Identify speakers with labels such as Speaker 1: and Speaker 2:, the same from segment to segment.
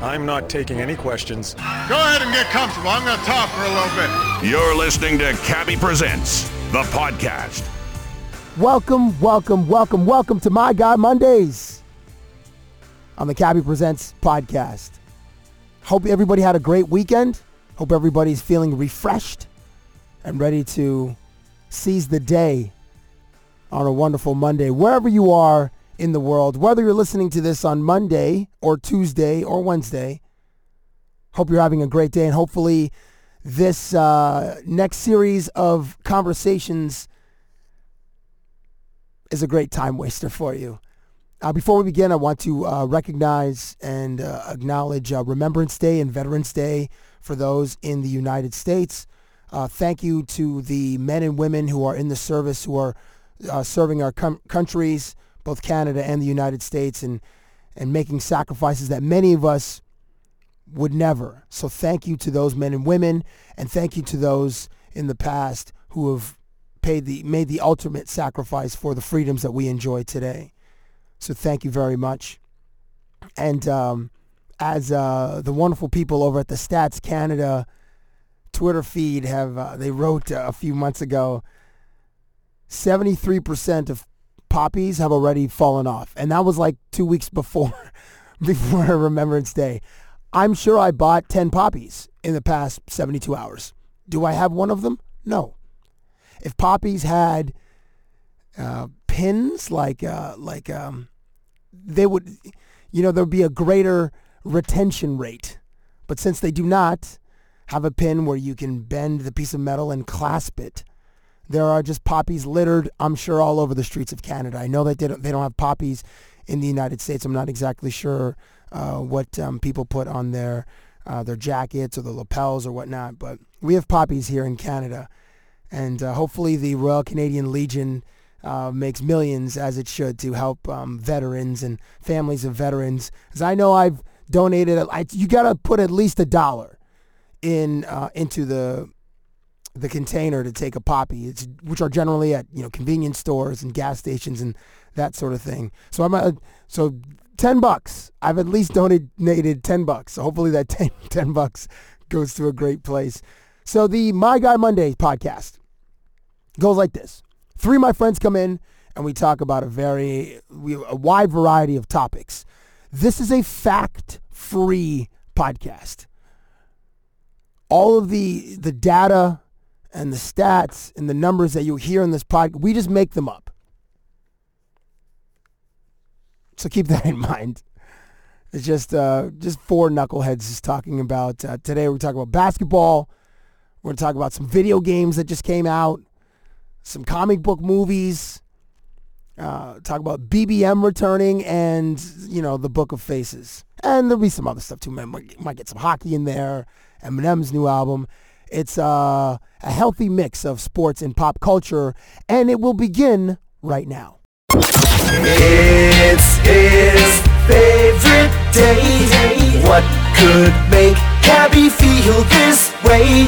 Speaker 1: I'm not taking any questions.
Speaker 2: Go ahead and get comfortable. I'm going to talk for a little bit.
Speaker 3: You're listening to Cabby Presents, the podcast.
Speaker 4: Welcome, welcome, welcome, welcome to My Guy Mondays on the Cabby Presents podcast. Hope everybody had a great weekend. Hope everybody's feeling refreshed and ready to seize the day on a wonderful Monday, wherever you are in the world, whether you're listening to this on Monday or Tuesday or Wednesday. Hope you're having a great day, and hopefully, this uh, next series of conversations is a great time waster for you. Uh, before we begin, I want to uh, recognize and uh, acknowledge uh, Remembrance Day and Veterans Day for those in the United States. Uh, thank you to the men and women who are in the service, who are uh, serving our com- countries, both Canada and the United States, and, and making sacrifices that many of us would never. So thank you to those men and women, and thank you to those in the past who have paid the made the ultimate sacrifice for the freedoms that we enjoy today. So thank you very much. And um, as uh, the wonderful people over at the Stats Canada Twitter feed have, uh, they wrote uh, a few months ago, 73% of poppies have already fallen off. And that was like two weeks before, before Remembrance Day. I'm sure I bought 10 poppies in the past 72 hours. Do I have one of them? No. If poppies had uh, pins like, uh, like, um, they would, you know, there would be a greater retention rate. But since they do not have a pin where you can bend the piece of metal and clasp it, there are just poppies littered, I'm sure, all over the streets of Canada. I know that they don't, they don't have poppies in the United States. I'm not exactly sure uh, what um, people put on their uh, their jackets or the lapels or whatnot, but we have poppies here in Canada, and uh, hopefully the Royal Canadian Legion uh, makes millions as it should to help um, veterans and families of veterans. As I know, I've donated. I, you got to put at least a dollar in uh, into the the container to take a poppy, it's, which are generally at you know convenience stores and gas stations and that sort of thing. So I'm uh, so ten bucks. I've at least donated ten bucks. So hopefully that 10, 10 bucks goes to a great place. So the My Guy Monday podcast goes like this. Three of my friends come in and we talk about a very we, a wide variety of topics. This is a fact-free podcast. All of the the data and the stats and the numbers that you hear in this podcast, we just make them up. So keep that in mind. It's just uh, just four knuckleheads just talking about uh, today. We're talking about basketball. We're gonna talk about some video games that just came out, some comic book movies. Uh, talk about BBM returning and you know the Book of Faces, and there'll be some other stuff too. Man, might, might get some hockey in there. Eminem's new album. It's uh, a healthy mix of sports and pop culture, and it will begin right now.
Speaker 5: It's his favorite day. What could make Cabby feel this way?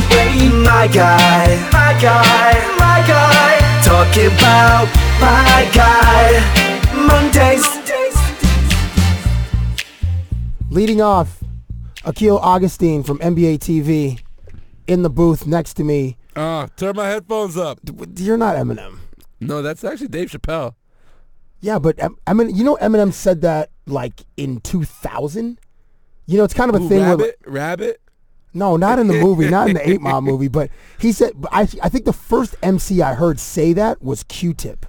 Speaker 5: My guy, my guy, my guy. Talking about my guy. Mondays.
Speaker 4: Leading off, Akil Augustine from NBA TV in the booth next to me.
Speaker 6: Oh, turn my headphones up.
Speaker 4: You're not Eminem.
Speaker 6: No, that's actually Dave Chappelle.
Speaker 4: Yeah, but Em- Emin- you know Eminem said that like in 2000. You know, it's kind of a
Speaker 6: Ooh,
Speaker 4: thing. where-
Speaker 6: rabbit, rabbit.
Speaker 4: No, not in the movie, not in the Eight Mile movie. But he said, but I, I think the first MC I heard say that was Q-Tip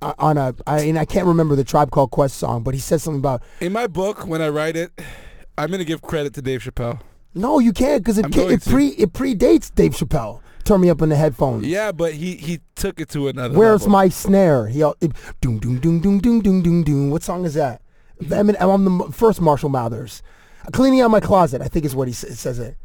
Speaker 4: uh, on a, I, and I can't remember the Tribe Called Quest song, but he said something about,
Speaker 6: In my book, when I write it, I'm gonna give credit to Dave Chappelle.
Speaker 4: no, you can't because it,
Speaker 6: I'm
Speaker 4: ca-
Speaker 6: going
Speaker 4: it
Speaker 6: to.
Speaker 4: pre it predates Dave Chappelle. Turn me up in the headphones.
Speaker 6: Yeah, but he he took it to another.
Speaker 4: Where's
Speaker 6: level.
Speaker 4: my snare? He all, it, doom doom doom doom doom doom doom doom. What song is that? I mean, I'm on the m- first Marshall Mathers. Cleaning out my closet, I think is what he sa- says it.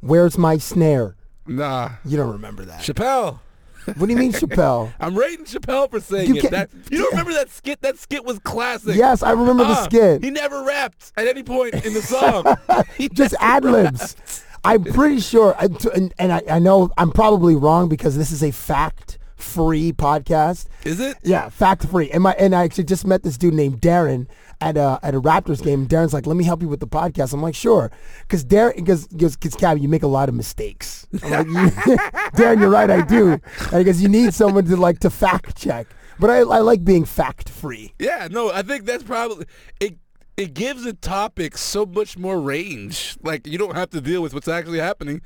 Speaker 4: Where's my snare?
Speaker 6: Nah.
Speaker 4: You don't remember that.
Speaker 6: Chappelle.
Speaker 4: What do you mean, Chappelle?
Speaker 6: I'm rating Chappelle for saying
Speaker 4: You
Speaker 6: it.
Speaker 4: can't-
Speaker 6: That, you don't remember that skit? That skit was classic.
Speaker 4: Yes, I remember the
Speaker 6: Ah,
Speaker 4: skit.
Speaker 6: He never rapped at any point in the song. He
Speaker 4: Just
Speaker 6: never
Speaker 4: ad libs. I'm pretty sure, I- t- and, and I, I know I'm probably wrong because this is a fact free podcast.
Speaker 6: Is it?
Speaker 4: Yeah, fact free. And my and I actually just met this dude named Darren at a at a Raptors game. Darren's like, "Let me help you with the podcast." I'm like, "Sure," because Darren because because Cab, you make a lot of mistakes. I'm like, "You- Darren, you're right, I do. Because you need someone to like to fact check. But I, I like being fact free.
Speaker 6: Yeah, no, I think that's probably it. It gives a topic so much more range. Like you don't have to deal with what's actually happening.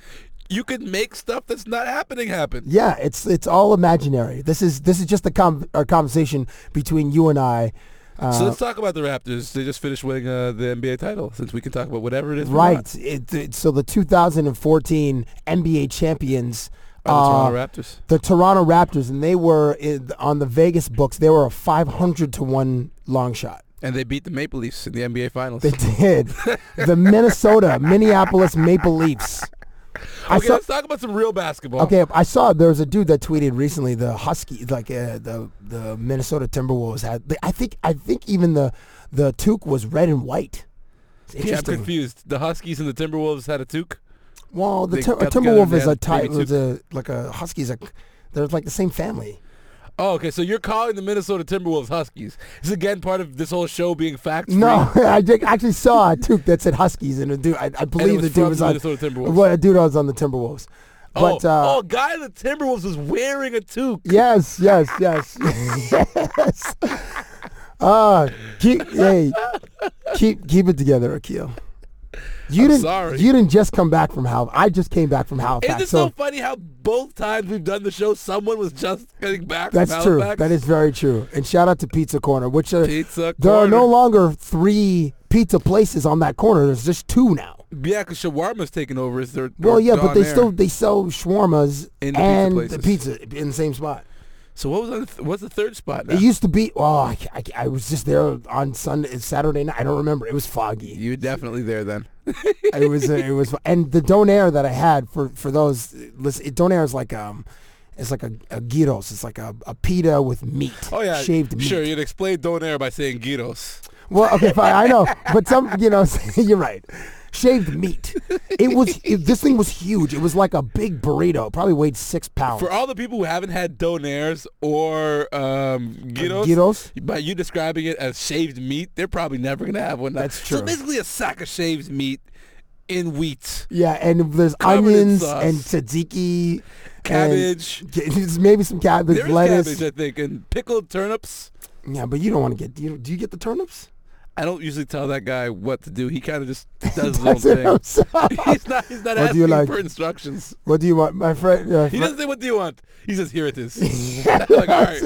Speaker 6: You can make stuff that's not happening happen.
Speaker 4: Yeah, it's it's all imaginary. This is this is just a, com- a conversation between you and I. uh,
Speaker 6: so let's talk about the Raptors. They just finished winning uh, the NBA title. Since we can talk about whatever it is, we
Speaker 4: Right.
Speaker 6: want.
Speaker 4: It, it- so the 2014 NBA champions.
Speaker 6: Are the
Speaker 4: uh,
Speaker 6: Toronto Raptors.
Speaker 4: the Toronto Raptors, and they were in, on the Vegas books. They were a 500 to one long shot.
Speaker 6: And they beat the Maple Leafs in the NBA Finals.
Speaker 4: They did. the Minnesota Minneapolis Maple Leafs. I
Speaker 6: okay,
Speaker 4: saw,
Speaker 6: let's talk about some real basketball.
Speaker 4: okay, I saw there was a dude that tweeted recently the Husky, like uh, the the Minnesota Timberwolves had. They, I think I think even the the toque was red and white. It's
Speaker 6: Yeah, I'm
Speaker 4: interesting.
Speaker 6: confused. The Huskies and the Timberwolves had a toque.
Speaker 4: well, the
Speaker 6: They
Speaker 4: tim- a
Speaker 6: got together and
Speaker 4: Timberwolf
Speaker 6: they
Speaker 4: is a
Speaker 6: had
Speaker 4: type,
Speaker 6: baby
Speaker 4: was a like a Huskies. A, they're like the same family.
Speaker 6: Oh, okay. So you're calling the Minnesota Timberwolves Huskies. This is again part of this whole show being fact.
Speaker 4: No, I did- actually saw a toque that said Huskies, and a dude, I, I
Speaker 6: was
Speaker 4: believe the dude
Speaker 6: from
Speaker 4: was
Speaker 6: the
Speaker 4: on
Speaker 6: Minnesota Timberwolves.
Speaker 4: Well, a dude was on the Timberwolves. But
Speaker 6: oh,
Speaker 4: uh,
Speaker 6: oh, guy, the Timberwolves was wearing a toque.
Speaker 4: yes, yes, yes, yes. Uh, keep hey, keep keep it together, Akil. You didn't.
Speaker 6: sorry.
Speaker 4: You didn't just come back from Halifax. I just came back from Halifax.
Speaker 6: Isn't it so, funny how both times we've done the show, someone was just getting back
Speaker 4: That's
Speaker 6: from
Speaker 4: true.
Speaker 6: Halifax?
Speaker 4: That is very true. And shout out to Pizza Corner, which uh,
Speaker 6: Pizza
Speaker 4: there are no
Speaker 6: Corner.
Speaker 4: longer three pizza places on that corner. There's just two now.
Speaker 6: Yeah, because shawarma's taking over. Is there,
Speaker 4: Well, yeah, but they still they sell shawarmas
Speaker 6: In the pizza
Speaker 4: and the
Speaker 6: places.
Speaker 4: pizza in the same spot.
Speaker 6: So what was on the th- what's the third spot now?
Speaker 4: It used to be. Oh, I, ca- I, ca- I was just there on Sunday, Saturday night. I don't remember. It was foggy.
Speaker 6: You're definitely there then.
Speaker 4: it was. uh, It was. And the donair that I had for for those listen, it, donair is like um, it's like a, a gyros. It's like a, a pita with meat.
Speaker 6: Oh, yeah.
Speaker 4: shaved meat.
Speaker 6: Sure, you'd explain donair by saying gyros.
Speaker 4: Well, okay, fine. I know, but some, you know, you're right. Shaved meat. It was. It, this thing was huge. It was like a big burrito. Probably weighed six pounds.
Speaker 6: For all the people who haven't had donairs or um, gyros,
Speaker 4: gyros?
Speaker 6: by you describing it as shaved meat, they're probably never gonna have one. now.
Speaker 4: That's
Speaker 6: So
Speaker 4: true.
Speaker 6: basically, a sack of shaved meat in wheat,
Speaker 4: Yeah, and there's
Speaker 6: Covered in
Speaker 4: onions
Speaker 6: sauce.
Speaker 4: and tzatziki, and
Speaker 6: Cabbage.
Speaker 4: ca- maybe some cabbage,
Speaker 6: there's
Speaker 4: lettuce.
Speaker 6: cabbage, I think, and pickled turnips.
Speaker 4: Yeah, but you don't want to get. You, do you get the turnips?
Speaker 6: I don't usually tell that guy what to do. He kind of just does his own
Speaker 4: That's it.
Speaker 6: thing.
Speaker 4: I'm sorry.
Speaker 6: He's not. He's not
Speaker 4: What do
Speaker 6: asking
Speaker 4: you like?
Speaker 6: for instructions.
Speaker 4: What do you want, my friend? uh,
Speaker 6: He
Speaker 4: fri-
Speaker 6: doesn't say, "What do you want?" He says, "Here it is." I'm like, all right.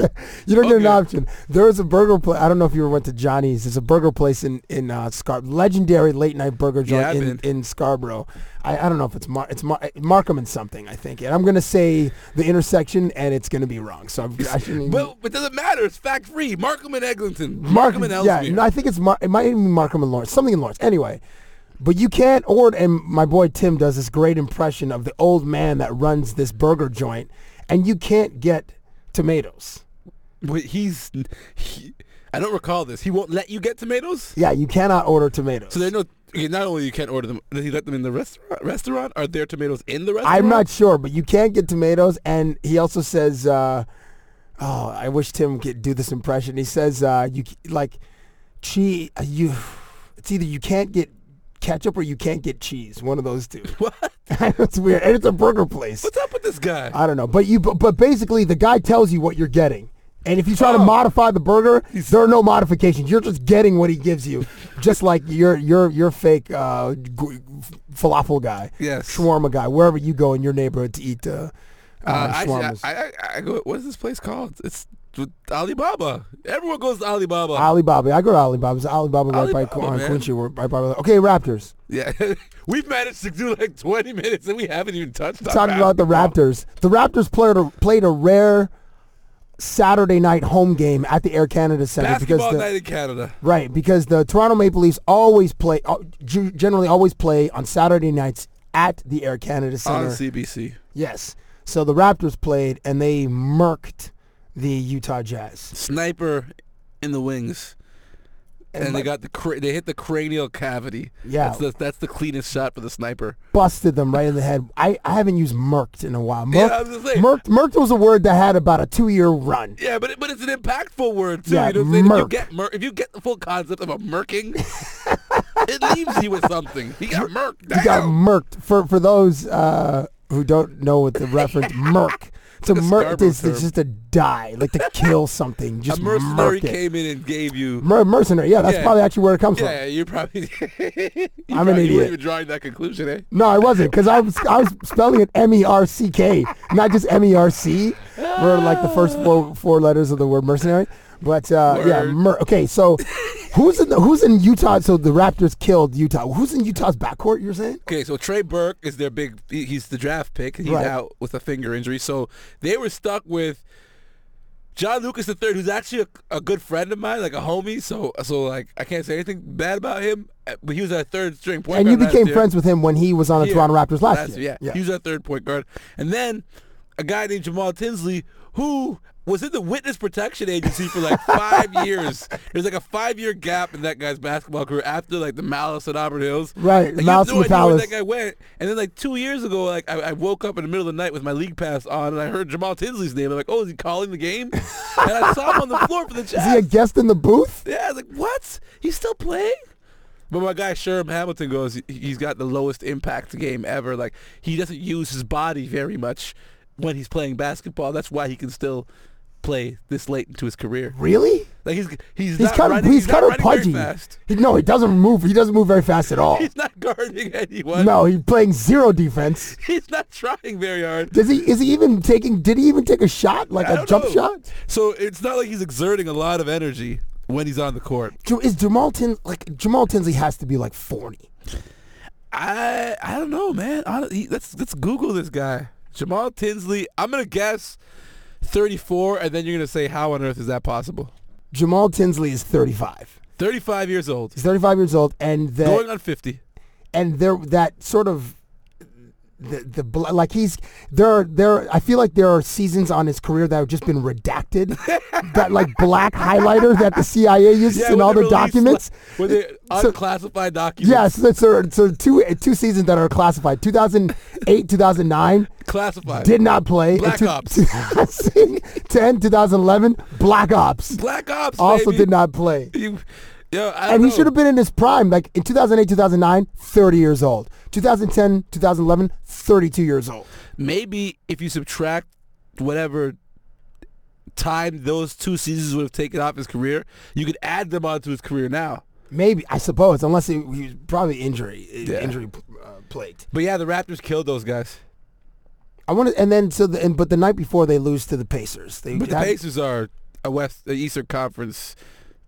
Speaker 4: you don't get
Speaker 6: okay.
Speaker 4: an option. There was a burger place. I don't know if you ever went to Johnny's. There's a burger place in in uh, Scar, legendary late night burger joint
Speaker 6: I've
Speaker 4: in,
Speaker 6: been.
Speaker 4: in Scarborough. I, I don't know if it's Mar- it's Mar- Markham and something. I think, and I'm gonna say the intersection, and it's gonna be wrong. So I'm, I shouldn't. even-
Speaker 6: But it doesn't matter. It's fact free. Markham and Eglinton.
Speaker 4: Mark-
Speaker 6: Markham, and
Speaker 4: yeah,
Speaker 6: Ellesmere.
Speaker 4: no, I think it's Mar- it might even be Markham and Lawrence, something in Lawrence. Anyway, but you can't order. And my boy Tim does this great impression of the old man that runs this burger joint, and you can't get tomatoes.
Speaker 6: Wait, he's he, I don't recall this. He won't let you get tomatoes.
Speaker 4: Yeah, you cannot order tomatoes.
Speaker 6: So there are no. Okay, not only you can't order them, does he let them in the restaurant? Restaurant? Are there tomatoes in the restaurant?
Speaker 4: I'm not sure, but you can't get tomatoes. And he also says, uh, "Oh, I wish Tim could do this impression." He says, uh, "You c- like, cheese. You, it's either you can't get ketchup or you can't get cheese. One of those two.
Speaker 6: What?
Speaker 4: it's weird. And it's a burger place.
Speaker 6: What's up with this guy?
Speaker 4: I don't know, but you, but, but basically, the guy tells you what you're getting." And if you try to
Speaker 6: Oh.
Speaker 4: modify the burger, there are no modifications. You're just getting what he gives you, just like your your your fake uh, g- falafel guy,
Speaker 6: Yes.
Speaker 4: shawarma guy, wherever you go in your neighborhood to eat uh, uh,
Speaker 6: Uh, I,
Speaker 4: shawarmas.
Speaker 6: I, I, I go. What is this place called? It's with Alibaba. Everyone goes to Alibaba.
Speaker 4: Alibaba. I go to Alibaba's. Alibaba right by
Speaker 6: Alibaba,
Speaker 4: on
Speaker 6: man.
Speaker 4: Quincy, right by. Okay, Raptors.
Speaker 6: yeah, we've managed to do like 20 minutes and we haven't even touched. on
Speaker 4: Talking about the
Speaker 6: basketball.
Speaker 4: Raptors. The Raptors played a, played a rare Saturday night home game at the Air Canada Center
Speaker 6: Basketball
Speaker 4: because the,
Speaker 6: night in Canada.
Speaker 4: Right, because the Toronto Maple Leafs always play, uh, g- generally always play on Saturday nights at the Air Canada Center.
Speaker 6: On CBC.
Speaker 4: Yes. So the Raptors played and they murked the Utah Jazz.
Speaker 6: Sniper in the wings. And, they got the cra- they hit the cranial cavity.
Speaker 4: Yeah.
Speaker 6: that's the, that's the cleanest shot for the sniper.
Speaker 4: Busted them right in the head. I, I haven't used murked in a while. Murked,
Speaker 6: Yeah, I was gonna say-
Speaker 4: murked, murked was a word that had about a two-year run.
Speaker 6: Yeah, but it, but it's an impactful word too.
Speaker 4: Yeah,
Speaker 6: you know what I'm saying? If you
Speaker 4: murk.
Speaker 6: get mur- if you get the full concept of a murking, it leaves you with something. He got murked.
Speaker 4: He got
Speaker 6: Damn.
Speaker 4: murked. For, for those uh, who don't know what the reference, murk. To
Speaker 6: a
Speaker 4: murk
Speaker 6: Scarborough
Speaker 4: is
Speaker 6: term.
Speaker 4: is just to die, like to kill something. Just
Speaker 6: a mercenary
Speaker 4: murk it.
Speaker 6: came in and gave you.
Speaker 4: Mer- mercenary. Yeah, that's
Speaker 6: Yeah.
Speaker 4: probably actually where it comes from.
Speaker 6: Yeah, you probably. you
Speaker 4: I'm an
Speaker 6: probably
Speaker 4: idiot.
Speaker 6: weren't even drawing that conclusion, eh?
Speaker 4: No, I wasn't because I was I was spelling it M E R C K, not just M E R C, were like the first four four letters of the word mercenary. But uh, yeah,
Speaker 6: Word.
Speaker 4: mer- okay. So who's in the, who's in Utah? So the Raptors killed Utah. Who's in Utah's backcourt? You're saying?
Speaker 6: Okay, so Trey Burke is their big. he- He's the draft pick. He's
Speaker 4: Right.
Speaker 6: out with a finger injury, so they were stuck with John Lucas III, who's actually a, a good friend of mine, like a homie. So, so like I can't say anything bad about him, uh, but he was our third string point
Speaker 4: and you
Speaker 6: guard. last
Speaker 4: became
Speaker 6: year.
Speaker 4: friends with him when he was on the
Speaker 6: Yeah.
Speaker 4: Toronto Raptors last, year.
Speaker 6: year, Yeah. he was our third point guard, and then a guy named Jamal Tinsley who. Was in the witness protection agency for like five years. There's like a five year gap in that guy's basketball career after like the Malice at Auburn Hills.
Speaker 4: Right,
Speaker 6: Like, you
Speaker 4: Malice
Speaker 6: have no
Speaker 4: in
Speaker 6: idea
Speaker 4: the
Speaker 6: where
Speaker 4: Palace.
Speaker 6: that guy went. And then like two years ago, like I, I woke up in the middle of the night with my league pass on, and I heard Jamal Tinsley's name. I'm like, oh, is he calling the game? and I saw him on the floor for the
Speaker 4: Is he a
Speaker 6: Jazz.
Speaker 4: guest in the booth?
Speaker 6: yeah, I was like, what? He's still playing? But my guy Sherm Hamilton goes, he- he's got the lowest impact game ever. Like he doesn't use his body very much when he's playing basketball. That's why he can still play this late into his career.
Speaker 4: Really?
Speaker 6: Like he's he's,
Speaker 4: He's
Speaker 6: not
Speaker 4: kind of
Speaker 6: running,
Speaker 4: he's
Speaker 6: not
Speaker 4: kind of
Speaker 6: running very
Speaker 4: pudgy.
Speaker 6: fast.
Speaker 4: He, no, he doesn't move. He doesn't move very fast at all.
Speaker 6: He's not guarding anyone.
Speaker 4: No, he's playing zero defense.
Speaker 6: He's not trying very hard.
Speaker 4: Does he? Is he even taking? Did he even take a shot? Like
Speaker 6: I
Speaker 4: a
Speaker 6: don't
Speaker 4: jump
Speaker 6: know.
Speaker 4: shot?
Speaker 6: So it's not like he's exerting a lot of energy when he's on the court.
Speaker 4: Ju- Is Jamal Tin like Jamal Tinsley has to be like forty?
Speaker 6: I I don't know, man. Hon- he- let's let's Google this guy, Jamal Tinsley. I'm gonna guess 34, and then you're gonna say how on earth is that possible?
Speaker 4: Jamal Tinsley is thirty-five.
Speaker 6: 35 years old,
Speaker 4: He's thirty-five years old, and the
Speaker 6: going on 50.
Speaker 4: and there that sort of the the bl- like he's there are, there. I feel like there are seasons on his career that have just been redacted, that like black highlighter that the CIA uses in
Speaker 6: when
Speaker 4: all
Speaker 6: they
Speaker 4: their
Speaker 6: released, like,
Speaker 4: documents.
Speaker 6: When they
Speaker 4: So-
Speaker 6: unclassified documents.
Speaker 4: Yes, yeah, so, so, so two two seasons that are classified. 2008, 2009,
Speaker 6: classified.
Speaker 4: did not play.
Speaker 6: Black
Speaker 4: Two-
Speaker 6: Ops.
Speaker 4: 2010, 2011, Black Ops.
Speaker 6: Black Ops
Speaker 4: also
Speaker 6: baby.
Speaker 4: did not play.
Speaker 6: You, yo, I don't
Speaker 4: And he
Speaker 6: know.
Speaker 4: should have been in his prime, like in 2008, 2009, 30 years old. 2010, 2011, 32 years old.
Speaker 6: maybe if you subtract whatever time those two seasons would have taken off his career, you could add them onto his career now.
Speaker 4: Maybe, I suppose, unless he, he was probably injury, injury uh, plagued.
Speaker 6: But yeah, the Raptors killed those guys.
Speaker 4: I want to, and then so, the, and, but the night before they lose to the Pacers. They
Speaker 6: But the
Speaker 4: that-
Speaker 6: Pacers are a West, a Eastern Conference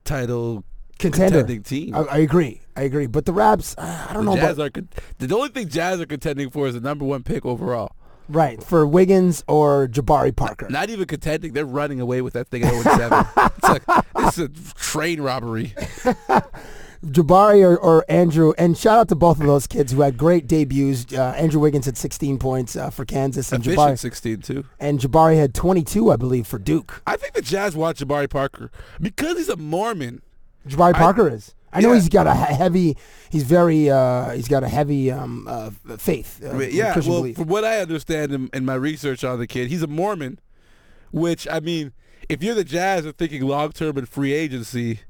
Speaker 6: title
Speaker 4: contender.
Speaker 6: contending team.
Speaker 4: I, I agree, I agree. But the Raps, uh, I don't
Speaker 6: the
Speaker 4: know,
Speaker 6: Jazz
Speaker 4: about,
Speaker 6: are con- the only thing Jazz are contending for is the number one pick overall.
Speaker 4: right for Wiggins or Jabari Parker.
Speaker 6: Not even contending; they're running away with that thing at 0-7. it's like it's a train robbery.
Speaker 4: Jabari or, or Andrew, and shout out to both of those kids who had great debuts. Uh, Andrew Wiggins had 16 points uh, for Kansas, and
Speaker 6: Efficient
Speaker 4: Jabari
Speaker 6: sixteen too.
Speaker 4: and Jabari had 22, I believe, for Duke.
Speaker 6: I think the Jazz want Jabari Parker because he's a Mormon.
Speaker 4: Jabari Parker is. I know
Speaker 6: yeah.
Speaker 4: he's got a he- heavy. He's very. Uh, he's got a heavy um, uh, faith. Uh,
Speaker 6: But yeah,
Speaker 4: Christian
Speaker 6: well,
Speaker 4: belief.
Speaker 6: from what I understand in, in my research on the kid, he's a Mormon, which I mean, if you're the Jazz and thinking long term and free agency,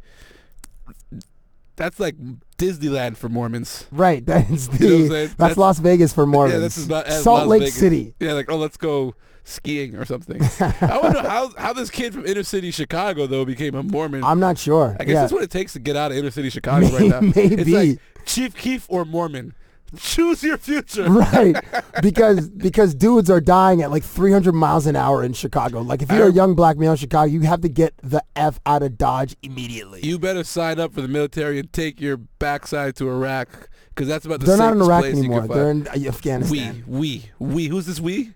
Speaker 6: that's like Disneyland for Mormons.
Speaker 4: right. That is the.
Speaker 6: You know what I'm saying?
Speaker 4: that's,
Speaker 6: That's-
Speaker 4: Las Vegas for Mormons.
Speaker 6: Yeah, this is about as
Speaker 4: Salt
Speaker 6: Las
Speaker 4: Lake
Speaker 6: Vegas-
Speaker 4: City.
Speaker 6: Yeah, like oh, let's go skiing or something. I wonder how how this kid from inner city Chicago though became a Mormon.
Speaker 4: I'm not sure.
Speaker 6: I guess
Speaker 4: yeah.
Speaker 6: that's what it takes to get out of inner city Chicago right now. It's
Speaker 4: Maybe.
Speaker 6: like Chief Keef or Mormon. Choose your future.
Speaker 4: right because because dudes are dying at like 300 miles an hour in chicago like if you're a young black male in chicago you have to get the f out of dodge immediately
Speaker 6: You better sign up for the military and take your backside to Iraq because that's about the
Speaker 4: they're not in
Speaker 6: safest
Speaker 4: iraq
Speaker 6: place you can
Speaker 4: anymore
Speaker 6: find.
Speaker 4: they're in afghanistan
Speaker 6: we, we, we. Who's this we?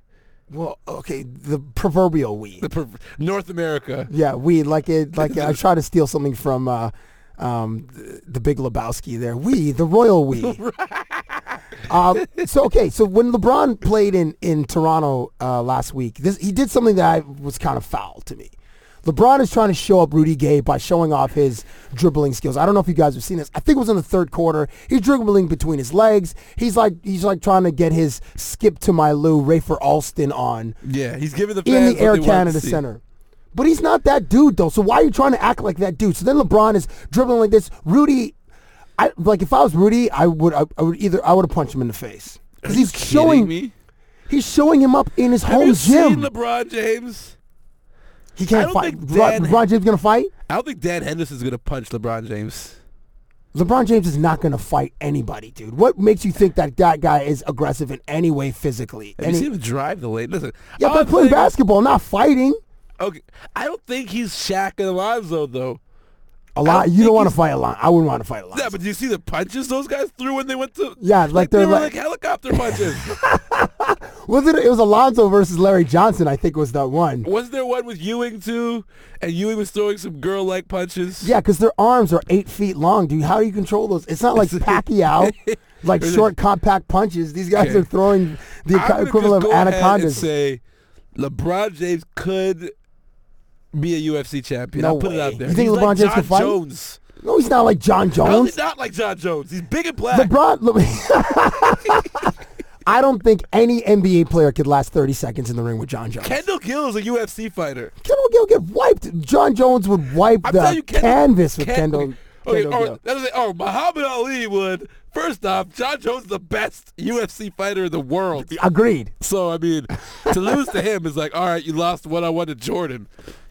Speaker 4: Well, okay, the proverbial we.
Speaker 6: The perv- North America.
Speaker 4: Yeah, we like it. Like I try to steal something from uh, um, the, the Big Lebowski. There, we the royal we. um, so okay, so when LeBron played in in Toronto uh, last week, this he did something that I was kind of foul to me. LeBron is trying to show up Rudy Gay by showing off his dribbling skills. I don't know if you guys have seen this. I think it was in the third quarter. He's dribbling between his legs. He's like he's like trying to get his skip to my Lou Rafer Alston on
Speaker 6: Yeah, he's giving the
Speaker 4: in
Speaker 6: fans
Speaker 4: the
Speaker 6: what
Speaker 4: Air
Speaker 6: they wanted to
Speaker 4: Canada
Speaker 6: see.
Speaker 4: Center. But he's not that dude though. So why are you trying to act like that dude? So then LeBron is dribbling like this. Rudy, I like if I was Rudy, I would I, I would either I would have punched him in the face because he's
Speaker 6: Kidding
Speaker 4: showing
Speaker 6: me.
Speaker 4: he's showing him up in his
Speaker 6: Have
Speaker 4: home
Speaker 6: you
Speaker 4: gym.
Speaker 6: seen LeBron James?
Speaker 4: he
Speaker 6: I
Speaker 4: can't
Speaker 6: don't
Speaker 4: fight.
Speaker 6: think
Speaker 4: Ro-
Speaker 6: Dan-
Speaker 4: LeBron James gonna fight.
Speaker 6: I don't think Dan Henderson's gonna punch LeBron James.
Speaker 4: LeBron James is not gonna fight anybody, dude. What makes you think that that guy is aggressive in any way physically?
Speaker 6: Have
Speaker 4: Any-
Speaker 6: you seen him drive the lane? Listen,
Speaker 4: yeah,
Speaker 6: all
Speaker 4: but
Speaker 6: I'm
Speaker 4: playing
Speaker 6: saying-
Speaker 4: basketball, not fighting.
Speaker 6: Okay, I don't think he's Shaq and Alonzo though.
Speaker 4: A lot.
Speaker 6: don't
Speaker 4: You don't
Speaker 6: think
Speaker 4: want to
Speaker 6: he's-
Speaker 4: fight a lot. I wouldn't want to fight a lot.
Speaker 6: Yeah, but do you see the punches those guys threw when they went to?
Speaker 4: Yeah, like
Speaker 6: they
Speaker 4: they're
Speaker 6: were
Speaker 4: like-
Speaker 6: like helicopter punches.
Speaker 4: Was it? It was Alonzo versus Larry Johnson. I think was that one.
Speaker 6: Wasn't there one with Ewing too? And Ewing was throwing some girl-like punches.
Speaker 4: Yeah, because their arms are eight feet long, dude. How do you control those? It's not like Pacquiao, like short, compact punches. These guys
Speaker 6: Okay.
Speaker 4: are throwing the
Speaker 6: I'm gonna
Speaker 4: equivalent of
Speaker 6: just go ahead
Speaker 4: anacondas.
Speaker 6: and say LeBron James could be a UFC champion.
Speaker 4: No
Speaker 6: I'll put
Speaker 4: way.
Speaker 6: it out there.
Speaker 4: You think
Speaker 6: He's
Speaker 4: LeBron
Speaker 6: like
Speaker 4: James
Speaker 6: John
Speaker 4: can fight?
Speaker 6: Jones.
Speaker 4: no, he's not like John
Speaker 6: No, he's
Speaker 4: Jones.
Speaker 6: not like John Jones. He's big and black.
Speaker 4: LeBron. Le- I don't think any NBA player could last 30 seconds in the ring with John Jones.
Speaker 6: Kendall Gill is a UFC fighter.
Speaker 4: Kendall Gill get wiped. John Jones would wipe
Speaker 6: I'm
Speaker 4: the
Speaker 6: telling you, Kendall,
Speaker 4: canvas with
Speaker 6: Ken- oh,
Speaker 4: Kendall.
Speaker 6: Okay,
Speaker 4: Kendall
Speaker 6: or,
Speaker 4: Gill.
Speaker 6: that's it. or Muhammad Ali would. First off, John Jones is the best UFC fighter in the world.
Speaker 4: Agreed.
Speaker 6: So I mean, to lose to him is like, all right, you lost one on one to Jordan.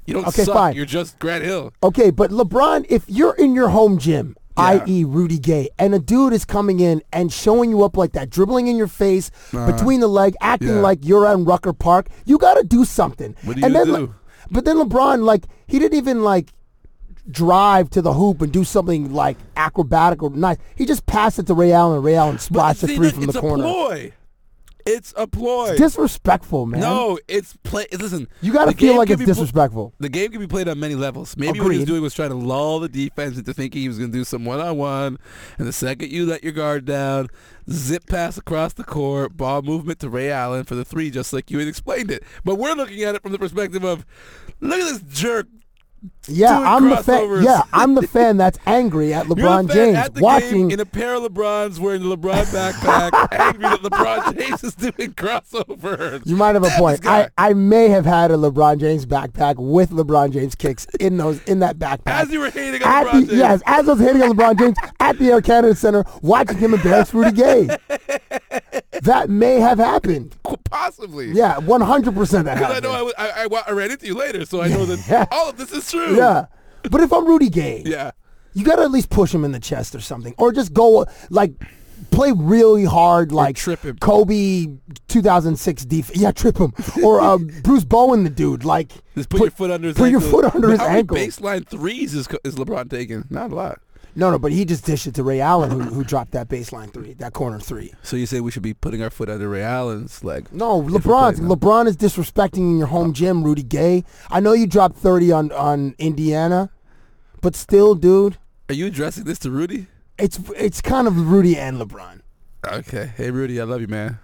Speaker 6: You don't
Speaker 4: Okay,
Speaker 6: suck.
Speaker 4: fine.
Speaker 6: You're just Grant Hill.
Speaker 4: Okay, but LeBron, if you're in your home gym, i.e. Rudy Gay, and a dude is coming in and showing you up like that, dribbling in your face, between the leg, acting
Speaker 6: Yeah.
Speaker 4: like you're on Rucker Park, you got to do something.
Speaker 6: What do
Speaker 4: and
Speaker 6: you
Speaker 4: then, Le-
Speaker 6: do?
Speaker 4: But then LeBron, like, he didn't even, like, drive to the hoop and do something, like, acrobatic or nice. He just passed it to Ray Allen, and Ray Allen splashed a
Speaker 6: See,
Speaker 4: three
Speaker 6: look,
Speaker 4: from
Speaker 6: it's
Speaker 4: the
Speaker 6: a
Speaker 4: corner.
Speaker 6: ploy. It's a ploy.
Speaker 4: Disrespectful, man.
Speaker 6: no, it's play. Listen,
Speaker 4: You got to
Speaker 6: the
Speaker 4: feel
Speaker 6: game
Speaker 4: like
Speaker 6: can
Speaker 4: it's
Speaker 6: be pl-
Speaker 4: disrespectful.
Speaker 6: the game can be played on many levels. Maybe what he was
Speaker 4: Agreed.
Speaker 6: doing was trying to lull the defense into thinking he was going to do some one-on-one, and the second you let your guard down, zip pass across the court, ball movement to Ray Allen for the three, just like you had explained it. But we're looking at it from the perspective of, look at this jerk.
Speaker 4: yeah,
Speaker 6: doing
Speaker 4: I'm the fan.
Speaker 6: crossovers.
Speaker 4: Yeah, I'm the fan that's angry at
Speaker 6: You're
Speaker 4: LeBron
Speaker 6: the fan
Speaker 4: James
Speaker 6: at the
Speaker 4: watching
Speaker 6: game in a pair of LeBrons wearing the LeBron backpack, angry that LeBron James is doing crossovers.
Speaker 4: You might have a
Speaker 6: Damn,
Speaker 4: point.
Speaker 6: this guy.
Speaker 4: I, I may have had a LeBron James backpack with LeBron James kicks in those in that backpack.
Speaker 6: As you were hating on
Speaker 4: At
Speaker 6: LeBron
Speaker 4: the-
Speaker 6: James.
Speaker 4: Yes, as I was hitting on LeBron James at the Air Canada Center, watching him embarrass Rudy Gay. That may have happened.
Speaker 6: Possibly.
Speaker 4: Yeah, one hundred percent that
Speaker 6: Because I
Speaker 4: happened.
Speaker 6: know I, wa- I, I, wa- I ran into you later, so I know that all of this is true.
Speaker 4: yeah, but if I'm Rudy Gay,
Speaker 6: Yeah.
Speaker 4: you gotta at least push him in the chest or something, or just go like play really hard, like
Speaker 6: trip him.
Speaker 4: Kobe 2006 defense. Yeah, trip him, or uh, Bruce Bowen, the dude. Like
Speaker 6: Just put, your foot under his
Speaker 4: put
Speaker 6: ankle.
Speaker 4: your foot under his
Speaker 6: How many
Speaker 4: ankle.
Speaker 6: baseline threes is, is LeBron taking? Not a lot.
Speaker 4: No, no, but he just dished it to Ray Allen, who, who dropped that baseline three, that corner three.
Speaker 6: So you say we should be putting our foot under Ray Allen's leg?
Speaker 4: No,
Speaker 6: If we're
Speaker 4: LeBron's
Speaker 6: playing them.
Speaker 4: LeBron is disrespecting in your home gym, Rudy Gay. I know you dropped thirty on on Indiana, but still, dude,
Speaker 6: Are you addressing this to Rudy?
Speaker 4: it's it's kind of Rudy and LeBron.
Speaker 6: Okay. Hey, Rudy, I love you, man.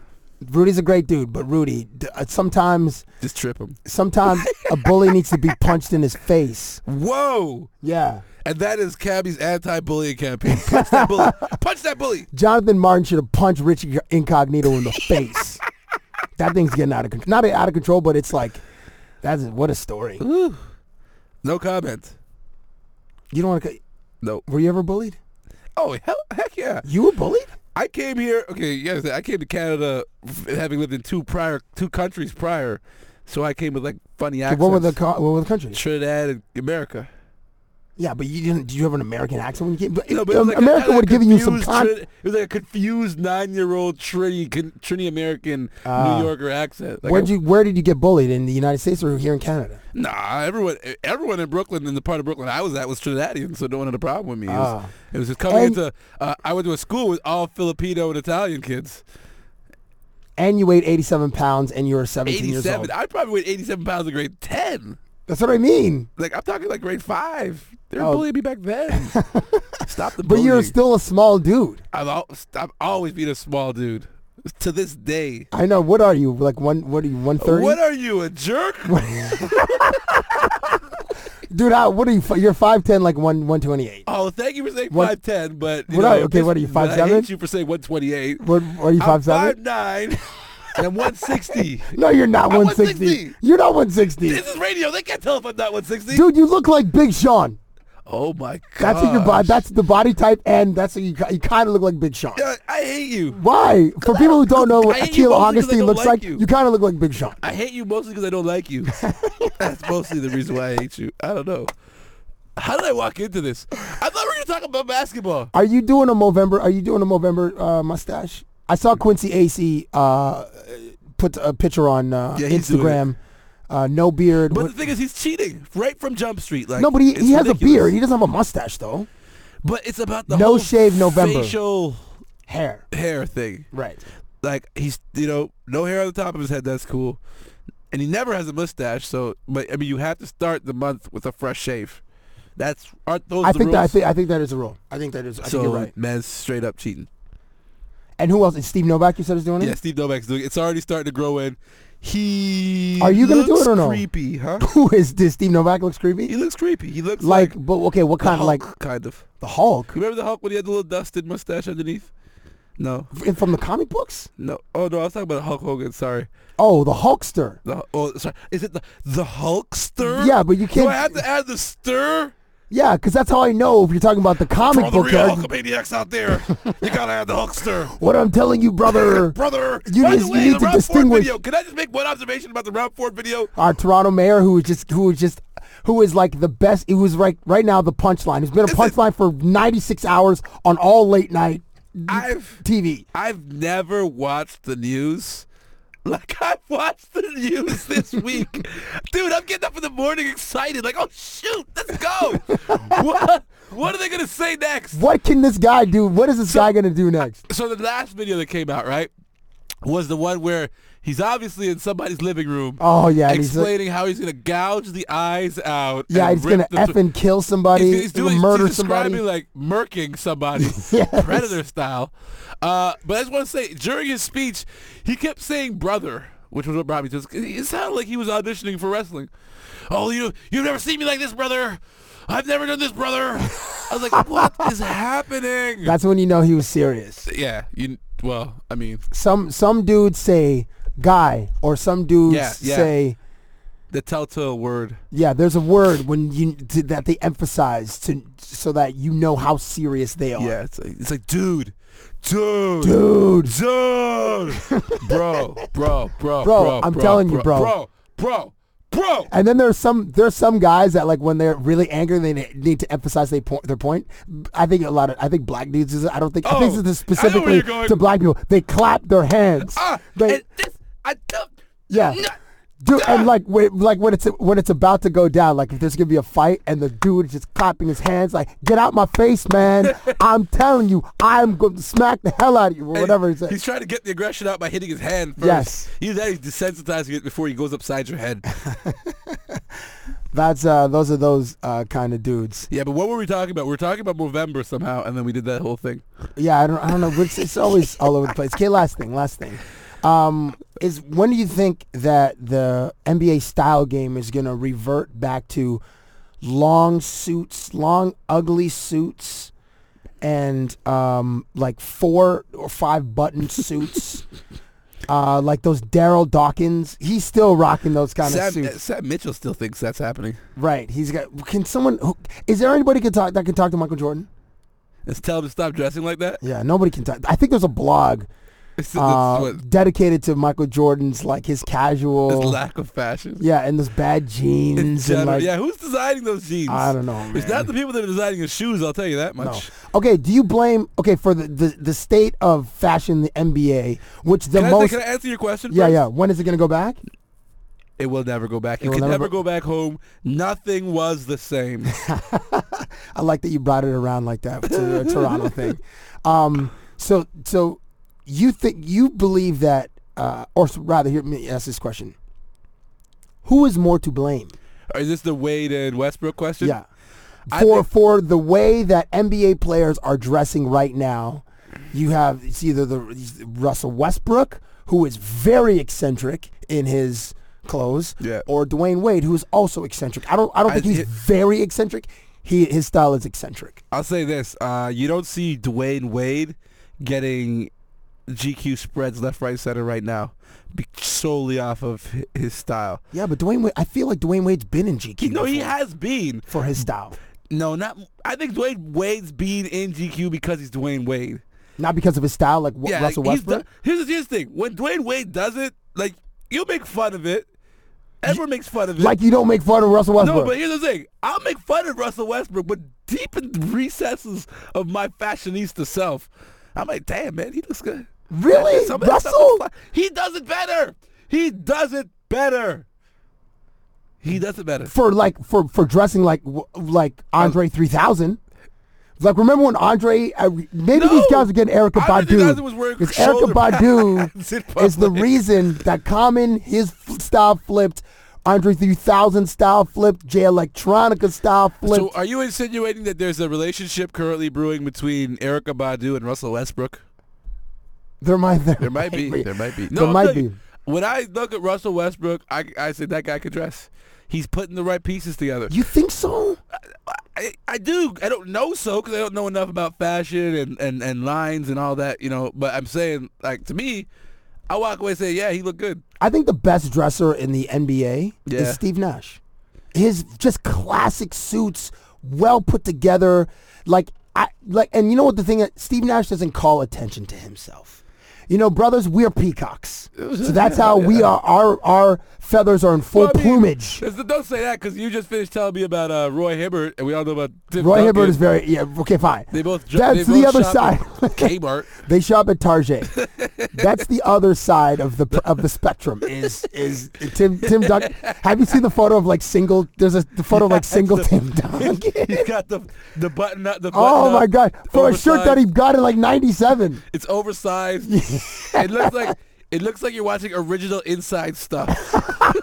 Speaker 4: Rudy's a great dude, but Rudy d- uh, sometimes
Speaker 6: Just trip him.
Speaker 4: sometimes a bully needs to be punched in his face.
Speaker 6: Whoa!
Speaker 4: Yeah.
Speaker 6: And that is Cabby's anti-bullying campaign. Punch that bully. Punch that bully.
Speaker 4: Jonathan Martin should have punched Richie Incognito in the face. That thing's getting out of control. Not out of control, but it's like, that's what a story.
Speaker 6: No comment.
Speaker 4: You don't want to.
Speaker 6: No.
Speaker 4: Were you ever bullied?
Speaker 6: Oh, hell, heck yeah.
Speaker 4: You were bullied?
Speaker 6: I came here. Okay, yes, I came to Canada f- having lived in two prior, two countries prior, so I came with like funny accents.
Speaker 4: What were the co- what were the countries?
Speaker 6: Trinidad and America?
Speaker 4: Yeah, but you didn't. Did you have an American accent when you came? But,
Speaker 6: No,
Speaker 4: um,
Speaker 6: like a-
Speaker 4: America
Speaker 6: kinda
Speaker 4: would have given you some.
Speaker 6: confused
Speaker 4: Con-
Speaker 6: Trini- it was like a confused nine-year-old Trini, con- Trini American
Speaker 4: Ah.
Speaker 6: New Yorker accent. Like
Speaker 4: Where'd
Speaker 6: I-
Speaker 4: you? Where did you get bullied in the United States or here in Canada?
Speaker 6: Nah, everyone, everyone in Brooklyn, in the part of Brooklyn I was at, was Trinidadian, so no one had a problem with me. It was,
Speaker 4: Ah.
Speaker 6: it was just coming
Speaker 4: And-
Speaker 6: into. Uh, I went to a school with all Filipino and Italian kids.
Speaker 4: and you weighed 87 pounds and you were 17 years
Speaker 6: 87.
Speaker 4: old.
Speaker 6: I probably weighed 87 pounds in grade 10.
Speaker 4: That's what I mean.
Speaker 6: Like I'm talking like grade five. They were
Speaker 4: Oh.
Speaker 6: bullying me back then. Stop the
Speaker 4: But
Speaker 6: bullying.
Speaker 4: you're still a small dude.
Speaker 6: I've, al- I've always been a small dude. To this day.
Speaker 4: I know. What are you? Like one? What are you? One thirty?
Speaker 6: What are you, a jerk?
Speaker 4: Dude, how, what are you? fi- You're five ten, like one one twenty eight.
Speaker 6: Oh, thank you for saying
Speaker 4: What-
Speaker 6: five ten, but you
Speaker 4: What
Speaker 6: know,
Speaker 4: are- okay,
Speaker 6: this-
Speaker 4: what are you,
Speaker 6: but I
Speaker 4: 5'7"?
Speaker 6: hate you for saying one twenty eight.
Speaker 4: What are you?
Speaker 6: Five
Speaker 4: Five seven?
Speaker 6: nine, and I'm one sixty.
Speaker 4: No, you're not
Speaker 6: I'm
Speaker 4: one sixty.
Speaker 6: 160.
Speaker 4: You're not one sixty.
Speaker 6: this is radio. They can't tell if I'm not one sixty.
Speaker 4: Dude, you look like Big Sean.
Speaker 6: Oh my god.
Speaker 4: That's what your body. That's the body type, and that's what you. ki- You kind of look like Big Sean.
Speaker 6: I hate you.
Speaker 4: Why? For people who don't know what
Speaker 6: I hate you
Speaker 4: Akil
Speaker 6: mostly 'cause I
Speaker 4: Augustine
Speaker 6: don't
Speaker 4: looks
Speaker 6: like
Speaker 4: like,
Speaker 6: you.
Speaker 4: you, kind of look like Big Sean.
Speaker 6: I hate you mostly because I don't like you. That's mostly the reason why I hate you. I don't know. How did I walk into this? I thought we were going to talk about basketball.
Speaker 4: Are you doing a Movember? Are you doing a Movember uh, mustache? I saw Quincy Acey uh, put a picture on uh,
Speaker 6: Yeah, he's doing it.
Speaker 4: Instagram. Uh, no beard.
Speaker 6: But
Speaker 4: What-
Speaker 6: the thing is, he's cheating right from Jump Street. Like
Speaker 4: no, but he,
Speaker 6: it's
Speaker 4: he has a
Speaker 6: ridiculous.
Speaker 4: beard. He doesn't have a mustache though.
Speaker 6: But it's about the
Speaker 4: No
Speaker 6: whole
Speaker 4: shave November.
Speaker 6: facial
Speaker 4: Hair.
Speaker 6: hair thing.
Speaker 4: Right.
Speaker 6: Like he's you know no hair on the top of his head. That's cool, and he never has a mustache. So, but I mean, you have to start the month with a fresh shave. That's aren't those
Speaker 4: I
Speaker 6: the
Speaker 4: think that I
Speaker 6: rules?
Speaker 4: think I think that is a rule. I think that is. I
Speaker 6: so
Speaker 4: think you're right.
Speaker 6: man's straight up cheating.
Speaker 4: And who else? Is Steve Novak? You said is doing it.
Speaker 6: Yeah, Steve Novak's doing it. It's already starting to grow in. He
Speaker 4: Are you gonna do
Speaker 6: looks
Speaker 4: it or no?
Speaker 6: Creepy, huh?
Speaker 4: Who is this? Steve Novak looks creepy.
Speaker 6: He looks creepy. He looks
Speaker 4: like,
Speaker 6: like,
Speaker 4: but okay, what
Speaker 6: the
Speaker 4: kind of like
Speaker 6: Hulk, kind of.
Speaker 4: the Hulk
Speaker 6: You remember the Hulk when he had the little dusted mustache underneath? No,
Speaker 4: F- from the comic books?
Speaker 6: no. Oh no, I was talking about Hulk Hogan. Sorry.
Speaker 4: Oh, the Hulkster.
Speaker 6: The, oh, sorry. Is it the the Hulkster?
Speaker 4: Yeah, but you
Speaker 6: Do
Speaker 4: can't-
Speaker 6: I have to add the stir?
Speaker 4: Yeah, because that's how I know if you're talking about the
Speaker 6: For
Speaker 4: comic
Speaker 6: all the
Speaker 4: book
Speaker 6: real
Speaker 4: character.
Speaker 6: Hulkamaniacs out there, you gotta add the Hulkster.
Speaker 4: What I'm telling you, brother.
Speaker 6: Brother,
Speaker 4: You
Speaker 6: by
Speaker 4: just-
Speaker 6: the
Speaker 4: you
Speaker 6: way,
Speaker 4: need
Speaker 6: the
Speaker 4: to
Speaker 6: Rob Ford
Speaker 4: distinguish-
Speaker 6: video. Can I just make one observation about the Rob Ford video?
Speaker 4: Our Toronto mayor, who is just, who is just, who is like the best. It was right, right now the punchline. It's been a
Speaker 6: Is it-
Speaker 4: punchline for 96 hours on all late night
Speaker 6: I've
Speaker 4: TV.
Speaker 6: I've never watched the news. Like I've watched the news this week. Dude, I'm getting up in the morning excited, like, oh shoot, let's go. what what are they gonna say next?
Speaker 4: What can this guy do? What is this guy gonna do next?
Speaker 6: So the last video that came out, right? Was the one where he's obviously in somebody's living room.
Speaker 4: Oh, yeah, and he's like-
Speaker 6: explaining how he's gonna gouge the eyes out.
Speaker 4: Yeah,
Speaker 6: and
Speaker 4: he's
Speaker 6: rip
Speaker 4: gonna
Speaker 6: the
Speaker 4: f and kill somebody,
Speaker 6: He's, he's doing he's
Speaker 4: murder
Speaker 6: describing,
Speaker 4: somebody.
Speaker 6: like murking somebody,
Speaker 4: Yes.
Speaker 6: predator style. Uh, but I just want to say, during his speech, he kept saying "brother," which was what brought me to this. It sounded like he was auditioning for wrestling. Oh, you you've never seen me like this, brother. I've never done this, brother. I was like, what is happening?
Speaker 4: That's when you know he was serious.
Speaker 6: yeah, you. Well, I mean,
Speaker 4: Some some dudes say guy, or some dudes
Speaker 6: Yeah, yeah.
Speaker 4: say
Speaker 6: the telltale word.
Speaker 4: yeah. There's a word when you to, that they emphasize to so that you know how serious they are.
Speaker 6: Yeah, it's like, it's like, dude, dude,
Speaker 4: Dude,
Speaker 6: dude, bro, bro, bro,
Speaker 4: Bro,
Speaker 6: bro.
Speaker 4: I'm telling you, bro.
Speaker 6: bro, bro, bro.
Speaker 4: And then there's some there's some guys that like when they're really angry they ne- need to emphasize their point their point. I think a lot of I think black dudes is I don't think I think
Speaker 6: Oh,
Speaker 4: this is
Speaker 6: I know where
Speaker 4: specifically
Speaker 6: you're going.
Speaker 4: to black people. They clap their hands.
Speaker 6: Ah,
Speaker 4: They-
Speaker 6: and this, I don't.
Speaker 4: yeah. Dude, and like wait, like when it's when it's about to go down, like if there's gonna be a fight and the dude is just clapping his hands, like get out my face, man! I'm telling you, I'm going to smack the hell out of you or whatever he
Speaker 6: he's,
Speaker 4: says.
Speaker 6: trying to get the aggression out by hitting his hand first.
Speaker 4: Yes.
Speaker 6: Either that, or he's desensitizing it before he goes upside your head.
Speaker 4: That's uh, those are those uh, kind of dudes.
Speaker 6: yeah, but what were we talking about? We were talking about November somehow, and then we did that whole thing.
Speaker 4: Yeah, I don't, I don't know. It's, it's always all over the place. Okay, last thing, last thing. Um, is when do you think that the NBA style game is going to revert back to long suits, long ugly suits, and um, like four or five button suits? Uh, like those Daryl Dawkins, he's still rocking those kind of
Speaker 6: Sam, uh,
Speaker 4: suits,
Speaker 6: Sam Mitchell still thinks that's happening.
Speaker 4: right? He's got. Can someone? Who, is there anybody can talk that can talk to Michael Jordan?
Speaker 6: Let's tell him to stop dressing like that.
Speaker 4: Yeah, nobody can talk. I think there's a blog
Speaker 6: It's, it's
Speaker 4: uh,
Speaker 6: what-
Speaker 4: dedicated to Michael Jordan's like his
Speaker 6: this
Speaker 4: casual,
Speaker 6: lack of fashion.
Speaker 4: yeah, and those bad
Speaker 6: In
Speaker 4: jeans and
Speaker 6: general-
Speaker 4: like
Speaker 6: yeah, who's designing those jeans?
Speaker 4: I don't know.
Speaker 6: It's
Speaker 4: man.
Speaker 6: not the people that are designing his shoes. I'll tell you that
Speaker 4: No.
Speaker 6: much.
Speaker 4: Okay, do you blame okay for the, the, the state of fashion in the NBA, which the
Speaker 6: Can, I,
Speaker 4: most
Speaker 6: say- can I answer your question?
Speaker 4: yeah
Speaker 6: first?
Speaker 4: yeah when is it gonna go back?
Speaker 6: It will never go back.
Speaker 4: It
Speaker 6: You
Speaker 4: will
Speaker 6: can
Speaker 4: never
Speaker 6: never
Speaker 4: go-
Speaker 6: go back home. Nothing was the same.
Speaker 4: I like that you brought it around like that to the Toronto thing. Um, so so you think you believe that uh, or s- rather, here, let me ask this question: Who is more to blame?
Speaker 6: Is this the Wade and Westbrook question?
Speaker 4: Yeah,
Speaker 6: I
Speaker 4: for
Speaker 6: think-
Speaker 4: for the way that NBA players are dressing right now, you have it's either the Russell Westbrook, who is very eccentric in his clothes,
Speaker 6: Yeah.
Speaker 4: or Dwayne Wade, who is also eccentric. I don't I don't
Speaker 6: I-
Speaker 4: think he's
Speaker 6: it-
Speaker 4: very eccentric. He his style is eccentric.
Speaker 6: I'll say this: uh, you don't see Dwayne Wade getting GQ spreads left, right, center right now, be- solely off of hi- his style.
Speaker 4: Yeah, but Dwayne Wade, I feel like Dwayne Wade's been in GQ
Speaker 6: He, no, he
Speaker 4: before
Speaker 6: has been.
Speaker 4: for his style,
Speaker 6: No, not. I think Dwayne Wade's been in GQ because he's Dwayne Wade.
Speaker 4: not because of his style like w-
Speaker 6: Yeah,
Speaker 4: Russell
Speaker 6: like, he's
Speaker 4: Westbrook.
Speaker 6: do- here's the here's the thing: when Dwayne Wade does it, like you make fun of it. Everyone makes fun of it.
Speaker 4: like you don't make fun of Russell Westbrook.
Speaker 6: No, but here's the thing. I'll make fun of Russell Westbrook, but deep in the recesses of my fashionista self, I'm like, damn, man, he looks good.
Speaker 4: Really?
Speaker 6: That- some of that stuff
Speaker 4: Russell?
Speaker 6: is fine. He does it better. He does it better. He does it better.
Speaker 4: for like for for dressing like w- like Andre 3000. Like remember when Andre uh, maybe these
Speaker 6: No!
Speaker 4: guys are getting Erica
Speaker 6: Andre
Speaker 4: Badu
Speaker 6: 3000 was wearing
Speaker 4: because Erica
Speaker 6: shoulder pads in
Speaker 4: Badu is the
Speaker 6: public.
Speaker 4: reason that Common his f- style flipped, Andre 3000 style flipped, J Electronica style
Speaker 6: So uh,
Speaker 4: flipped.
Speaker 6: are you insinuating that there's a relationship currently brewing between Erica Badu and Russell Westbrook?
Speaker 4: there might there,
Speaker 6: There might be. There might be. No,
Speaker 4: there
Speaker 6: I'm
Speaker 4: might
Speaker 6: telling
Speaker 4: be.
Speaker 6: you, When I look at Russell Westbrook, I, I say that guy could dress. He's putting the right pieces together.
Speaker 4: You think so?
Speaker 6: I, I do. I don't know so because I don't know enough about fashion and, and, and lines and all that, you know. But I'm saying, like, to me, I walk away and say, yeah, he looked good.
Speaker 4: I think the best dresser in the NBA
Speaker 6: Yeah.
Speaker 4: is Steve Nash. His just classic suits, well put together. Like I like, and you know what the thing? that Steve Nash doesn't call attention to himself. You know, brothers, we're peacocks. So that's how we are. Our our feathers are in full
Speaker 6: Well, I mean,
Speaker 4: plumage.
Speaker 6: there's- Don't say that because you just finished telling me about uh, Roy Hibbert, and we all know about Tim
Speaker 4: Roy
Speaker 6: Duncan.
Speaker 4: Hibbert is very yeah. Okay, fine.
Speaker 6: They both. ju-
Speaker 4: That's
Speaker 6: they
Speaker 4: the
Speaker 6: both
Speaker 4: other
Speaker 6: shop
Speaker 4: side.
Speaker 6: at Kmart.
Speaker 4: They shop at Target. That's the other side of the of the spectrum. Is is Tim Tim Duncan? Have you seen the photo of like single? There's a the photo of like single Tim Duncan.
Speaker 6: He's got the the button up. The
Speaker 4: oh
Speaker 6: button
Speaker 4: my
Speaker 6: up,
Speaker 4: god! For a shirt that
Speaker 6: oversized.
Speaker 4: he got in like '97.
Speaker 6: It's oversized. it looks like it looks like you're watching original inside stuff.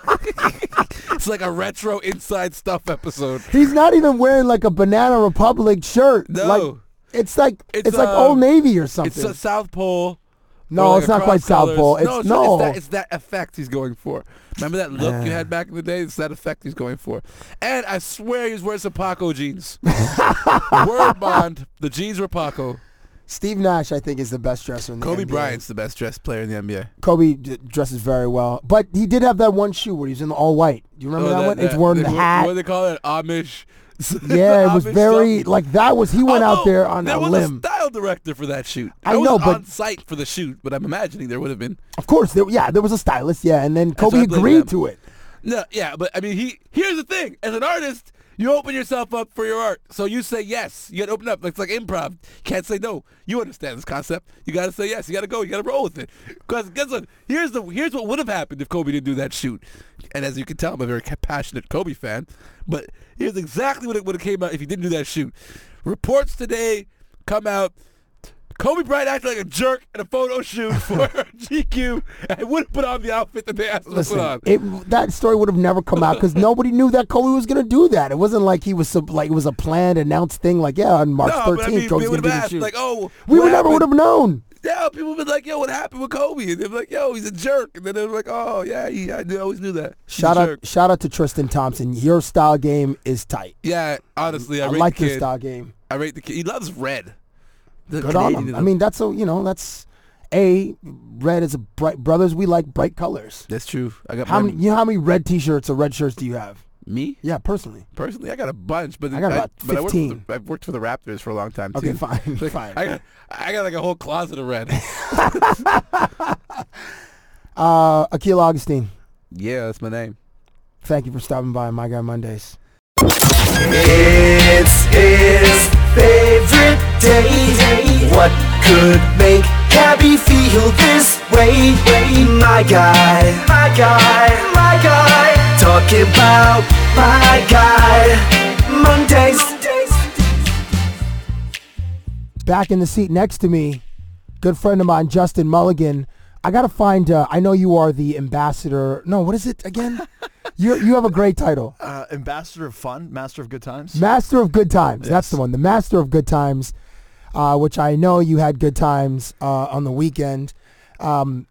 Speaker 6: it's like a retro inside stuff episode.
Speaker 4: He's not even wearing like a Banana Republic shirt.
Speaker 6: No.
Speaker 4: Like, it's like it's,
Speaker 6: It's,
Speaker 4: like
Speaker 6: uh,
Speaker 4: Old Navy or something.
Speaker 6: It's a South Pole.
Speaker 4: No,
Speaker 6: or like
Speaker 4: it's
Speaker 6: a
Speaker 4: not quite
Speaker 6: cross
Speaker 4: South
Speaker 6: colors.
Speaker 4: Pole. It's-
Speaker 6: no,
Speaker 4: no.
Speaker 6: It's, that, it's that effect he's going for. Remember that look you had back in the day? It's that effect he's going for. And I swear he was wearing some Paco jeans. Word bond. The jeans were Paco.
Speaker 4: Steve Nash, I think, is the best dresser in the
Speaker 6: Kobe
Speaker 4: NBA.
Speaker 6: Bryant's the best dressed player in the NBA.
Speaker 4: Kobe d- dresses very well, but he did have that one shoe where he was in the all white. Do you remember
Speaker 6: Oh,
Speaker 4: that, one? It's wearing
Speaker 6: that-
Speaker 4: the
Speaker 6: what-
Speaker 4: hat.
Speaker 6: What do they call it? Amish.
Speaker 4: Yeah, it was
Speaker 6: Amish
Speaker 4: very
Speaker 6: something.
Speaker 4: like that was he went out
Speaker 6: Although,
Speaker 4: there on
Speaker 6: Oh, there
Speaker 4: a
Speaker 6: was
Speaker 4: limb.
Speaker 6: a style director for that shoot.
Speaker 4: I
Speaker 6: There
Speaker 4: know,
Speaker 6: wasn't
Speaker 4: but-
Speaker 6: on site for the shoot, but I'm imagining there would have been.
Speaker 4: of course, there, yeah, there was a stylist, yeah, and then
Speaker 6: why
Speaker 4: Kobe
Speaker 6: I blame
Speaker 4: agreed
Speaker 6: them.
Speaker 4: to it.
Speaker 6: No, yeah, but I mean, he. Here's the thing: as an artist, you open yourself up for your art. So you say yes. You got to open up. It's like improv. You can't say no. You understand this concept. You got to say yes. You got to go. You got to roll with it. Because guess what? Here's the. Here's what would have happened if Kobe didn't do that shoot. And as you can tell, I'm a very ca- passionate Kobe fan. But here's exactly what it would have came out if he didn't do that shoot. Reports today come out. Kobe Bryant acted like a jerk in a photo shoot for GQ and wouldn't put on the outfit that they asked him to put
Speaker 4: Listen,
Speaker 6: on.
Speaker 4: it, that story would have never come out because nobody knew that Kobe was gonna do that. It wasn't like he was sub, like it was a planned, announced thing. Like yeah, on March
Speaker 6: No, but I
Speaker 4: 13th,
Speaker 6: mean, they
Speaker 4: Kobe's
Speaker 6: would
Speaker 4: gonna do
Speaker 6: have
Speaker 4: the
Speaker 6: asked,
Speaker 4: shoot.
Speaker 6: like, oh,
Speaker 4: we
Speaker 6: what
Speaker 4: would never
Speaker 6: happened?
Speaker 4: would have known.
Speaker 6: Yeah, people been like, yo, what happened with Kobe? And they're like, yo, he's a jerk. And then they're like, oh, yeah, he, I knew- I always knew that. He's a
Speaker 4: Shout out,
Speaker 6: jerk.
Speaker 4: shout out to Tristan Thompson. Your style game is tight.
Speaker 6: Yeah, honestly, I,
Speaker 4: I
Speaker 6: rate
Speaker 4: like
Speaker 6: the
Speaker 4: your
Speaker 6: kid.
Speaker 4: style game.
Speaker 6: I rate the kid. He loves red. The
Speaker 4: Good on
Speaker 6: Canadian
Speaker 4: him.
Speaker 6: in
Speaker 4: I mean, that's a you know that's a red is a bright brothers. We like bright colors.
Speaker 6: that's true. I got
Speaker 4: How
Speaker 6: my-
Speaker 4: many? You know how many red T-shirts or red shirts do you have?
Speaker 6: me
Speaker 4: Yeah, personally.
Speaker 6: personally. I got a bunch, but
Speaker 4: I got about
Speaker 6: but I worked for the-
Speaker 4: 15.
Speaker 6: I've worked for the Raptors for a long time too.
Speaker 4: Okay, fine,
Speaker 6: Like,
Speaker 4: fine.
Speaker 6: I got, I got like a whole closet of red.
Speaker 4: Uh, Akil Augustine,
Speaker 6: yeah, that's my name.
Speaker 4: thank you for stopping by My Guy Mondays.
Speaker 7: It's his favorite day. What could make Cabby feel this way? My guy, my guy, my guy. Talking about my guy. Mondays.
Speaker 4: Back in the seat next to me, good friend of mine, Justin Mulligan, I gotta find. Uh, I know you are the ambassador. No, what is it again? you you have a great title.
Speaker 6: Uh, ambassador of fun, master of good times.
Speaker 4: Master of Good Times. That's the one. The Master of Good Times, uh, which I know you had good times uh, on the weekend, um,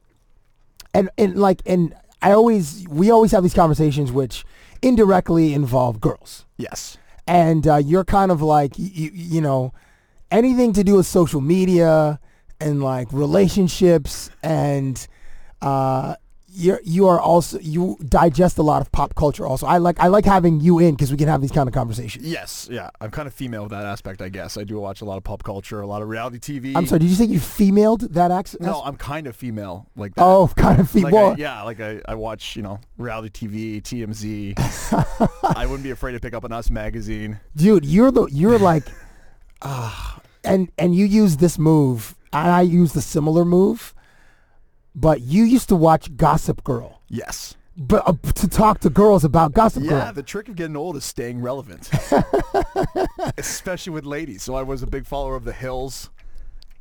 Speaker 4: and and like and I always we always have these conversations which indirectly involve girls.
Speaker 6: Yes.
Speaker 4: And uh, you're kind of like you you know anything to do with social media and like relationships and uh, you're you are also you digest a lot of pop culture also i like i like having you in because we can have these kind of conversations
Speaker 6: Yes, yeah. I'm kind of female with that aspect, I guess. I do watch a lot of pop culture, a lot of reality TV.
Speaker 4: i'm sorry did you say you femaled that accent
Speaker 6: No, I'm kind of female like that.
Speaker 4: Oh, kind of fe-
Speaker 6: Like
Speaker 4: well-
Speaker 6: I, yeah, like I, I watch, you know, reality TV, TMZ. I wouldn't be afraid to pick up an Us magazine.
Speaker 4: dude you're the you're like ah and and you use this move and i use the similar move but you used to watch gossip girl
Speaker 6: Yes.
Speaker 4: but uh, to talk to girls about gossip
Speaker 6: Yeah,
Speaker 4: girl
Speaker 6: the trick of getting old is staying relevant, especially with ladies. So I was a big follower of The Hills,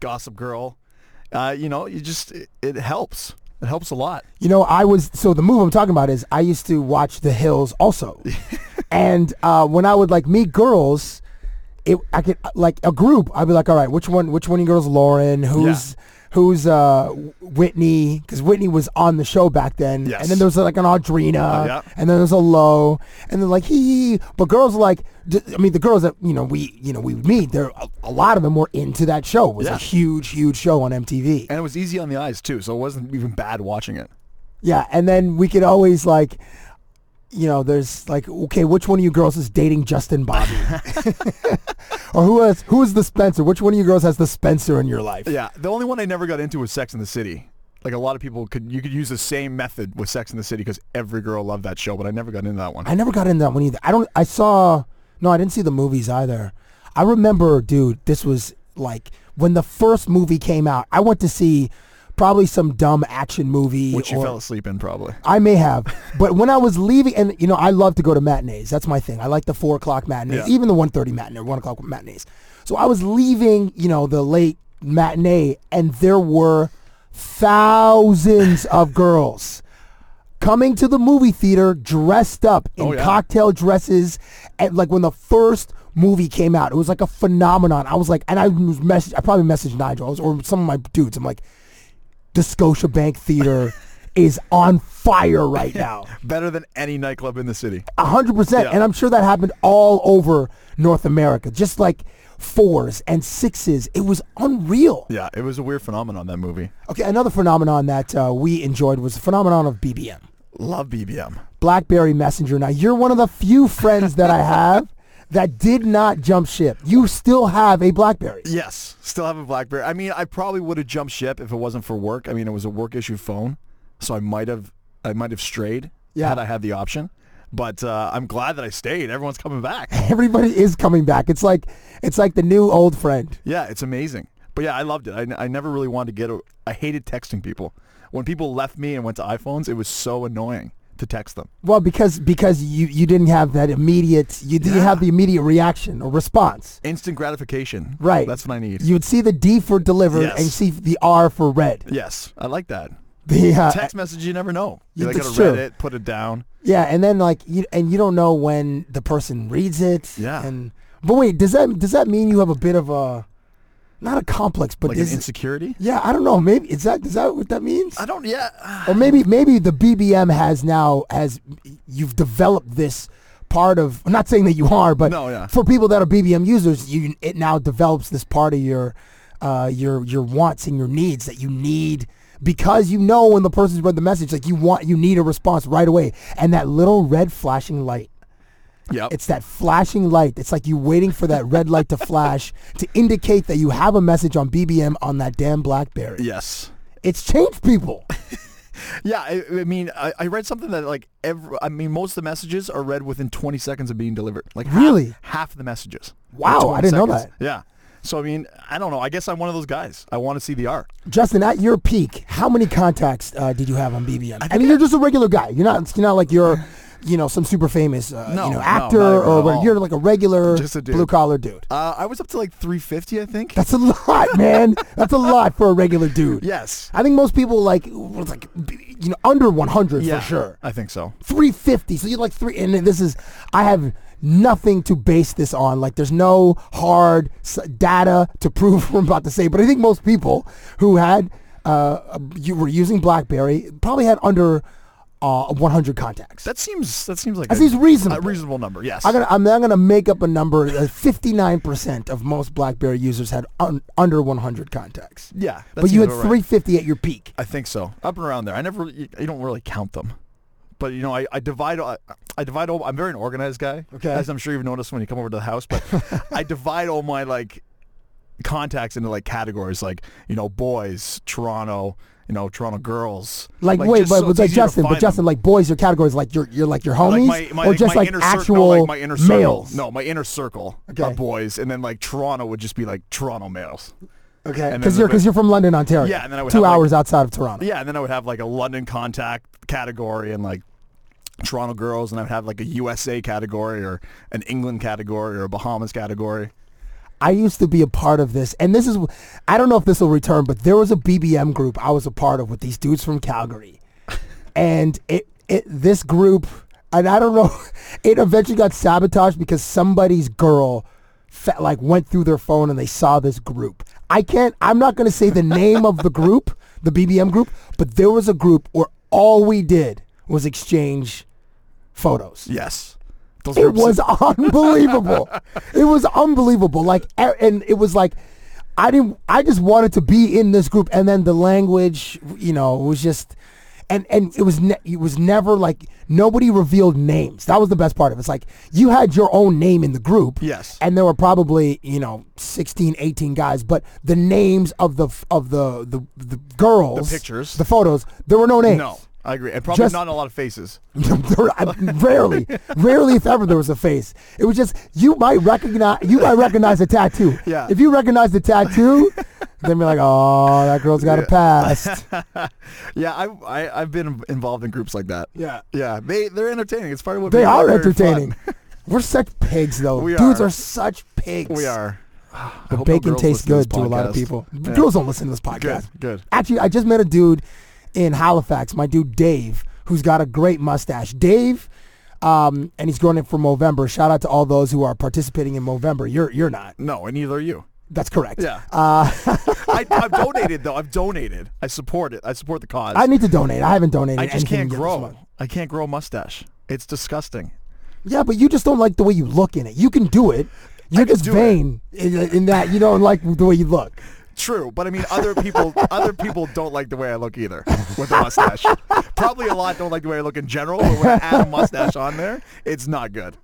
Speaker 6: Gossip Girl. Uh, you know, you just it, it helps. It helps a lot.
Speaker 4: You know, I was so the move I'm talking about is I used to watch The Hills also, and uh, when I would like meet girls, it I could like a group. I'd be like, all right, which one? Which one of you girls? Lauren? Who's who's uh, Whitney? Because Whitney was on the show back then.
Speaker 6: Yes.
Speaker 4: And then there was like an Audrina,
Speaker 6: Uh, yeah.
Speaker 4: and then there's a Low, and then like hee. hee. But girls are like, d- I mean, the girls that you know we you know we would meet, there a, a lot of them were into that show. It was
Speaker 6: Yeah.
Speaker 4: a huge huge show on MTV.
Speaker 6: And it was easy on the eyes too, so it wasn't even bad watching it.
Speaker 4: Yeah, and then we could always like, you know, there's like, okay, which one of you girls is dating Justin Bobby, or who has who is the Spencer? Which one of you girls has the Spencer in your life?
Speaker 6: Yeah, the only one I never got into was Sex in the City. Like a lot of people could, you could use the same method with Sex in the City because every girl loved that show, but I never got into that one.
Speaker 4: I never got into that one either. I don't. I saw no, I didn't see the movies either. I remember, dude, this was like when the first movie came out. I went to see probably some dumb action movie,
Speaker 6: Which you
Speaker 4: or-
Speaker 6: fell asleep in probably.
Speaker 4: I may have, but when I was leaving, and you know, I love to go to matinees. That's my thing. I like the four o'clock matinees,
Speaker 6: Yeah.
Speaker 4: even the one thirty matinee, or one o'clock matinees. So I was leaving, you know, the late matinee, and there were thousands of girls coming to the movie theater dressed up in
Speaker 6: Oh, yeah.
Speaker 4: cocktail dresses. And like when the first movie came out, it was like a phenomenon. I was like, and I was message, I probably messaged Nigel I was- or some of my dudes. I'm like, the Scotiabank Theater is on fire right now.
Speaker 6: Better than any nightclub in the city.
Speaker 4: A hundred percent.
Speaker 6: Yeah.
Speaker 4: And I'm sure that happened all over North America, just like fours and sixes. It was unreal.
Speaker 6: Yeah, it was a weird phenomenon, that movie.
Speaker 4: Okay, another phenomenon that uh, we enjoyed was the phenomenon of BBM,
Speaker 6: Love BBM.
Speaker 4: BlackBerry Messenger. Now, you're one of the few friends that I have that did not jump ship. You still have a BlackBerry.
Speaker 6: Yes, still have a BlackBerry. I mean, I probably would have jumped ship if it wasn't for work. I mean, it was a work issue phone, so I might have, I might have strayed
Speaker 4: Yeah.
Speaker 6: had I had the option. But uh, I'm glad that I stayed. Everyone's coming back.
Speaker 4: Everybody is coming back. It's like it's like the new old friend.
Speaker 6: Yeah, it's amazing. But yeah, I loved it. I, I never really wanted to get. A, I hated texting people. When people left me and went to iPhones, it was so annoying to text them.
Speaker 4: Well, because because you you didn't have that immediate you didn't have the immediate reaction or response.
Speaker 6: Instant gratification. Oh,
Speaker 4: Right.
Speaker 6: That's what I need.
Speaker 4: You would see the D for delivered
Speaker 6: Yes.
Speaker 4: and you see the R for red.
Speaker 6: yes, I like that.
Speaker 4: The, uh,
Speaker 6: text message, you never know.
Speaker 4: Yeah,
Speaker 6: You like,
Speaker 4: that's
Speaker 6: gotta read
Speaker 4: true.
Speaker 6: it, put it down.
Speaker 4: Yeah, and then like you and you don't know when the person reads it.
Speaker 6: Yeah.
Speaker 4: And but wait, does that does that mean you have a bit of a not a complex, but
Speaker 6: Like
Speaker 4: is
Speaker 6: an insecurity.
Speaker 4: yeah, I don't know. Maybe is that is that what that means?
Speaker 6: I don't. Yeah.
Speaker 4: or maybe maybe the BBM has now has you've developed this part of I'm not saying that you are, but
Speaker 6: No, yeah.
Speaker 4: for people that are BBM users, you it now develops this part of your uh, your your wants and your needs that you need because you know when the person's read the message, like you want you need a response right away, and that little red flashing light.
Speaker 6: Yep.
Speaker 4: It's that flashing light. It's like you waiting for that red light to flash to indicate that you have a message on BBM on that damn BlackBerry.
Speaker 6: Yes.
Speaker 4: It's changed people.
Speaker 6: Yeah, I, I mean, I, I read something that like every, I mean, most of the messages are read within 20 seconds of being delivered. Like half-
Speaker 4: Really?
Speaker 6: half of the messages.
Speaker 4: Wow,
Speaker 6: Like 20
Speaker 4: I didn't know
Speaker 6: seconds. Yeah. So I mean, I don't know. I guess I'm one of those guys. I want to see the art.
Speaker 4: Justin, at your peak, how many contacts uh, did you have on BBM? I,
Speaker 6: think
Speaker 4: mean,
Speaker 6: I-
Speaker 4: you're just a regular guy. You're not. You're not like you're you know, some super famous, uh,
Speaker 6: No,
Speaker 4: you
Speaker 6: no,
Speaker 4: know,
Speaker 6: not
Speaker 4: actor
Speaker 6: even
Speaker 4: or
Speaker 6: at
Speaker 4: whatever.
Speaker 6: all.
Speaker 4: You're like a regular
Speaker 6: Just a dude.
Speaker 4: blue collar dude.
Speaker 6: Uh, I was up to like 350, I think.
Speaker 4: That's a lot, man. That's a lot for a regular dude.
Speaker 6: Yes.
Speaker 4: I think most people like was like you know under 100 for sure.
Speaker 6: I think so.
Speaker 4: 350. So you're like three, and then this is, I have nothing to base this on. Like there's no hard s- data to prove what I'm about to say, but I think most people who had, uh, you were using BlackBerry probably had under uh, 100 contacts.
Speaker 6: That seems that seems like
Speaker 4: That
Speaker 6: a-
Speaker 4: seems reasonable.
Speaker 6: A reasonable number. Yes.
Speaker 4: I'm gonna, I'm not gonna make up a number. uh, 59% of most BlackBerry users had un, under 100 contacts.
Speaker 6: Yeah, that
Speaker 4: but you had
Speaker 6: seems about right.
Speaker 4: 350 at your peak.
Speaker 6: I think so. Up and around there. I never. You, you don't really count them, but you know, I, I divide. I, I divide all. I'm very an organized guy.
Speaker 4: Okay.
Speaker 6: As I'm sure you've noticed when you come over to the house, but I divide all my like contacts into like categories, like you know, boys, Toronto, you know, Toronto girls.
Speaker 4: Like, wait,
Speaker 6: just
Speaker 4: but,
Speaker 6: so
Speaker 4: but
Speaker 6: it's
Speaker 4: like
Speaker 6: easier to
Speaker 4: Justin, but
Speaker 6: find
Speaker 4: Justin, like boys, your categories, like your, your like your homies,
Speaker 6: like my, my,
Speaker 4: or just
Speaker 6: my
Speaker 4: like
Speaker 6: inner
Speaker 4: actual
Speaker 6: cir- no, like my inner circle.
Speaker 4: males.
Speaker 6: No, my inner circle are
Speaker 4: Okay.
Speaker 6: boys, and then like Toronto would just be like Toronto males.
Speaker 4: Okay,
Speaker 6: And then
Speaker 4: because you're
Speaker 6: the-
Speaker 4: because you're from London, Ontario.
Speaker 6: Yeah, and then I would
Speaker 4: two
Speaker 6: have, like-
Speaker 4: hours outside of Toronto.
Speaker 6: Yeah, and then I would have like a London contact category and like Toronto girls, and I would have like a USA category or an England category or a Bahamas category.
Speaker 4: I used to be a part of this, and this is I don't know if this will return, but there was a BBM group I was a part of with these dudes from Calgary, and it, it this group, and I don't know, it eventually got sabotaged because somebody's girl. Fe- like went through their phone and they saw this group. I can't. I'm not going to say the name of the group, the BBM group, but there was a group where all we did was exchange photos.
Speaker 6: Yes. Those
Speaker 4: It
Speaker 6: groups-
Speaker 4: was unbelievable. it was unbelievable. Like, e- and it was like, I didn't. I just wanted to be in this group, and then the language, you know, was just, and and it was ne- it was never like nobody revealed names. That was the best part of it. It's like you had your own name in the group.
Speaker 6: Yes.
Speaker 4: And there were probably you know 16, 18 guys, but the names of the f- of the the, the girls,
Speaker 6: pictures.
Speaker 4: the photos, there were no names.
Speaker 6: No, I agree. And probably
Speaker 4: Just-
Speaker 6: not a lot of faces.
Speaker 4: There- I- rarely, rarely, if ever, there was a face. It was just you might recognize you might recognize a tattoo.
Speaker 6: Yeah.
Speaker 4: If you recognize the tattoo, then be like, oh, that girl's got a past.
Speaker 6: Yeah, I, I I've been involved in groups like that.
Speaker 4: Yeah.
Speaker 6: yeah. They they're entertaining. It's part of what
Speaker 4: They
Speaker 6: makes it
Speaker 4: are
Speaker 6: very fun.
Speaker 4: entertaining. We're such pigs, though.
Speaker 6: We
Speaker 4: Dudes
Speaker 6: are.
Speaker 4: are such pigs.
Speaker 6: We are. I
Speaker 4: But
Speaker 6: hope no
Speaker 4: bacon
Speaker 6: girls
Speaker 4: tastes
Speaker 6: listen this
Speaker 4: good to a lot of
Speaker 6: podcast.
Speaker 4: people.
Speaker 6: Yeah.
Speaker 4: Girls don't listen to this podcast.
Speaker 6: Good, good.
Speaker 4: Actually, I just met a dude in Halifax, my dude Dave, who's got a great mustache. Dave, um, and he's growing it for Movember. Shout out to all those who are participating in Movember. You're you're not.
Speaker 6: No, and neither are you.
Speaker 4: That's correct.
Speaker 6: Yeah.
Speaker 4: Uh,
Speaker 6: I, I've donated though. I've donated. I support it. I support the cause.
Speaker 4: I need to donate. I haven't donated.
Speaker 6: I just
Speaker 4: anything
Speaker 6: can't
Speaker 4: yet this
Speaker 6: grow.
Speaker 4: month.
Speaker 6: I can't grow a mustache. It's disgusting.
Speaker 4: Yeah, but you just don't like the way you look in it. You can do it. You're
Speaker 6: can
Speaker 4: just
Speaker 6: do it.
Speaker 4: vain in, in that you don't like the way you look.
Speaker 6: True, but I mean, other people, other people don't like the way I look either with the mustache. Probably a lot don't like the way I look in general. But when I add a mustache on there, it's not good.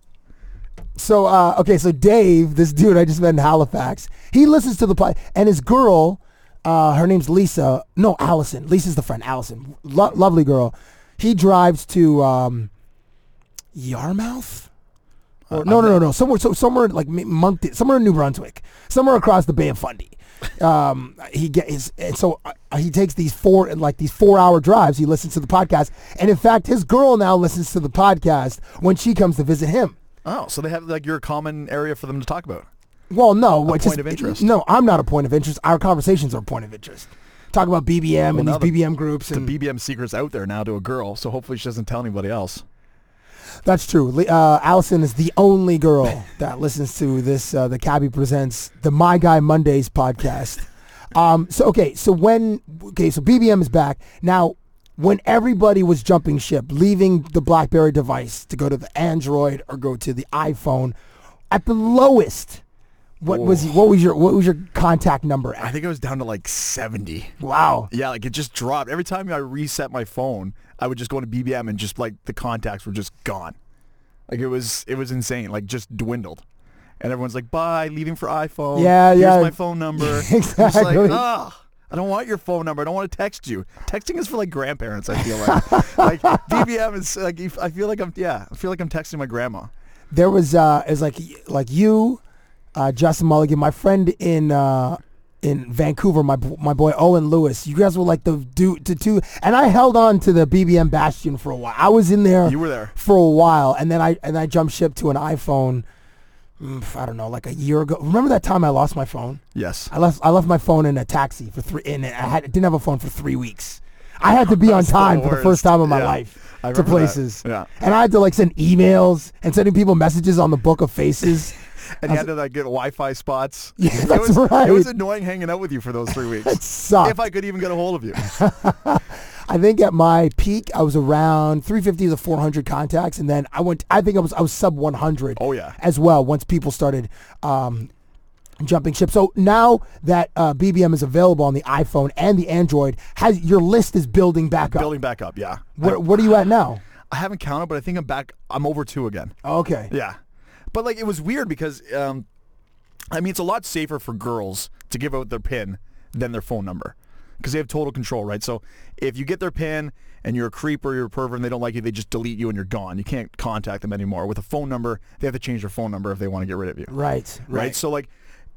Speaker 4: So uh, okay, so Dave, this dude I just met in Halifax, he listens to the pod, and his girl, uh, her name's Lisa. No, Allison. Lisa's the friend. Allison, Lo- lovely girl. He drives to um, Yarmouth. Or, no, no, no, no. Somewhere, so somewhere like Mi- Moncton, somewhere in New Brunswick, somewhere across the Bay of Fundy. Um, he get his, and so uh, he takes these four and like these four hour drives. He listens to the podcast, and in fact, his girl now listens to the podcast when she comes to visit him.
Speaker 6: Oh, so they have like your common area for them to talk about.
Speaker 4: Well, no, which
Speaker 6: point
Speaker 4: is-
Speaker 6: of interest.
Speaker 4: No, I'm not a point of interest. Our conversations are a point of interest. Talk about BBM and
Speaker 6: now
Speaker 4: these
Speaker 6: the-
Speaker 4: BBM groups, and
Speaker 6: The BBM secret's out there now to a girl, so hopefully she doesn't tell anybody else.
Speaker 4: that's true. Li- Uh, Allison is the only girl that listens to this. Uh, the Cabby presents the My Guy Mondays podcast. Um, so okay, so when okay, so BBM is back now. When everybody was jumping ship, leaving the BlackBerry device to go to the Android or go to the iPhone, at the lowest, what was what was your what was your contact number at?
Speaker 6: I think I was down to like seventy.
Speaker 4: Wow.
Speaker 6: Yeah, like it just dropped. Every time I reset my phone, I would just go into BBM and just like the contacts were just gone. Like it was it was insane. Like just dwindled. And everyone's like, bye, leaving for iPhone.
Speaker 4: Yeah,
Speaker 6: Here's
Speaker 4: yeah.
Speaker 6: my phone number. I'm just
Speaker 4: Exactly.
Speaker 6: like, ah. I don't want your phone number. I don't want to text you. Texting is for like grandparents. I feel like, like BBM is like. if- I feel like I'm yeah. I feel like I'm texting my grandma.
Speaker 4: there was uh it was like like you uh Justin Mulligan my friend in uh in Vancouver, my b- my boy Owen Lewis. You guys were like the do to two, and I held on to the BBM Bastion for a while. I was in there.
Speaker 6: You were there.
Speaker 4: for a while, and then I and I jumped ship to an iPhone. mm, I don't know, like a year ago. Remember that time I lost my phone?
Speaker 6: Yes.
Speaker 4: I left I left my phone in a taxi for three, and I had didn't have a phone for three weeks. I had to be on
Speaker 6: That's the
Speaker 4: time for the first
Speaker 6: worst.
Speaker 4: time in my
Speaker 6: Yeah.
Speaker 4: life
Speaker 6: I
Speaker 4: to
Speaker 6: remember that.
Speaker 4: places,
Speaker 6: Yeah.
Speaker 4: and I had to like send emails and sending people messages on the book of faces.
Speaker 6: And
Speaker 4: I
Speaker 6: you had
Speaker 4: was-
Speaker 6: to like get Wi-Fi spots.
Speaker 4: Yeah,
Speaker 6: it
Speaker 4: that's
Speaker 6: was,
Speaker 4: right.
Speaker 6: It was annoying hanging out with you for those three weeks.
Speaker 4: It sucked.
Speaker 6: If I could even get a hold of you.
Speaker 4: I think at my peak, I was around 350 to 400 contacts, and then I went. I think I was I was sub 100.
Speaker 6: Oh, yeah.
Speaker 4: as well. Once people started um, jumping ship, so now that uh, BBM is available on the iPhone and the Android, has your list is building back up.
Speaker 6: Building back up. Yeah.
Speaker 4: What, what are you at now?
Speaker 6: I haven't counted, but I think I'm back. I'm over two again.
Speaker 4: Okay.
Speaker 6: Yeah. But like it was weird because um, I mean it's a lot safer for girls to give out their pin than their phone number because they have total control, right? So if you get their pin and you're a creep or you're a pervert and they don't like you, they just delete you and you're gone. You can't contact them anymore. With a phone number, they have to change their phone number if they want to get rid of you.
Speaker 4: Right.
Speaker 6: right?
Speaker 4: Right.
Speaker 6: So like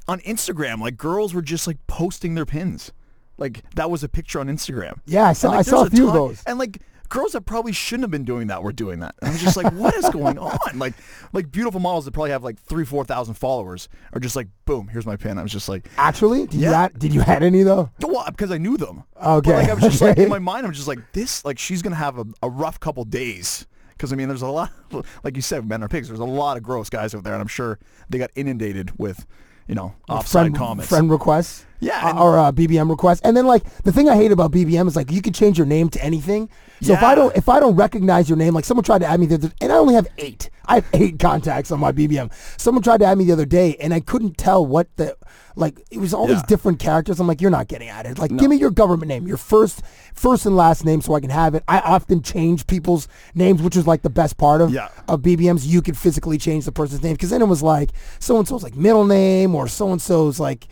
Speaker 6: on Instagram, like girls were just like posting their pins. Like that was a picture on Instagram.
Speaker 4: Yeah, I
Speaker 6: And,
Speaker 4: saw-
Speaker 6: like,
Speaker 4: I saw
Speaker 6: there's
Speaker 4: a few of
Speaker 6: ton-
Speaker 4: those.
Speaker 6: And like girls that probably shouldn't have been doing that were doing that. And I was just like, what is going on? Like like beautiful models that probably have like three, four thousand followers are just like, boom, here's my pin. I was just like
Speaker 4: Actually, did you
Speaker 6: Yeah.
Speaker 4: add, did you add any though?
Speaker 6: well, because I knew them.
Speaker 4: Okay.
Speaker 6: But like I was just like
Speaker 4: Okay.
Speaker 6: in my mind, I'm just like this. Like she's gonna have a, a rough couple days. Because I mean, there's a lot. Like you said, men are pigs. There's a lot of gross guys out there, and I'm sure they got inundated with, you know, offside
Speaker 4: friend,
Speaker 6: comments.
Speaker 4: friend requests.
Speaker 6: Yeah,
Speaker 4: uh,
Speaker 6: and-
Speaker 4: or uh, BBM requests. And then like the thing I hate about BBM is like you can change your name to anything. So if I
Speaker 6: Yeah.
Speaker 4: don't if I don't recognize your name, like someone tried to add me the other, and I only have eight. I have eight contacts on my BBM. Someone tried to add me the other day, and I couldn't tell what the like. It was all these
Speaker 6: Yeah.
Speaker 4: different characters. I'm like, you're not getting added. Like, give me your government name, your first first and last name, so I can have it. I often change people's names, which was like the best part of
Speaker 6: Yeah.
Speaker 4: of BBMs, you could physically change the person's name because then it was like so and so's like middle name or so and so's like,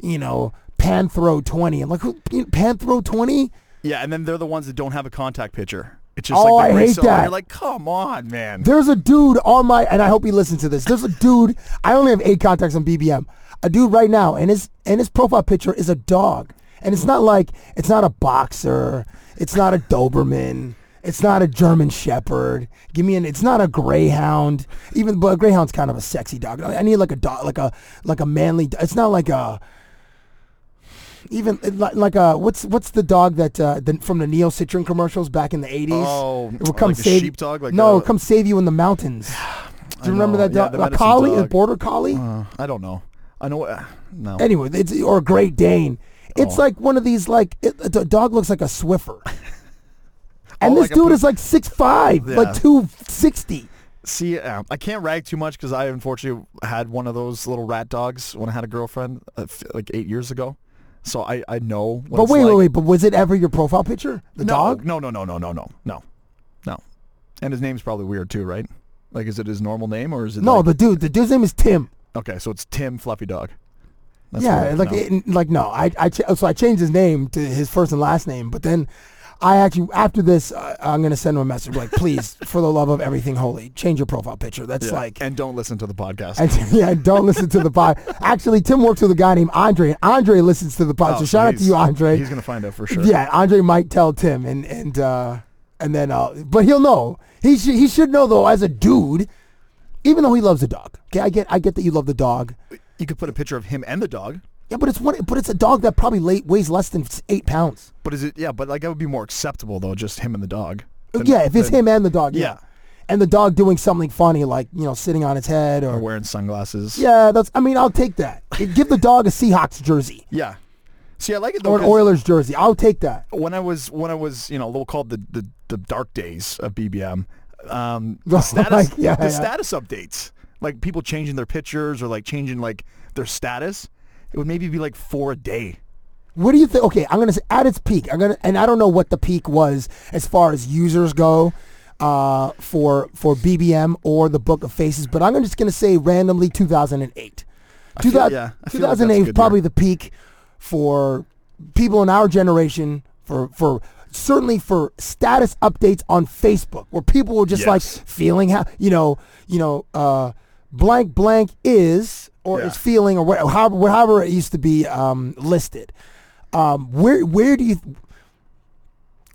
Speaker 4: you know, Panthro twenty. I'm like, who you Panthro twenty?
Speaker 6: Yeah, and then they're the ones that don't have a contact picture. It's just
Speaker 4: Oh,
Speaker 6: like the
Speaker 4: I
Speaker 6: gray
Speaker 4: hate
Speaker 6: cell, and
Speaker 4: that.
Speaker 6: You're like, come on, man.
Speaker 4: There's a dude on my, and I hope he listens to this. There's a dude. I only have eight contacts on BBM. A dude right now, and his and his profile picture is a dog, and it's not like it's not a boxer, it's not a Doberman, it's not a German Shepherd. Give me an. It's not a Greyhound. Even but a Greyhound's kind of a sexy dog. I need like a dog, like a like a manly. do- It's not like a. Even like, like a what's what's the dog that uh, the, from the Neo Citron commercials back in the eighties?
Speaker 6: Oh,
Speaker 4: it would
Speaker 6: like
Speaker 4: come
Speaker 6: a
Speaker 4: save
Speaker 6: sheepdog, like
Speaker 4: no,
Speaker 6: a-
Speaker 4: come save you in the mountains. Do you
Speaker 6: I
Speaker 4: remember
Speaker 6: know,
Speaker 4: that
Speaker 6: yeah,
Speaker 4: dog?
Speaker 6: the
Speaker 4: a
Speaker 6: medicine
Speaker 4: collie, a
Speaker 6: dog.
Speaker 4: border collie.
Speaker 6: Uh, I don't know. I know. Uh, no.
Speaker 4: anyway, it's, or a Great Dane. It's
Speaker 6: Oh.
Speaker 4: like one of these like it, the dog looks like a Swiffer, and
Speaker 6: Oh,
Speaker 4: this
Speaker 6: like a
Speaker 4: dude
Speaker 6: poo-
Speaker 4: is like six five,
Speaker 6: Yeah.
Speaker 4: like two sixty.
Speaker 6: See, um, I can't rag too much because I unfortunately had one of those little rat dogs when I had a girlfriend uh, f- like eight years ago. So I, I know. What
Speaker 4: But
Speaker 6: it's
Speaker 4: wait,
Speaker 6: like.
Speaker 4: wait, wait. But was it ever your profile picture? The
Speaker 6: no,
Speaker 4: dog?
Speaker 6: No, no, no, no, no, no, no, no. And his name's probably weird too, right? Like, is it his normal name or is it?
Speaker 4: No,
Speaker 6: like-
Speaker 4: the dude. The dude's name is Tim.
Speaker 6: okay, so it's Tim Fluffy Dog.
Speaker 4: yeah,
Speaker 6: weird.
Speaker 4: like
Speaker 6: No.
Speaker 4: it, like no, I, I ch- so I changed his name to his first and last name, but then I actually after this uh, I'm gonna send him a message like, please, for the love of everything holy, change your profile picture. That's
Speaker 6: Yeah.
Speaker 4: like.
Speaker 6: and don't listen to the podcast.
Speaker 4: And, yeah, don't listen to the pod. Actually, Tim works with a guy named Andre, and Andre listens to the pod.
Speaker 6: Oh,
Speaker 4: so
Speaker 6: so
Speaker 4: shout out to
Speaker 6: he's-
Speaker 4: you, Andre.
Speaker 6: He's gonna find out for sure.
Speaker 4: Yeah, Andre might tell Tim, and and uh, and then, uh, but he'll know. He should he should know though, as a dude, even though he loves a dog. Okay, I get I get that you love the dog.
Speaker 6: You could put a picture of him and the dog.
Speaker 4: Yeah, but it's one. But it's a dog that probably late, weighs less than s- eight pounds.
Speaker 6: But is it? Yeah, but like that would be more acceptable though, just him and the dog.
Speaker 4: Oh,
Speaker 6: than-
Speaker 4: yeah, if it's
Speaker 6: than-
Speaker 4: him and the dog. Yeah.
Speaker 6: Yeah.
Speaker 4: and the dog doing something funny, like you know, sitting on its head or.
Speaker 6: or wearing sunglasses.
Speaker 4: yeah, that's. I mean, I'll take that. Give the dog a Seahawks jersey
Speaker 6: Yeah. See, I like it though.
Speaker 4: or an
Speaker 6: 'cause-
Speaker 4: Oilers jersey. I'll take that.
Speaker 6: when I was when I was you know what we called the, the the dark days of BBM, um,
Speaker 4: Oh,
Speaker 6: the status
Speaker 4: like, yeah,
Speaker 6: the
Speaker 4: yeah.
Speaker 6: status updates like people changing their pictures or like changing like their status, it would maybe be like four a day.
Speaker 4: What do you think? Okay, I'm gonna say at its peak. I'm gonna, and I don't know what the peak was as far as users go, uh, for for BBM or the Book of Faces, but I'm just gonna say randomly 2008.
Speaker 6: feel-
Speaker 4: 2000
Speaker 6: yeah, I feel like that's a
Speaker 4: 2008 is
Speaker 6: good
Speaker 4: probably
Speaker 6: year.
Speaker 4: the peak for people in our generation for for certainly for status updates on Facebook where people were just like
Speaker 6: Yes.
Speaker 4: feeling how you know you know uh, blank blank is or
Speaker 6: Yeah.
Speaker 4: is feeling or whatever, however, however it used to be um, listed. Um, where where do you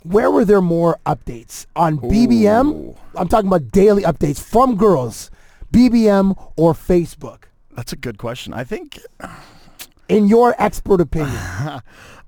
Speaker 4: where were there more updates on BBM? I'm talking about daily updates from girls, BBM or Facebook.
Speaker 6: That's a good question. I think,
Speaker 4: in your expert opinion,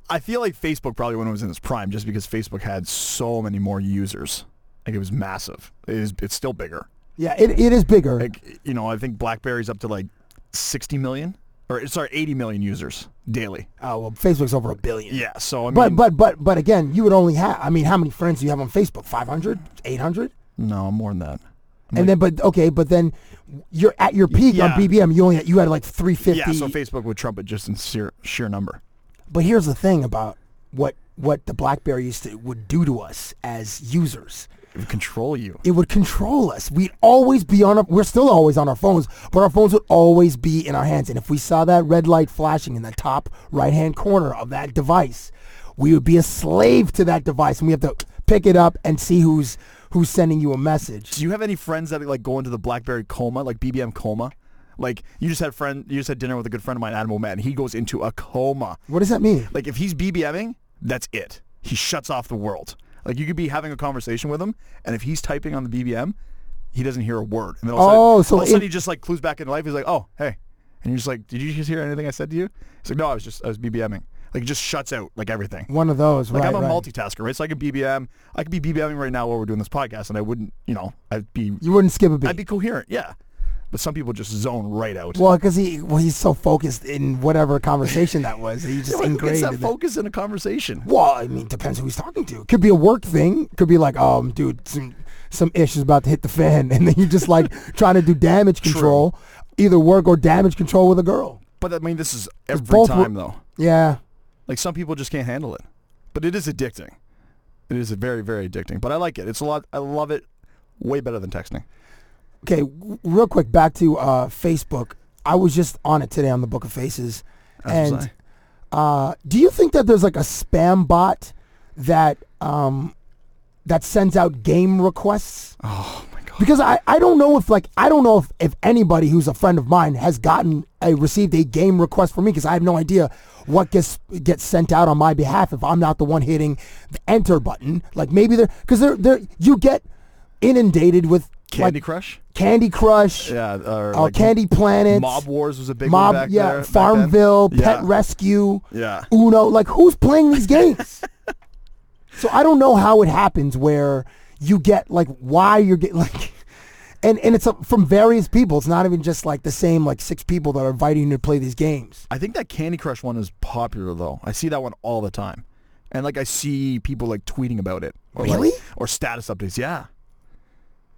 Speaker 6: I feel like Facebook probably when it was in its prime, just because Facebook had so many more users. Like it was massive. It is, it's still bigger.
Speaker 4: yeah, it, it is bigger.
Speaker 6: Like you know, I think BlackBerry's up to like 60 million, or sorry, 80 million users daily.
Speaker 4: Oh well, Facebook's over a billion.
Speaker 6: Yeah. So I mean,
Speaker 4: but but but but again, you would only have. I mean, how many friends do you have on Facebook? 500? 800?
Speaker 6: no, more than that.
Speaker 4: And then, but okay, but then you're at your peak on
Speaker 6: Yeah.
Speaker 4: BBM. You only had, you had like 350.
Speaker 6: Yeah. So Facebook would trump it just in sheer, sheer number.
Speaker 4: But here's the thing about what what the BlackBerry used to would do to us as users.
Speaker 6: It would control you.
Speaker 4: It would control us. We'd always be on. Our, we're still always on our phones, but our phones would always be in our hands. And if we saw that red light flashing in the top right hand corner of that device, we would be a slave to that device, and we have to pick it up and see who's who's sending you a message.
Speaker 6: Do you have any friends that like go into the BlackBerry coma, like BBM coma? Like you just had friend, you just had dinner with a good friend of mine, Animal Man. He goes into a coma.
Speaker 4: What does that mean?
Speaker 6: Like if he's BBMing, that's it. He shuts off the world. Like you could be having a conversation with him, and if he's typing on the BBM, he doesn't hear a word. And then all
Speaker 4: Oh,
Speaker 6: of a sudden,
Speaker 4: so
Speaker 6: all of a sudden
Speaker 4: it-
Speaker 6: he just like clues back into life. He's like, oh, hey, and you're just like, did you just hear anything I said to you? He's like, no, I was just I was BBMing. Like it just shuts out like everything.
Speaker 4: One of those,
Speaker 6: Like
Speaker 4: right?
Speaker 6: I'm a
Speaker 4: right.
Speaker 6: multitasker, right? So I could BBM. I could be BBMing right now while we're doing this podcast, and I wouldn't, you know, I'd be
Speaker 4: you wouldn't skip a beat.
Speaker 6: I'd be coherent, yeah. But some people just zone right out.
Speaker 4: Well, because he well, he's so focused in whatever conversation that was, that he
Speaker 6: Yeah,
Speaker 4: just
Speaker 6: but who gets
Speaker 4: ingrained.
Speaker 6: that
Speaker 4: in it.
Speaker 6: focus in a conversation?
Speaker 4: Well, I mean, depends who he's talking to. Could be a work thing. Could be like, um, dude, some some ish is about to hit the fan, and then you're just like trying to do damage control, either work or damage control with a girl.
Speaker 6: But I mean, this is every
Speaker 4: both were-
Speaker 6: time though.
Speaker 4: Yeah,
Speaker 6: Like some people just can't handle it. But it is addicting. It is very, very addicting. But I like it. It's a lot. I love it way better than texting.
Speaker 4: Okay, w- real quick back to uh, Facebook. I was just on it today on the Book of Faces,
Speaker 6: As was
Speaker 4: and uh, do you think that there's like a spam bot that um, that sends out game requests?
Speaker 6: Oh my god!
Speaker 4: Because I, I don't know if like I don't know if, if anybody who's a friend of mine has gotten a received a game request from me because I have no idea what gets gets sent out on my behalf if I'm not the one hitting the enter button. Like maybe they're because they're they're you get inundated with
Speaker 6: Candy
Speaker 4: like,
Speaker 6: Crush?
Speaker 4: Candy Crush.
Speaker 6: Yeah. Or
Speaker 4: Uh,
Speaker 6: like
Speaker 4: Candy Planet.
Speaker 6: Mob Wars was a big
Speaker 4: Mob,
Speaker 6: one back
Speaker 4: yeah,
Speaker 6: there. back then.
Speaker 4: Farmville, Pet
Speaker 6: Yeah.
Speaker 4: Rescue,
Speaker 6: Yeah.
Speaker 4: Uno. Like, who's playing these games? so I don't know how it happens where you get like why you're getting like, and and it's uh, from various people. It's not even just like the same like six people that are inviting you to play these games.
Speaker 6: I think that Candy Crush one is popular though. I see that one all the time, and like I see people like tweeting about it, or like-
Speaker 4: Really?
Speaker 6: or status updates. Yeah,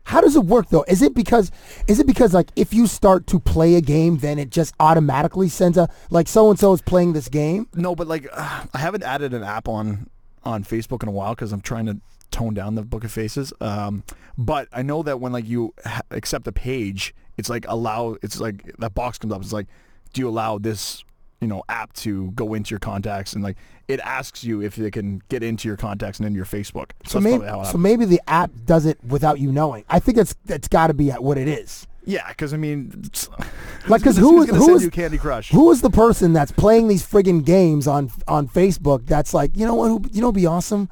Speaker 4: How does it work though? Is it because is it because like if you start to play a game, then it just automatically sends a like so and so is playing this game?
Speaker 6: no, but like uh, I haven't added an app on on Facebook in a while because I'm trying to tone down the Book of Faces. Um, but I know that when like you ha- accept a page, it's like allow. It's like that box comes up. It's like, do you allow this? You know, app to go into your contacts and like it asks you if they can get into your contacts and into your Facebook.
Speaker 4: So
Speaker 6: that's
Speaker 4: maybe
Speaker 6: probably how it
Speaker 4: so
Speaker 6: happened.
Speaker 4: maybe the app does it without you knowing. I think it's that's got to be what it is.
Speaker 6: yeah, because I mean, it's-
Speaker 4: Like, because
Speaker 6: who's
Speaker 4: who is
Speaker 6: gonna
Speaker 4: who
Speaker 6: send
Speaker 4: is
Speaker 6: you Candy Crush?
Speaker 4: Who is the person that's playing these friggin' games on on Facebook? That's like, you know what? who- You know, what'd be awesome.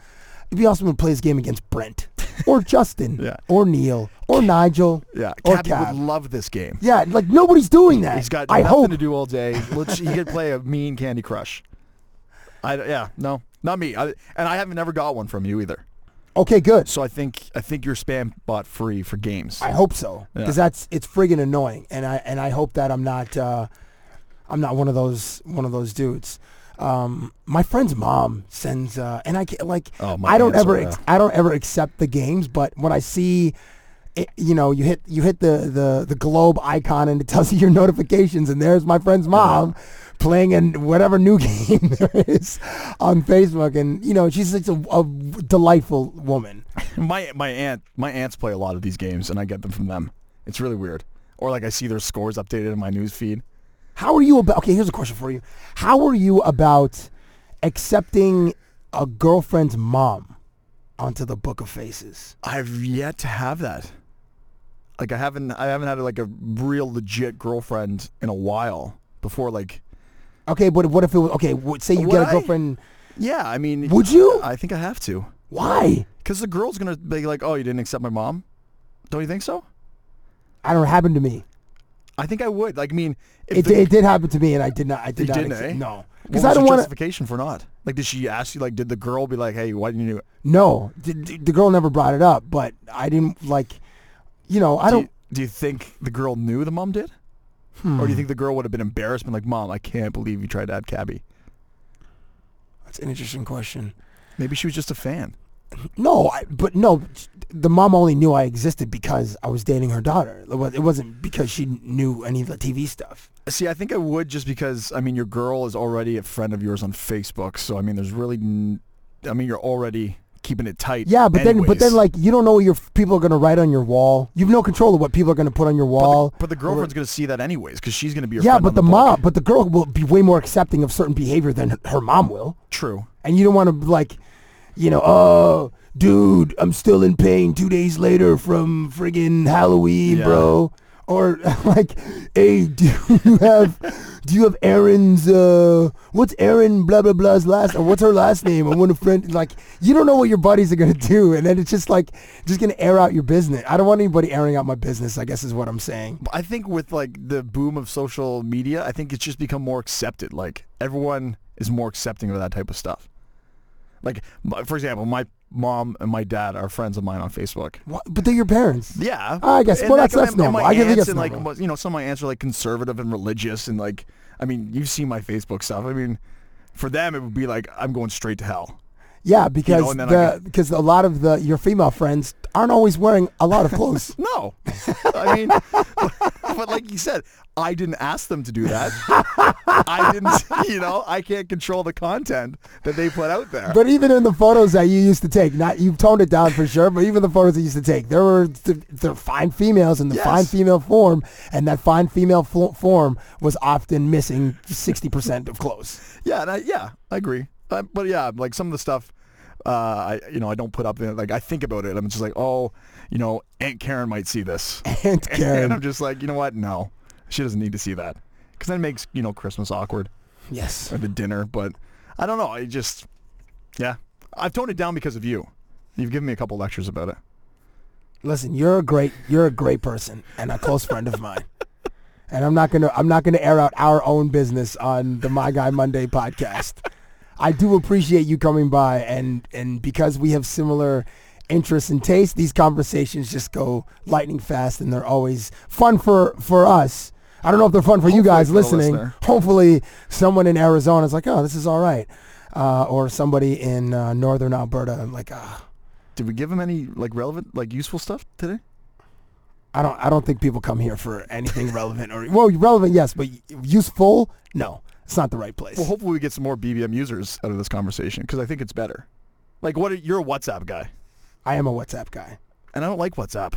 Speaker 4: It'd be awesome to play this game against Brent or Justin
Speaker 6: Yeah.
Speaker 4: or Neil or Nigel.
Speaker 6: Yeah,
Speaker 4: or
Speaker 6: Cappy
Speaker 4: Cap.
Speaker 6: would love this game.
Speaker 4: Yeah, like nobody's doing that.
Speaker 6: He's got
Speaker 4: I
Speaker 6: nothing
Speaker 4: hope.
Speaker 6: to do all day. Let's, he could play a mean Candy Crush. I yeah no not me I, and I haven't never got one from you either.
Speaker 4: Okay, good.
Speaker 6: So I think I think you're spam bot free for games.
Speaker 4: I hope so
Speaker 6: Yeah.
Speaker 4: because that's it's friggin' annoying, and I and I hope that I'm not uh, I'm not one of those one of those dudes. Um, my friend's mom sends, uh, and I can't, like
Speaker 6: Oh, my
Speaker 4: I don't
Speaker 6: aunt's
Speaker 4: ever
Speaker 6: are,
Speaker 4: ex-
Speaker 6: uh,
Speaker 4: I don't ever accept the games, but when I see. It, you know, you hit you hit the, the the globe icon and it tells you your notifications, and there's my friend's mom playing in whatever new game there is on Facebook, and you know she's such a, a delightful woman.
Speaker 6: my my aunt my aunts play a lot of these games and I get them from them. It's really weird. Or like I see their scores updated in my news feed.
Speaker 4: How are you about? Okay, here's a question for you. How are you about accepting a girlfriend's mom onto the Book of Faces?
Speaker 6: I've yet to have that. like I haven't I haven't had like a real legit girlfriend in a while before like
Speaker 4: Okay, but what if it was okay? w- Say you
Speaker 6: Would
Speaker 4: get a
Speaker 6: I?
Speaker 4: girlfriend.
Speaker 6: yeah I mean
Speaker 4: Would you?
Speaker 6: I think I have to
Speaker 4: Why?
Speaker 6: because the girl's gonna be like oh you didn't accept my mom don't you think so
Speaker 4: I don't. know, It happened to me.
Speaker 6: I think I would like I mean if
Speaker 4: It,
Speaker 6: the,
Speaker 4: it did happen to me, and I did not. I
Speaker 6: you
Speaker 4: did not.
Speaker 6: didn't
Speaker 4: accept-
Speaker 6: eh?
Speaker 4: No,
Speaker 6: What
Speaker 4: because
Speaker 6: was
Speaker 4: I don't
Speaker 6: the
Speaker 4: want to.
Speaker 6: justification for not like did she ask you like did the girl be like hey why didn't you
Speaker 4: No, the, the the girl never brought it up, but I didn't like. You know, I
Speaker 6: do
Speaker 4: don't.
Speaker 6: you, do you think the girl knew the mom did
Speaker 4: Hmm.
Speaker 6: or do you think the girl would have been embarrassed and like mom I can't believe you tried to add Cabby
Speaker 4: That's an interesting question.
Speaker 6: maybe she was just a fan
Speaker 4: No, I, but no, the mom only knew I existed because I was dating her daughter. It wa- it wasn't because she knew any of the TV stuff.
Speaker 6: See, I think I would just because I mean your girl is already a friend of yours on Facebook, so I mean there's really, n- I mean you're already keeping it tight.
Speaker 4: Yeah, but then, but then,
Speaker 6: anyways.
Speaker 4: like, you don't know what your people are gonna write on your wall. You've no control of what people are gonna put on your wall.
Speaker 6: but the girlfriend's gonna see that anyways because she's gonna be your
Speaker 4: yeah,
Speaker 6: friend
Speaker 4: but
Speaker 6: on
Speaker 4: the,
Speaker 6: book.
Speaker 4: mom, but the girl will be way more accepting of certain behavior than her, her mom will.
Speaker 6: True.
Speaker 4: And you don't want to like, you know, oh, dude, I'm still in pain two days later from friggin' Halloween,
Speaker 6: Yeah.
Speaker 4: bro. Or like, hey, do you have, do you have Aaron's? Uh, what's Aaron? Blah blah blah's last, or what's her last name? I want a friend. Like, you don't know what your buddies are gonna do, and then it's just like, just gonna air out your business. I don't want anybody airing out my business. I guess is what I'm saying.
Speaker 6: But I think with like the boom of social media, I think it's just become more accepted. Like everyone is more accepting of that type of stuff. Like my- for example, my mom and my dad are friends of mine on Facebook.
Speaker 4: What? But they're your parents. Ah,
Speaker 6: Yeah,
Speaker 4: I guess.
Speaker 6: And
Speaker 4: well,
Speaker 6: like,
Speaker 4: that's that's
Speaker 6: and- and
Speaker 4: normal.
Speaker 6: my
Speaker 4: I guess
Speaker 6: aunts
Speaker 4: that's
Speaker 6: and like
Speaker 4: normal.
Speaker 6: mo- you know, some of my aunts are like conservative and religious, and like I mean, you've seen my Facebook stuff. I mean, for them, it would be like I'm going straight to hell.
Speaker 4: Yeah, because
Speaker 6: and then I
Speaker 4: the, because a lot of the your female friends aren't always wearing a lot of clothes.
Speaker 6: No, I mean, but like you said, I didn't ask them to do that. I didn't, you know, I can't control the content that they put out there.
Speaker 4: but even in the photos that you used to take, not you've toned it down for sure, but even the photos that you used to take, there were th- there were fine females in the
Speaker 6: Yes.
Speaker 4: fine female form, and that fine female flo- form was often missing sixty percent of clothes.
Speaker 6: Yeah, and I, yeah, I agree. Uh, but yeah, like some of the stuff, uh, I you know I don't put up. In, like I think about it. I'm just like, oh, you know, Aunt Karen might see this.
Speaker 4: Aunt
Speaker 6: and
Speaker 4: Karen,
Speaker 6: I'm just like, you know what? No, she doesn't need to see that because that makes you know Christmas awkward
Speaker 4: yes,
Speaker 6: or the dinner. But I don't know. I just, yeah, I've toned it down because of you. You've given me a couple lectures about it.
Speaker 4: listen, you're a great you're a great person and a close friend of mine. And I'm not gonna I'm not gonna air out our own business on the My Guy Monday podcast. I do appreciate you coming by and and because we have similar interests and tastes, these conversations just go lightning fast and they're always fun for for us. I don't know if they're fun for you guys
Speaker 6: for the
Speaker 4: listening.
Speaker 6: listener.
Speaker 4: Hopefully someone in Arizona is like, oh, this is all right. Uh, or somebody in uh, northern Alberta like ah.
Speaker 6: Did we give him any like relevant, like useful stuff today?
Speaker 4: I don't. I don't think people come here for anything relevant or well, relevant yes, but useful. No, it's not the right place.
Speaker 6: Well, hopefully we get some more BBM users out of this conversation because I think it's better. Like, what? Are, you're a WhatsApp guy,
Speaker 4: I am a WhatsApp guy.
Speaker 6: and I don't like WhatsApp.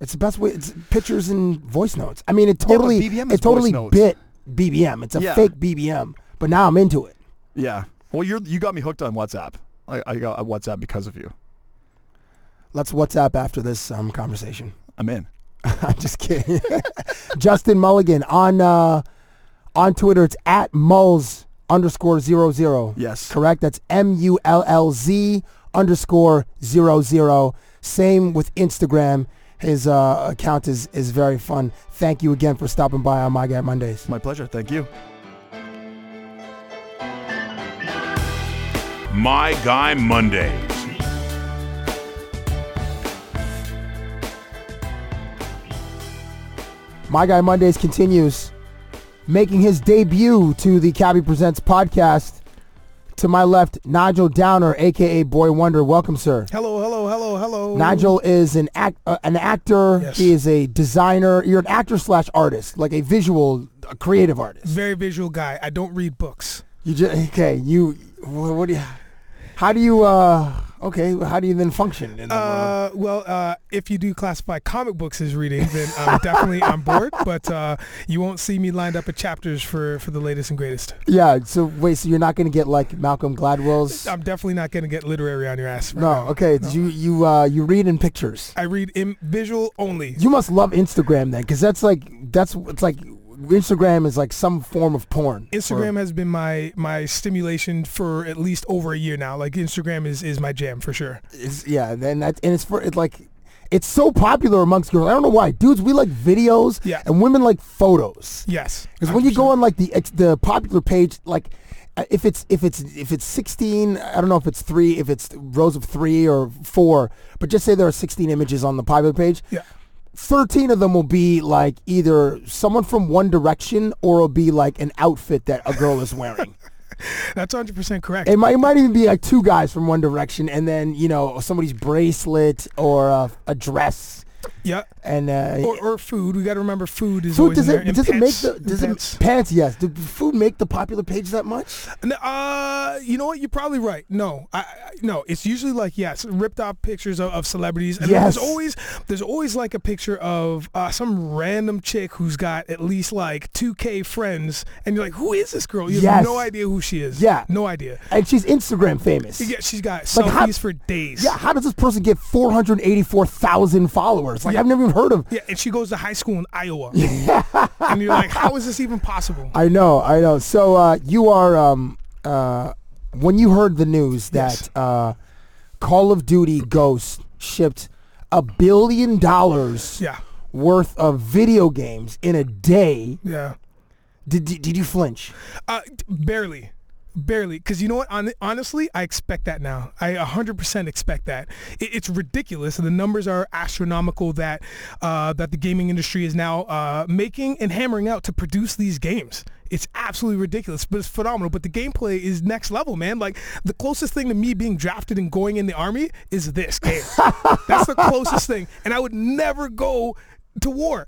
Speaker 4: It's the best way. It's pictures and voice notes. I mean, it totally.
Speaker 6: BBM is
Speaker 4: it totally
Speaker 6: voice notes.
Speaker 4: bit BBM. It's a
Speaker 6: Yeah.
Speaker 4: fake BBM. But now I'm into it.
Speaker 6: Yeah. Well, you're you got me hooked on WhatsApp. I, I got uh, WhatsApp because of you.
Speaker 4: Let's WhatsApp after this um, conversation.
Speaker 6: I'm in.
Speaker 4: I'm just kidding. Justin Mulligan on uh, on Twitter. It's at mulls underscore zero zero.
Speaker 6: Yes.
Speaker 4: correct. That's M U L L Z underscore zero zero. Same with Instagram. His uh, account is is very fun. Thank you again for stopping by on My Guy Mondays.
Speaker 6: My pleasure. Thank you.
Speaker 3: My Guy Mondays.
Speaker 4: My Guy Mondays continues, making his debut to the Cabby Presents podcast. To my left, Nigel Downer, aka Boy Wonder. Welcome, sir.
Speaker 8: Hello, hello, hello, hello.
Speaker 4: Nigel is an act, uh, an actor. He is a designer. You're an actor slash artist, like a visual, a creative artist.
Speaker 9: very visual guy. I don't read books.
Speaker 4: You just okay. You wha- what do you? How do you? uh
Speaker 10: Okay, well, how do you then function in the world?
Speaker 4: Uh, well, uh, if you do classify comic books as reading, then I'm definitely on board. But uh, you won't see me lined up at chapters for, for the latest and greatest.
Speaker 10: Yeah. So wait, so you're not going to get like Malcolm Gladwell's?
Speaker 4: I'm definitely not going to get literary on your ass.
Speaker 10: No. Okay. You you uh, you read in pictures.
Speaker 4: I read in visual only.
Speaker 10: You must love Instagram then, because that's like that's it's like Instagram is like some form of porn.
Speaker 4: Instagram has been my my stimulation for at least over a year now. Like Instagram is is my jam for sure.
Speaker 10: It's, yeah, then that, and it's for it's like it's so popular amongst girls. I don't know why, dudes. We like videos,
Speaker 4: Yeah.
Speaker 10: and women like photos.
Speaker 4: Yes,
Speaker 10: because when you go on like the ex- the popular page, like uh, if it's if it's if it's sixteen, I don't know if it's three, if it's rows of three or four, but just say there are sixteen images on the popular page.
Speaker 4: Yeah.
Speaker 10: 13 of them will be like either someone from One Direction or it'll be like an outfit that a girl is wearing.
Speaker 4: That's 100 percent correct.
Speaker 10: It might, it might even be like two guys from One Direction, and then you know somebody's bracelet or a, a dress.
Speaker 4: Yeah.
Speaker 10: And uh,
Speaker 4: or, or food. We got to remember food is
Speaker 10: food
Speaker 4: always in there.
Speaker 10: doesn't
Speaker 4: And
Speaker 10: does it make
Speaker 4: pets.
Speaker 10: the does
Speaker 4: Pets.
Speaker 10: it pants? Yes. Did food make the popular page that much?
Speaker 4: No, uh, you know what? You're probably right. No, I, I no. It's usually like yes, ripped off pictures of, of celebrities. And then
Speaker 10: Yes.
Speaker 4: There's always there's always like a picture of uh, some random chick who's got at least like 2k friends, and you're like, who is this girl? You
Speaker 10: Yes.
Speaker 4: have no idea who she is.
Speaker 10: Yeah.
Speaker 4: No idea.
Speaker 10: And she's Instagram famous.
Speaker 4: Yeah, she's got selfies
Speaker 10: Like, how-
Speaker 4: for days.
Speaker 10: Yeah. How does this person get four hundred eighty-four thousand followers? Like I've never even heard of.
Speaker 4: Yeah, and she goes to high school in Iowa. and you're like, how is this even possible?
Speaker 10: I know. I know. So uh, you are um uh when you heard the news that uh Call of Duty Ghost shipped a billion dollars.
Speaker 4: Yeah.
Speaker 10: Worth of video games in a day.
Speaker 4: Yeah.
Speaker 10: Did, did, did you flinch?
Speaker 4: Uh, d- barely, barely. Because you know what? On, honestly, I expect that now. I 100% expect that. It, it's ridiculous. The numbers are astronomical that uh, that the gaming industry is now uh, making and hammering out to produce these games. It's absolutely ridiculous, but it's phenomenal. But the gameplay is next level, man. Like the closest thing to me being drafted and going in the army is this game. That's the closest thing, and I would never go to war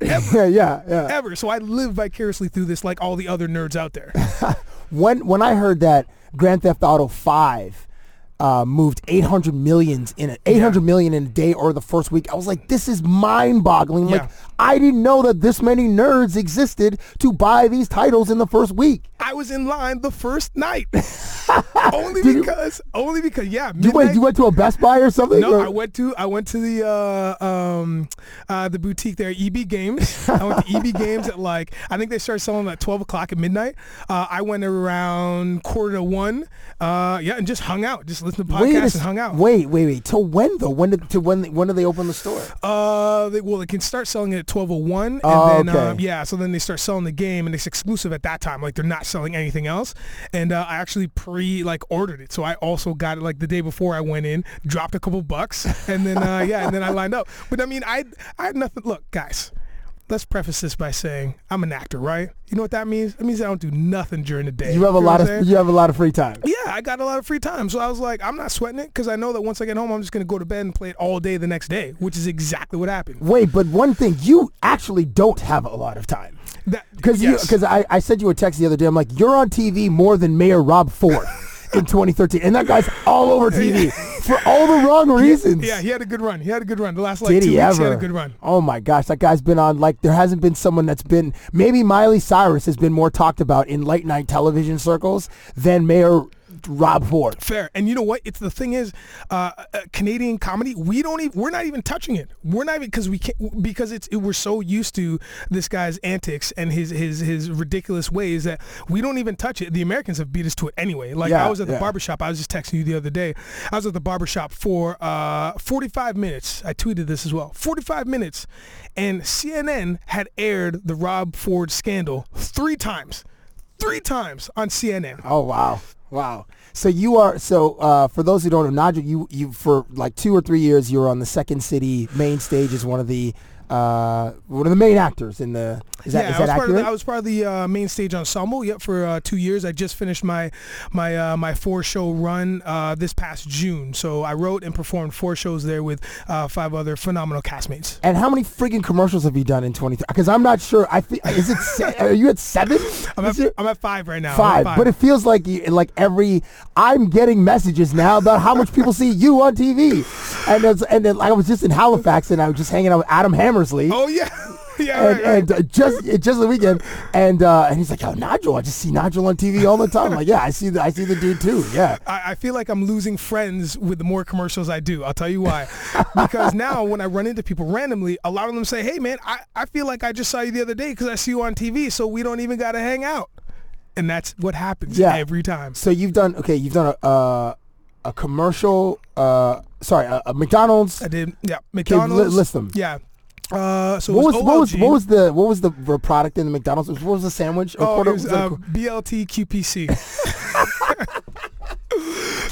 Speaker 4: ever,
Speaker 10: yeah, yeah, yeah.
Speaker 4: ever. So I live vicariously through this, like all the other nerds out there.
Speaker 10: When when I heard that Grand Theft Auto Five uh, moved 800 millions in a, 800 million in a day or the first week, I was like, this is mind boggling. Like
Speaker 4: Yeah.
Speaker 10: I didn't know that this many nerds existed to buy these titles in the first week.
Speaker 4: I was in line the first night. only because, only because, yeah.
Speaker 10: You wait,
Speaker 4: midnight-
Speaker 10: you went to a Best Buy or something?
Speaker 4: no,
Speaker 10: Or-
Speaker 4: I went to I went to the uh, um, uh, the boutique there, EB Games. I went to EB Games at like I think they started selling at twelve o'clock at midnight. Uh, I went around quarter to one. Uh, yeah, and just hung out, just listened to podcasts
Speaker 10: wait, a
Speaker 4: and
Speaker 10: s-
Speaker 4: hung out.
Speaker 10: wait, wait, wait. Till when though? When did to when when do they open the store?
Speaker 4: Uh, they, well, they can start selling it at twelve oh one, and
Speaker 10: Oh,
Speaker 4: then
Speaker 10: okay.
Speaker 4: um, yeah, so then they start selling the game, and it's exclusive at that time. Like they're not selling anything else. And uh, I actually pre like ordered it, so I also got it like the day before I went in, dropped a couple bucks, and then uh, yeah, and then I lined up. But I mean, I I had nothing. Look, guys. Let's preface this by saying I'm an actor, right? You know what that means? It means I don't do nothing during the day.
Speaker 10: You have a
Speaker 4: know
Speaker 10: lot
Speaker 4: what I'm
Speaker 10: of
Speaker 4: saying?
Speaker 10: you have a lot of free time.
Speaker 4: Yeah, I got a lot of free time. So I was like, I'm not sweating it because I know that once I get home, I'm just going to go to bed and play it all day the next day, which is exactly what happened.
Speaker 10: Wait, but one thing you actually don't have a lot of time.
Speaker 4: That
Speaker 10: Because
Speaker 4: yes.
Speaker 10: because I, I sent you a text the other day. I'm like, you're on TV more than Mayor Rob Ford in 2013, and that guy's all over TV for all the wrong reasons.
Speaker 4: Yeah, he had a good run. He had a good run. The last like
Speaker 10: Did
Speaker 4: two
Speaker 10: he
Speaker 4: weeks,
Speaker 10: ever?
Speaker 4: he had a good run.
Speaker 10: Oh my gosh, that guy's been on like there hasn't been someone that's been maybe Miley Cyrus has been more talked about in late night television circles than Mayor Rob Ford.
Speaker 4: Fair. And you know what? It's the thing is, uh, uh, Canadian comedy. We don't even. We're not even touching it. We're not even because we can't because it's it, we're so used to this guy's antics and his his his ridiculous ways that we don't even touch it. The Americans have beat us to it anyway. Like
Speaker 11: Yeah,
Speaker 4: I was at the
Speaker 11: yeah.
Speaker 4: barbershop. I was just texting you the other day. I was at the barbershop for uh, 45 minutes. I tweeted this as well. 45 minutes, and CNN had aired the Rob Ford scandal three times. Three times on CNN.
Speaker 10: Oh wow, wow. So you are so uh, for those who don't know, Nadja, you you for like two or three years you were on the Second City main stage as one of the uh, one of the main actors in the. Is that,
Speaker 4: yeah,
Speaker 10: is
Speaker 4: I was
Speaker 10: that
Speaker 4: part of
Speaker 10: accurate?
Speaker 4: the, I was part of the uh, main stage ensemble. Yep, for uh, two years. I just finished my my uh, my four show run uh, this past June. So I wrote and performed four shows there with uh, five other phenomenal castmates.
Speaker 10: and how many friggin' commercials have you done in 23? Because I'm not sure. I fe- is it se- are you at seven?
Speaker 4: I'm at, I'm at five right now. I'm at
Speaker 10: five, but it feels like you, like every I'm getting messages now about how much people see you on TV, and it's, and then, like, I was just in Halifax and I was just hanging out with Adam Hammersley.
Speaker 4: Oh yeah, yeah,
Speaker 10: and, and, uh, just uh, just the weekend, and uh, and he's like, "Oh, Nigel, I just see Nigel on TV all the time." I'm like, yeah, I see the I see the dude too. Yeah,
Speaker 4: I, I feel like I'm losing friends with the more commercials I do. I'll tell you why. because now when I run into people randomly, a lot of them say, hey, man, I, I feel like I just saw you the other day because I see you on TV, so we don't even got to hang out. And that's what happens
Speaker 10: yeah,
Speaker 4: every time.
Speaker 10: So you've done okay. You've done a a, a commercial. Uh, sorry, a, a McDonald's. I
Speaker 4: did. Yeah,
Speaker 10: Okay, li-
Speaker 4: McDonald's.
Speaker 10: list them.
Speaker 4: Yeah. Uh, so
Speaker 10: what
Speaker 4: it
Speaker 10: was, what was
Speaker 4: OLG.
Speaker 10: what was the what was the r- product in the McDonald's? What was the sandwich? Or
Speaker 4: Oh,
Speaker 10: quarter-
Speaker 4: it was,
Speaker 10: was it a
Speaker 4: uh,
Speaker 10: qu-
Speaker 4: BLT QPC.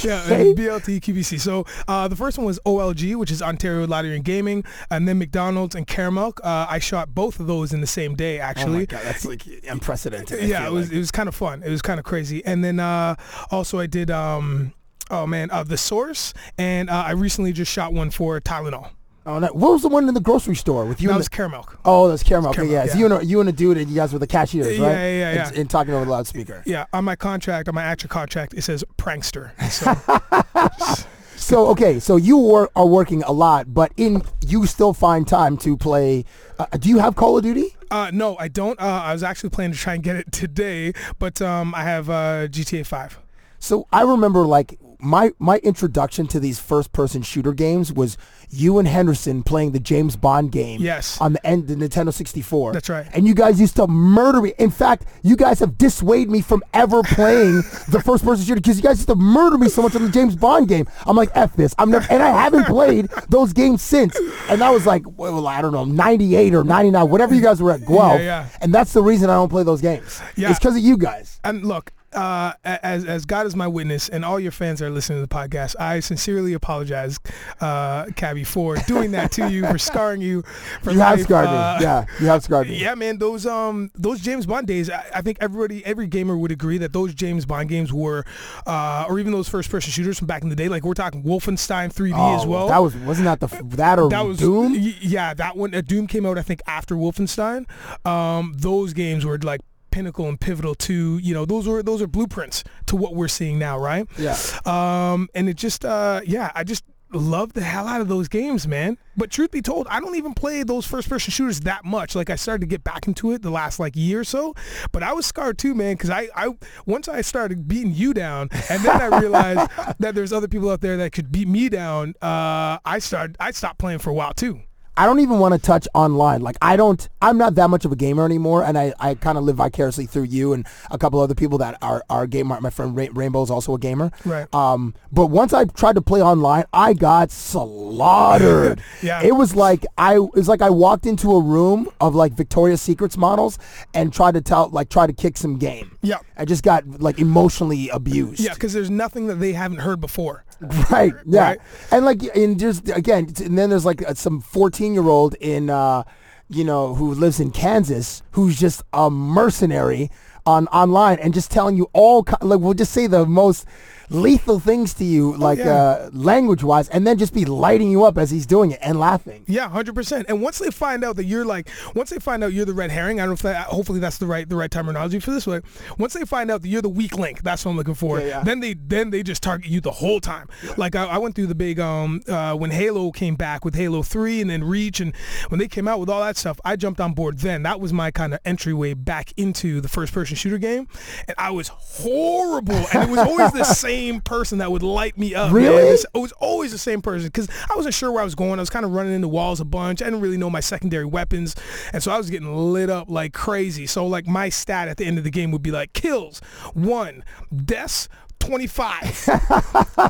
Speaker 4: yeah,
Speaker 10: Okay.
Speaker 4: it was BLT QPC. So uh, the first one was OLG, which is Ontario Lottery and Gaming, and then McDonald's and Caramel. Uh, I shot both of those in the same day, actually.
Speaker 10: oh my god, that's like unprecedented. I
Speaker 4: yeah,
Speaker 10: feel
Speaker 4: it was it was kind of fun. It was kind of crazy. And then uh, also I did um, oh man, uh, the Source, and uh, I recently just shot one for Tylenol.
Speaker 10: Oh, no. What was the one in the grocery store with you?
Speaker 4: That
Speaker 10: and
Speaker 4: was
Speaker 10: the-
Speaker 4: Caramel.
Speaker 10: Oh, that's caramel. Okay,
Speaker 4: Caramel,
Speaker 10: yeah. It's
Speaker 4: yeah.
Speaker 10: you and a, you and a dude, and you guys were the cashiers,
Speaker 4: Yeah,
Speaker 10: right?
Speaker 4: yeah, yeah,
Speaker 10: And,
Speaker 4: yeah.
Speaker 10: and talking over the loudspeaker.
Speaker 4: Yeah, on my contract, on my actual contract, it says prankster. So
Speaker 10: So okay, so you wor- are working a lot, but in you still find time to play. Uh, do you have Call of Duty?
Speaker 4: Uh, no, I don't. Uh, I was actually planning to try and get it today, but um, I have uh, GTA 5.
Speaker 10: So I remember like my my introduction to these first person shooter games was you and Henderson playing the James Bond game.
Speaker 4: Yes.
Speaker 10: On the end the Nintendo 64.
Speaker 4: That's right.
Speaker 10: And you guys used to murder me. In fact, you guys have dissuaded me from ever playing the first person shooter because you guys used to murder me so much on the James Bond game. I'm like, F this. I'm never and I haven't played those games since. And I was like, well, I don't know, 98 or 99, whatever you guys were at Guelph.
Speaker 4: yeah.
Speaker 10: And that's the reason I don't play those games.
Speaker 4: Yeah.
Speaker 10: It's because of you guys.
Speaker 4: And look, uh, a- as as God is my witness, and all your fans that are listening to the podcast, I sincerely apologize, uh, Cabby, for doing that to you, for scarring you. For
Speaker 10: You have
Speaker 4: life.
Speaker 10: scarred
Speaker 4: Uh,
Speaker 10: me. Yeah, you have scarred me.
Speaker 4: Yeah, man, those um those James Bond days, I, I think everybody, every gamer would agree that those James Bond games were, uh, or even those first-person shooters from back in the day, like we're talking Wolfenstein 3D as
Speaker 10: Oh,
Speaker 4: well.
Speaker 10: That was wasn't that the f- that or
Speaker 4: that was
Speaker 10: Doom?
Speaker 4: y- yeah, that one. Uh, Doom came out, I think, after Wolfenstein. Um, those games were like pinnacle and pivotal to you know those were those are blueprints to what we're seeing now, right?
Speaker 10: Yeah.
Speaker 4: Um, and it just uh, yeah, I just love the hell out of those games, man. But truth be told, I don't even play those first-person shooters that much. Like I started to get back into it the last like year or so, but I was scarred too, man, because I, I once I started beating you down, and then I realized that there's other people out there that could beat me down. Uh, I started I stopped playing for a while too.
Speaker 10: I don't even want to touch online. Like I don't, I'm not that much of a gamer anymore, and I, I kind of live vicariously through you and a couple other people that are are gamer. My friend Ra- Rainbow is also a gamer.
Speaker 4: Right.
Speaker 10: Um, but once I tried to play online, I got slaughtered.
Speaker 4: Yeah.
Speaker 10: It was like I it was like I walked into a room of like Victoria's Secrets models and tried to tell like try to kick some game.
Speaker 4: Yeah.
Speaker 10: I just got like emotionally abused.
Speaker 4: Yeah, because there's nothing that they haven't heard before.
Speaker 10: Right. Yeah. And like, and there's again, it's- and then there's like uh, some 14 year old in, uh, you know, who lives in Kansas, who's just a mercenary on online and just telling you all ki- like we'll just say the most lethal things to you, like
Speaker 4: Oh, yeah.
Speaker 10: uh, language wise, and then just be lighting you up as he's doing it and laughing.
Speaker 4: Yeah, hundred percent. And once they find out that you're like, once they find out you're the red herring, I don't know if that. Hopefully, that's the right the right terminology for this. But once they find out that you're the weak link, that's what I'm looking for.
Speaker 10: Yeah, yeah.
Speaker 4: Then they then they just target you the whole time. Like I, I went through the big um uh, when Halo came back with Halo Three and then Reach and when they came out with all that stuff, I jumped on board. Then that was my kind of entryway back into the first person shooter game, and I was horrible. And it was always the same person that would light me up. man.
Speaker 10: Really?
Speaker 4: This- it was always the same person because I wasn't sure where I was going. I was kind of running into walls a bunch. I didn't really know my secondary weapons, and so I was getting lit up like crazy. So like my stat at the end of the game would be like kills one, deaths. 25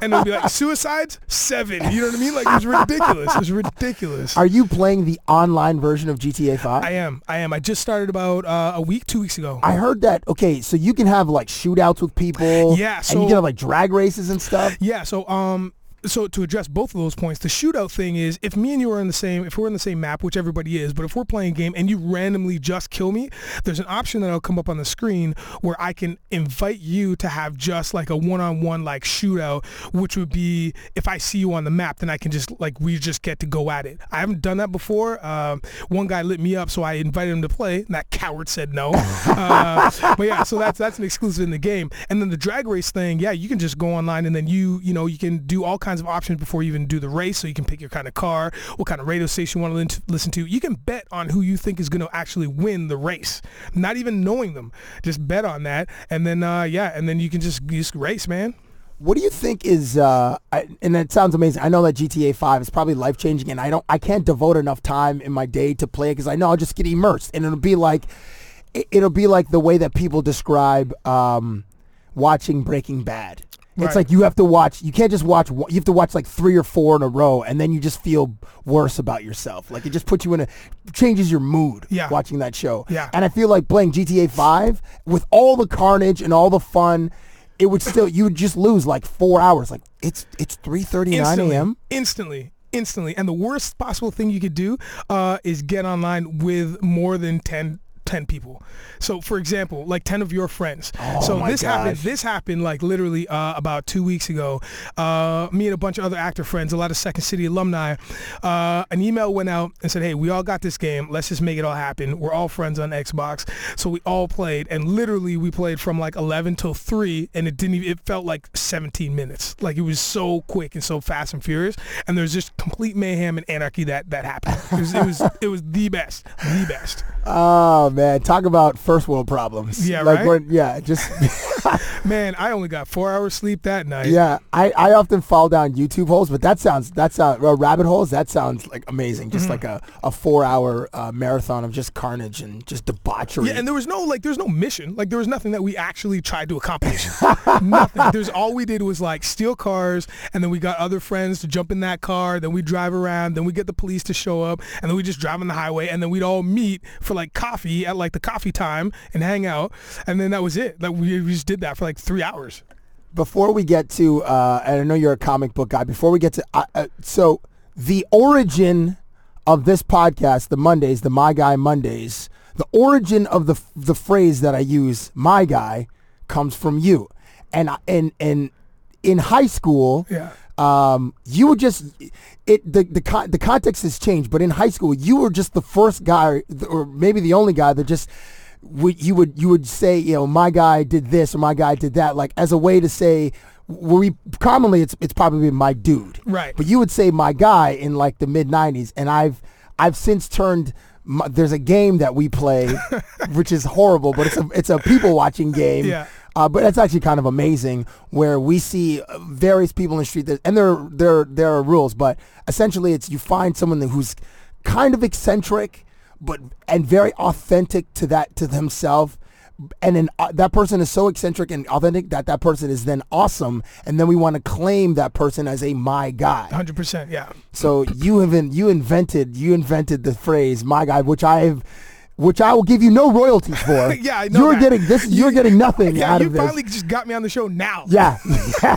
Speaker 4: and it would be like suicides seven you know what i mean like it was ridiculous it was ridiculous
Speaker 10: Are you playing the online version of GTA 5?
Speaker 4: i am i am i just started about uh, a week two weeks ago
Speaker 10: I heard that. Okay, so you can have like shootouts with people.
Speaker 4: Yeah,
Speaker 10: and you
Speaker 4: so-
Speaker 10: can have like drag races and stuff.
Speaker 4: Yeah, so um so to address both of those points, the shootout thing is if me and you are in the same, if we're in the same map, which everybody is, but if we're playing a game and you randomly just kill me, there's an option that'll come up on the screen where I can invite you to have just like a one-on-one like shootout, which would be if I see you on the map, then I can just like we just get to go at it. I haven't done that before. Um, one guy lit me up, so I invited him to play, and that coward said no. uh, but yeah, so that's that's an exclusive in the game. And then the drag race thing, yeah, you can just go online and then you you know you can do all kinds of options before you even do the race. So you can pick your kind of car, what kind of radio station you want to listen to. You can bet on who you think is going to actually win the race, not even knowing them. Just bet on that, and then uh, yeah, and then you can just just race, man.
Speaker 10: What do you think is, uh, I, and that sounds amazing. I know that GTA 5 is probably life changing, and I don't, I can't devote enough time in my day to play it because I know I'll just get immersed, and it'll be like, it- it'll be like the way that people describe um, watching Breaking Bad.
Speaker 4: Right.
Speaker 10: It's like you have to watch. You can't just watch. one- You have to watch like three or four in a row, and then you just feel worse about yourself. Like it just puts you in a changes your mood.
Speaker 4: Yeah.
Speaker 10: watching that show.
Speaker 4: Yeah.
Speaker 10: and I feel like playing GTA Five with all the carnage and all the fun, it would still you would just lose like four hours. Like it's it's three thirty nine
Speaker 4: instantly,
Speaker 10: a.m.
Speaker 4: Instantly, instantly. And the worst possible thing you could do uh, is get online with more than 10, 10 people. So, for example, like 10 of your friends. so
Speaker 10: Oh my
Speaker 4: this happened.
Speaker 10: gosh.
Speaker 4: This happened like literally uh, about two weeks ago. Uh, me and a bunch of other actor friends, a lot of Second City alumni, uh, an email went out and said, hey, we all got this game. Let's just make it all happen. We're all friends on Xbox. So we all played. And literally we played from like 11 till 3 and it didn't even, it felt like 17 minutes. Like it was so quick and so fast and furious. And there's just complete mayhem and anarchy that, that happened. It was, it was, it was the best, the best.
Speaker 10: Oh man, talk about first world problems.
Speaker 4: Yeah,
Speaker 10: like
Speaker 4: right?
Speaker 10: when- yeah, just
Speaker 4: Man, I only got four hours sleep that night.
Speaker 10: yeah. I, I often fall down YouTube holes, but that sounds that sounds uh, rabbit holes. That sounds like amazing.
Speaker 4: Mm-hmm.
Speaker 10: Just like a, a four hour uh, marathon of just carnage and just debauchery.
Speaker 4: Yeah, and there was no like, there was no mission. Like, there was nothing that we actually tried to accomplish. nothing. There's all we did was like steal cars, and then we got other friends to jump in that car. Then we drive around. Then we get the police to show up, and then we just drive on the highway. And then we'd all meet for like coffee at like the coffee time and hang out. And then that was it. Like we, we just did that for like three hours.
Speaker 10: before we get to, uh, and I know you're a comic book guy. Before we get to, uh, uh, so the origin of this podcast, the Mondays, the My Guy Mondays, the origin of the the phrase that I use, My Guy, comes from you, and I- and and in high school,
Speaker 4: Yeah.
Speaker 10: um, you were just it the the con- the context has changed, but in high school you were just the first guy, or maybe the only guy that just would you would you would say you know my guy did this or my guy did that like as a way to say where we commonly it's it's probably my dude
Speaker 4: Right.
Speaker 10: but you would say my guy in like the mid 90s and I've I've since turned my, there's a game that we play which is horrible but it's a it's a people watching game
Speaker 4: Yeah.
Speaker 10: uh, but that's actually kind of amazing where we see uh, various people in the street that, and there, there, there are rules, but essentially it's you find someone who's kind of eccentric, but, and very authentic to that, to himself. And then uh, that person is so eccentric and authentic that that person is then awesome. And then we want to claim that person as a my guy.
Speaker 4: Hundred percent. Yeah.
Speaker 10: So you have in, you invented you invented the phrase "my guy," which I've which I will give you no royalties for.
Speaker 4: Yeah, I know
Speaker 10: You're
Speaker 4: that.
Speaker 10: getting this. You're getting nothing
Speaker 4: Yeah.
Speaker 10: out
Speaker 4: You
Speaker 10: of this.
Speaker 4: finally just got me on the show now.
Speaker 10: Yeah.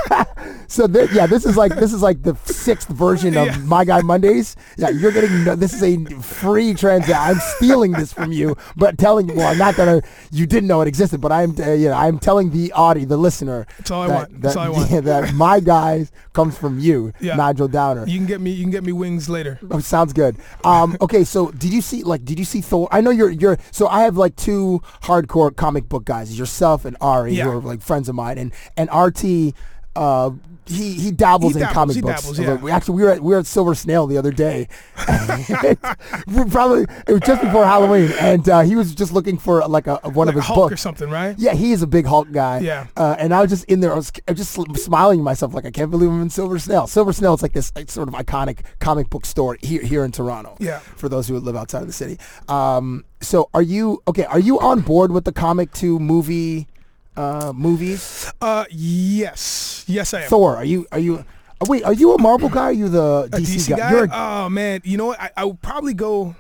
Speaker 10: so th- yeah, this is like this is like the sixth version of My Guy Mondays. Yeah, you're getting no, this is a free transaction. I'm stealing this from you, but telling well, not that I, you didn't know it existed, but I'm uh, you know I'm telling the audience, the listener.
Speaker 4: That's all I
Speaker 10: that,
Speaker 4: want. That's
Speaker 10: that-
Speaker 4: all I want.
Speaker 10: yeah, that My Guy comes from you,
Speaker 4: Yeah.
Speaker 10: Nigel Downer.
Speaker 4: You can get me. You can get me wings later.
Speaker 10: Oh, sounds good. Um, okay, so did you see like did you see Thor? I know you're you're so I have like two hardcore comic book guys, yourself and Ari,
Speaker 4: Yeah.
Speaker 10: who are like friends of mine, and and RT. Uh, he he dabbles
Speaker 4: He
Speaker 10: in
Speaker 4: dabbles,
Speaker 10: comic
Speaker 4: he
Speaker 10: books.
Speaker 4: dabbles, yeah.
Speaker 10: We- Actually, we were at we were at Silver Snail the other day. We're probably it was just before Halloween, and uh, he was just looking for like a, one of
Speaker 4: Like
Speaker 10: his
Speaker 4: Hulk
Speaker 10: books
Speaker 4: or something, right?
Speaker 10: Yeah, he is a big Hulk guy.
Speaker 4: Yeah.
Speaker 10: Uh, and I was just in there. I was, I was just sl- smiling to myself, like I can't believe I'm in Silver Snail. Silver Snail is like this like, sort of iconic comic book store here here in Toronto.
Speaker 4: Yeah.
Speaker 10: For those who live outside of the city. Um, so are you okay? Are you on board with the comic to movie uh, movies?
Speaker 4: Uh, yes, yes, I am.
Speaker 10: Thor, are you are you? oh, Wait, are you a Marvel guy? Or are you the
Speaker 4: A
Speaker 10: DC,
Speaker 4: DC, guy?
Speaker 10: You're a-
Speaker 4: oh man, you know what? I, I would probably go.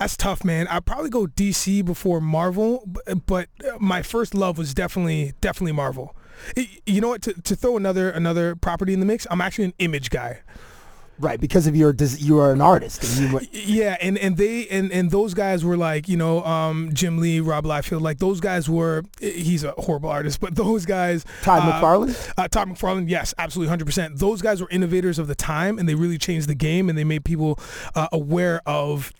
Speaker 4: That's tough, man. I'd probably uh, go DC before Marvel, b- but my first love was definitely definitely Marvel. Y- You know what? To, to throw another another property in the mix, I'm actually an image guy.
Speaker 10: Right, because of your dis- you are an artist. And you,
Speaker 4: Yeah, and and they and and those guys were like, you know, um, Jim Lee, Rob Liefeld, like those guys were. He's a horrible artist, but those guys.
Speaker 10: Todd McFarlane?
Speaker 4: Uh, Todd McFarlane, yes, absolutely, hundred percent. Those guys were innovators of the time, and they really changed the game, and they made people uh, aware of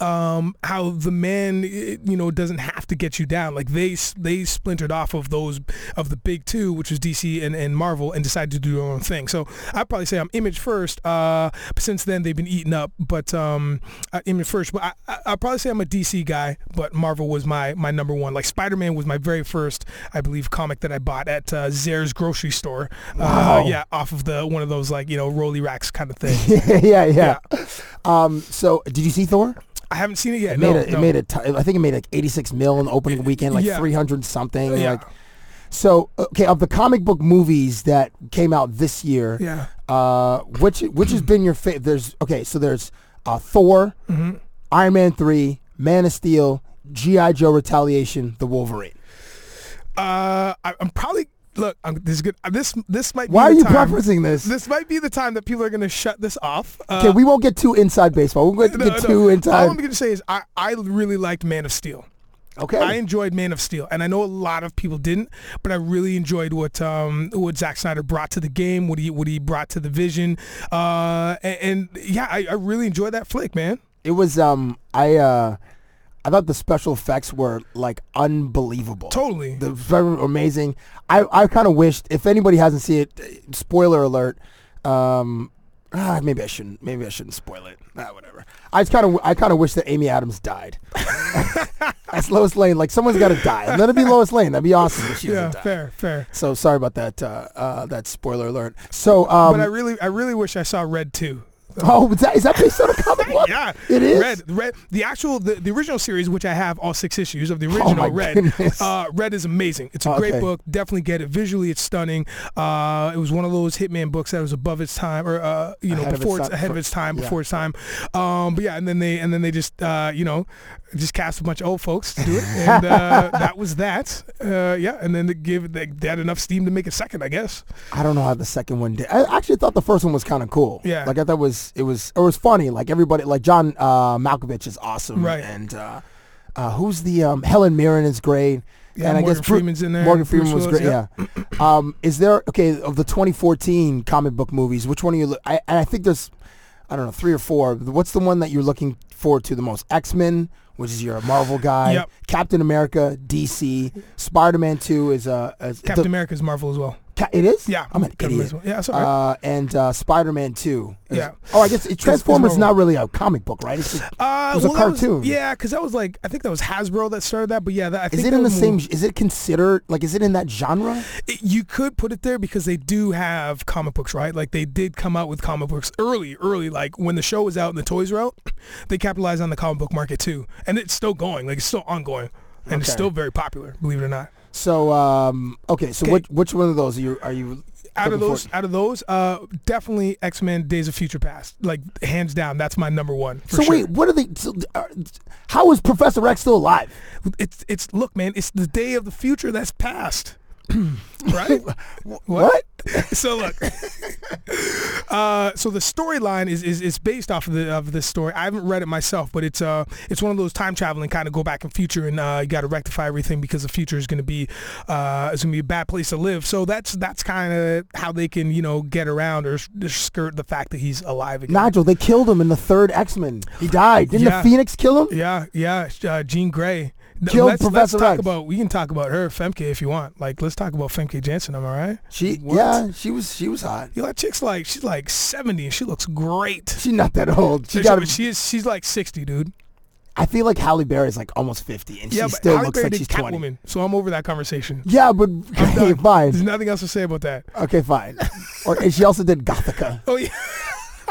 Speaker 4: um how the man eh, you know doesn't have to get you down like they s- they splintered off of those of the big two which was dc and, and marvel and decided to do their own thing so i'd probably say i'm image first uh but since then they've been eaten up but um uh, image first but i I- i'd probably say i'm a dc guy but marvel was my my number one like spider-man was my very first i believe comic that i bought at uh, zare's grocery store
Speaker 10: Wow.
Speaker 4: uh yeah off of the one of those like you know rolly racks kind of thing
Speaker 10: yeah, yeah. Um, so, did you see Thor?
Speaker 4: i haven't seen it yet
Speaker 10: It made
Speaker 4: no,
Speaker 10: a,
Speaker 4: no.
Speaker 10: it made a t- I think it made like 86 mil in the opening weekend, like
Speaker 4: yeah.
Speaker 10: 300 something.
Speaker 4: Yeah.
Speaker 10: Like, so okay, of the comic book movies that came out this year,
Speaker 4: Yeah.
Speaker 10: uh, which which has been your favorite? There's okay, so there's uh, Thor,
Speaker 4: Mm-hmm.
Speaker 10: Iron Man three, Man of Steel, GI Joe Retaliation, The Wolverine.
Speaker 4: Uh, I, I'm probably look. I'm, this is good. uh, This this might. Be
Speaker 10: Why
Speaker 4: the
Speaker 10: are you
Speaker 4: time-
Speaker 10: preferencing this?
Speaker 4: This might be the time that people are going to shut this off. Uh,
Speaker 10: Okay, we won't get too inside baseball. We'll get,
Speaker 4: no,
Speaker 10: get
Speaker 4: no.
Speaker 10: too
Speaker 4: All
Speaker 10: inside.
Speaker 4: I'm going to say is I I really liked Man of Steel.
Speaker 10: Okay.
Speaker 4: I enjoyed Man of Steel, and I know a lot of people didn't, but I really enjoyed what um, what Zack Snyder brought to the game, what he what he brought to the vision, uh, and, and yeah, I, I really enjoyed that flick, man.
Speaker 10: It was um I uh I thought the special effects were like unbelievable.
Speaker 4: Totally.
Speaker 10: The very amazing. I I kind of wished if anybody hasn't seen it, eh, spoiler alert. Um ah, maybe I shouldn't maybe I shouldn't spoil it. Ah, whatever. I just kind of I kind of wish that Amy Adams died. That's Lois Lane. Like someone's got to die. Let it be Lois Lane. That'd be awesome if she
Speaker 4: yeah,
Speaker 10: doesn't die.
Speaker 4: fair, fair.
Speaker 10: So sorry about that uh, uh that spoiler alert. So um
Speaker 4: but I really I really wish I saw Red too.
Speaker 10: Oh, is that, is that based on a comic book?
Speaker 4: Yeah,
Speaker 10: It is?
Speaker 4: Red, Red, the actual, the, the original series, which I have all six issues of the original
Speaker 10: Oh my
Speaker 4: Red.
Speaker 10: goodness.
Speaker 4: Uh, Red is amazing. It's a
Speaker 10: Oh,
Speaker 4: great
Speaker 10: okay.
Speaker 4: book. Definitely get it. Visually, it's stunning. Uh, it was one of those Hitman books that was above its time, or uh, you know,
Speaker 10: Ahead of
Speaker 4: before
Speaker 10: its
Speaker 4: its,
Speaker 10: time.
Speaker 4: ahead of its time,
Speaker 10: Yeah.
Speaker 4: before its time. Um, but yeah, and then they and then they just uh, you know, just cast a bunch of old folks to do it, and uh, that was that. Uh, yeah, and then they give they, they had enough steam to make a second, I guess.
Speaker 10: I don't know how the second one did. I actually thought the first one was kind of cool.
Speaker 4: Yeah.
Speaker 10: like I thought it was it was it was funny. Like everybody, like John uh, Malkovich is awesome.
Speaker 4: Right.
Speaker 10: and uh, uh, who's the um, Helen Mirren is great.
Speaker 4: Yeah,
Speaker 10: and I
Speaker 4: Morgan
Speaker 10: guess Bru-
Speaker 4: Freeman's in there,
Speaker 10: Morgan
Speaker 4: Bruce
Speaker 10: Freeman was
Speaker 4: Willis,
Speaker 10: great.
Speaker 4: yeah.
Speaker 10: Yeah. um, is there okay of the 2014 comic book movies? Which one are you? Lo- I and I think there's, I don't know, three or four. What's the one that you're looking forward to the most? X Men, which is your Marvel guy.
Speaker 4: Yep.
Speaker 10: Captain America, DC. Spider Man Two is uh, is the-
Speaker 4: Captain America's Marvel as well.
Speaker 10: Ca- It is.
Speaker 4: Yeah,
Speaker 10: I'm an
Speaker 4: Captain
Speaker 10: idiot.
Speaker 4: Marvel. Yeah, it's all right.
Speaker 10: Uh, and uh, Spider-Man Two. is-
Speaker 4: Yeah.
Speaker 10: Oh, I guess it,
Speaker 4: It's- it's
Speaker 10: Transformers is
Speaker 4: Marvel.
Speaker 10: not really a comic book, right? It's just,
Speaker 4: Uh,
Speaker 10: it was
Speaker 4: well,
Speaker 10: a
Speaker 4: that
Speaker 10: cartoon.
Speaker 4: yeah, because that was like I think that was Hasbro that started that. But yeah, that, I think
Speaker 10: Is it
Speaker 4: that
Speaker 10: in the
Speaker 4: was
Speaker 10: same?
Speaker 4: more-
Speaker 10: Is it considered like? Is it in that genre?
Speaker 4: it- you could put it there because they do have comic books, right? Like they did come out with comic books early, early. Like when the show was out and the toys were out, they capitalized on the comic book market too, and it's still going. Like it's still ongoing, and it's
Speaker 10: Okay.
Speaker 4: still very popular. Believe it or not.
Speaker 10: So, um, okay. So,
Speaker 4: Okay.
Speaker 10: which which one of those are you? Are you
Speaker 4: Out of
Speaker 10: looking
Speaker 4: those,
Speaker 10: forward-
Speaker 4: out of those, uh, definitely X Men: Days of Future Past. Like hands down, that's my number one. For
Speaker 10: So
Speaker 4: sure.
Speaker 10: wait, what are they? So, uh, how is Professor X still alive?
Speaker 4: it's it's look, man, it's the day of the future that's past. right? what? so look. uh, so the storyline is, is is based off of the of this story. I haven't read it myself, but it's uh it's one of those time traveling kind of go back in future and uh, you got to rectify everything because the future is going to be uh it's going to be a bad place to live. So that's that's kind of how they can, you know, get around or s- skirt the fact that he's alive again.
Speaker 10: Nigel, they killed him in the third X Men. He died. Didn't
Speaker 4: Yeah.
Speaker 10: the Phoenix kill him?
Speaker 4: Yeah, yeah. Uh, Jean Grey. Th-
Speaker 10: Killed
Speaker 4: let's,
Speaker 10: Professor
Speaker 4: let's talk
Speaker 10: X.
Speaker 4: about. We can talk about her, Femke, if you want. Like, let's talk about Femke Jansen. Am I right?
Speaker 10: She
Speaker 4: What?
Speaker 10: yeah, she was she was hot.
Speaker 4: You know, that chick's like she's like seventy and she looks great.
Speaker 10: She's not that old. She
Speaker 4: She,
Speaker 10: gotta-
Speaker 4: she is. She's like sixty, dude.
Speaker 10: I feel like Halle Berry is like almost fifty, and
Speaker 4: yeah,
Speaker 10: she
Speaker 4: but
Speaker 10: still
Speaker 4: Halle
Speaker 10: looks
Speaker 4: Berry
Speaker 10: like
Speaker 4: did
Speaker 10: she's twenty.
Speaker 4: Catwoman, so I'm over that conversation.
Speaker 10: Yeah, Uh, but okay, fine.
Speaker 4: There's nothing else to say about that.
Speaker 10: Okay, fine. Or and she also did Gothica.
Speaker 4: Oh yeah.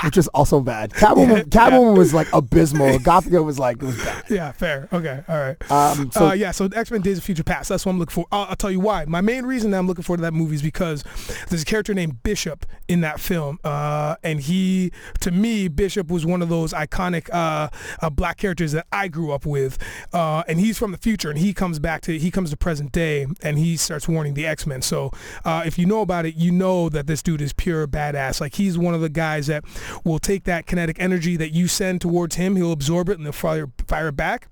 Speaker 10: which was also bad. Catwoman, Catwoman was like abysmal. Gothica was like it was bad.
Speaker 4: Yeah, fair. Okay, all right.
Speaker 10: Um, so-
Speaker 4: uh, yeah, so X Men Days of Future Past. That's what I'm looking for. I'll, I'll tell you why. My main reason that I'm looking forward to that movie is because there's a character named Bishop in that film, uh, and he, to me, Bishop was one of those iconic uh, uh, black characters that I grew up with, uh, and he's from the future, and he comes back to he comes to present day, and he starts warning the X Men. So uh, if you know about it, you know that this dude is pure badass. Like he's one of the guys that will take that kinetic energy that you send towards him, he'll absorb it and they'll fire fire it back.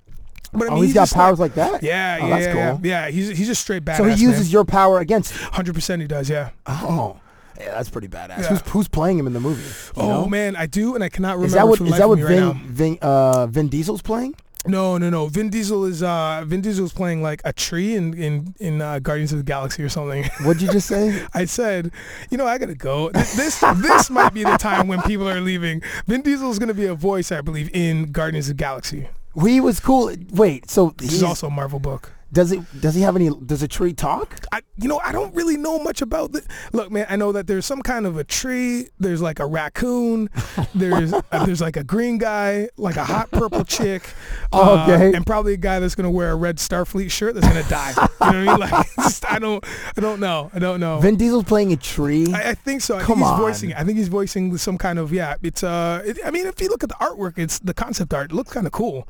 Speaker 4: But
Speaker 10: Oh, he's got
Speaker 4: just
Speaker 10: powers like that?
Speaker 4: Yeah,
Speaker 10: Oh,
Speaker 4: yeah,
Speaker 10: that's
Speaker 4: yeah,
Speaker 10: cool.
Speaker 4: yeah. He's he's just straight badass.
Speaker 10: So he uses your power against.
Speaker 4: Hundred percent, he does. Yeah.
Speaker 10: Oh, yeah, that's pretty badass.
Speaker 4: Yeah.
Speaker 10: Who's, who's playing him in the movie? you
Speaker 4: Oh
Speaker 10: know?
Speaker 4: man, I do, and I cannot remember.
Speaker 10: is that what
Speaker 4: for
Speaker 10: is
Speaker 4: the
Speaker 10: that
Speaker 4: life
Speaker 10: what
Speaker 4: of me
Speaker 10: Vin
Speaker 4: right now.
Speaker 10: Vin, uh, Vin Diesel's playing?
Speaker 4: No, no, no. Vin Diesel is uh, Vin Diesel's playing like a tree in in in uh, Guardians of the Galaxy or something.
Speaker 10: What'd you just say?
Speaker 4: I said, you know, I gotta go. Th- This this might be the time when people are leaving. Vin Diesel is gonna be a voice, I believe, in Guardians of the Galaxy.
Speaker 10: He was cool. Wait, so
Speaker 4: This
Speaker 10: he's-
Speaker 4: is also a Marvel book.
Speaker 10: does it does he have any does a tree talk?
Speaker 4: I, you know, I don't really know much about the. Look, man, I know that there's some kind of a tree. There's like a raccoon. There's uh, there's like a green guy, like a hot purple chick. uh,
Speaker 10: Okay.
Speaker 4: and probably a guy that's gonna wear a red Starfleet shirt that's gonna die. You know what I mean? Like, just, I don't, I don't know, I don't know.
Speaker 10: Vin Diesel's playing a tree.
Speaker 4: I, I think so. I
Speaker 10: Come
Speaker 4: think he's
Speaker 10: on.
Speaker 4: voicing. it. I think he's voicing some kind of yeah. It's uh. It, I mean, if you look at the artwork, it's the concept art. It looks kind of cool.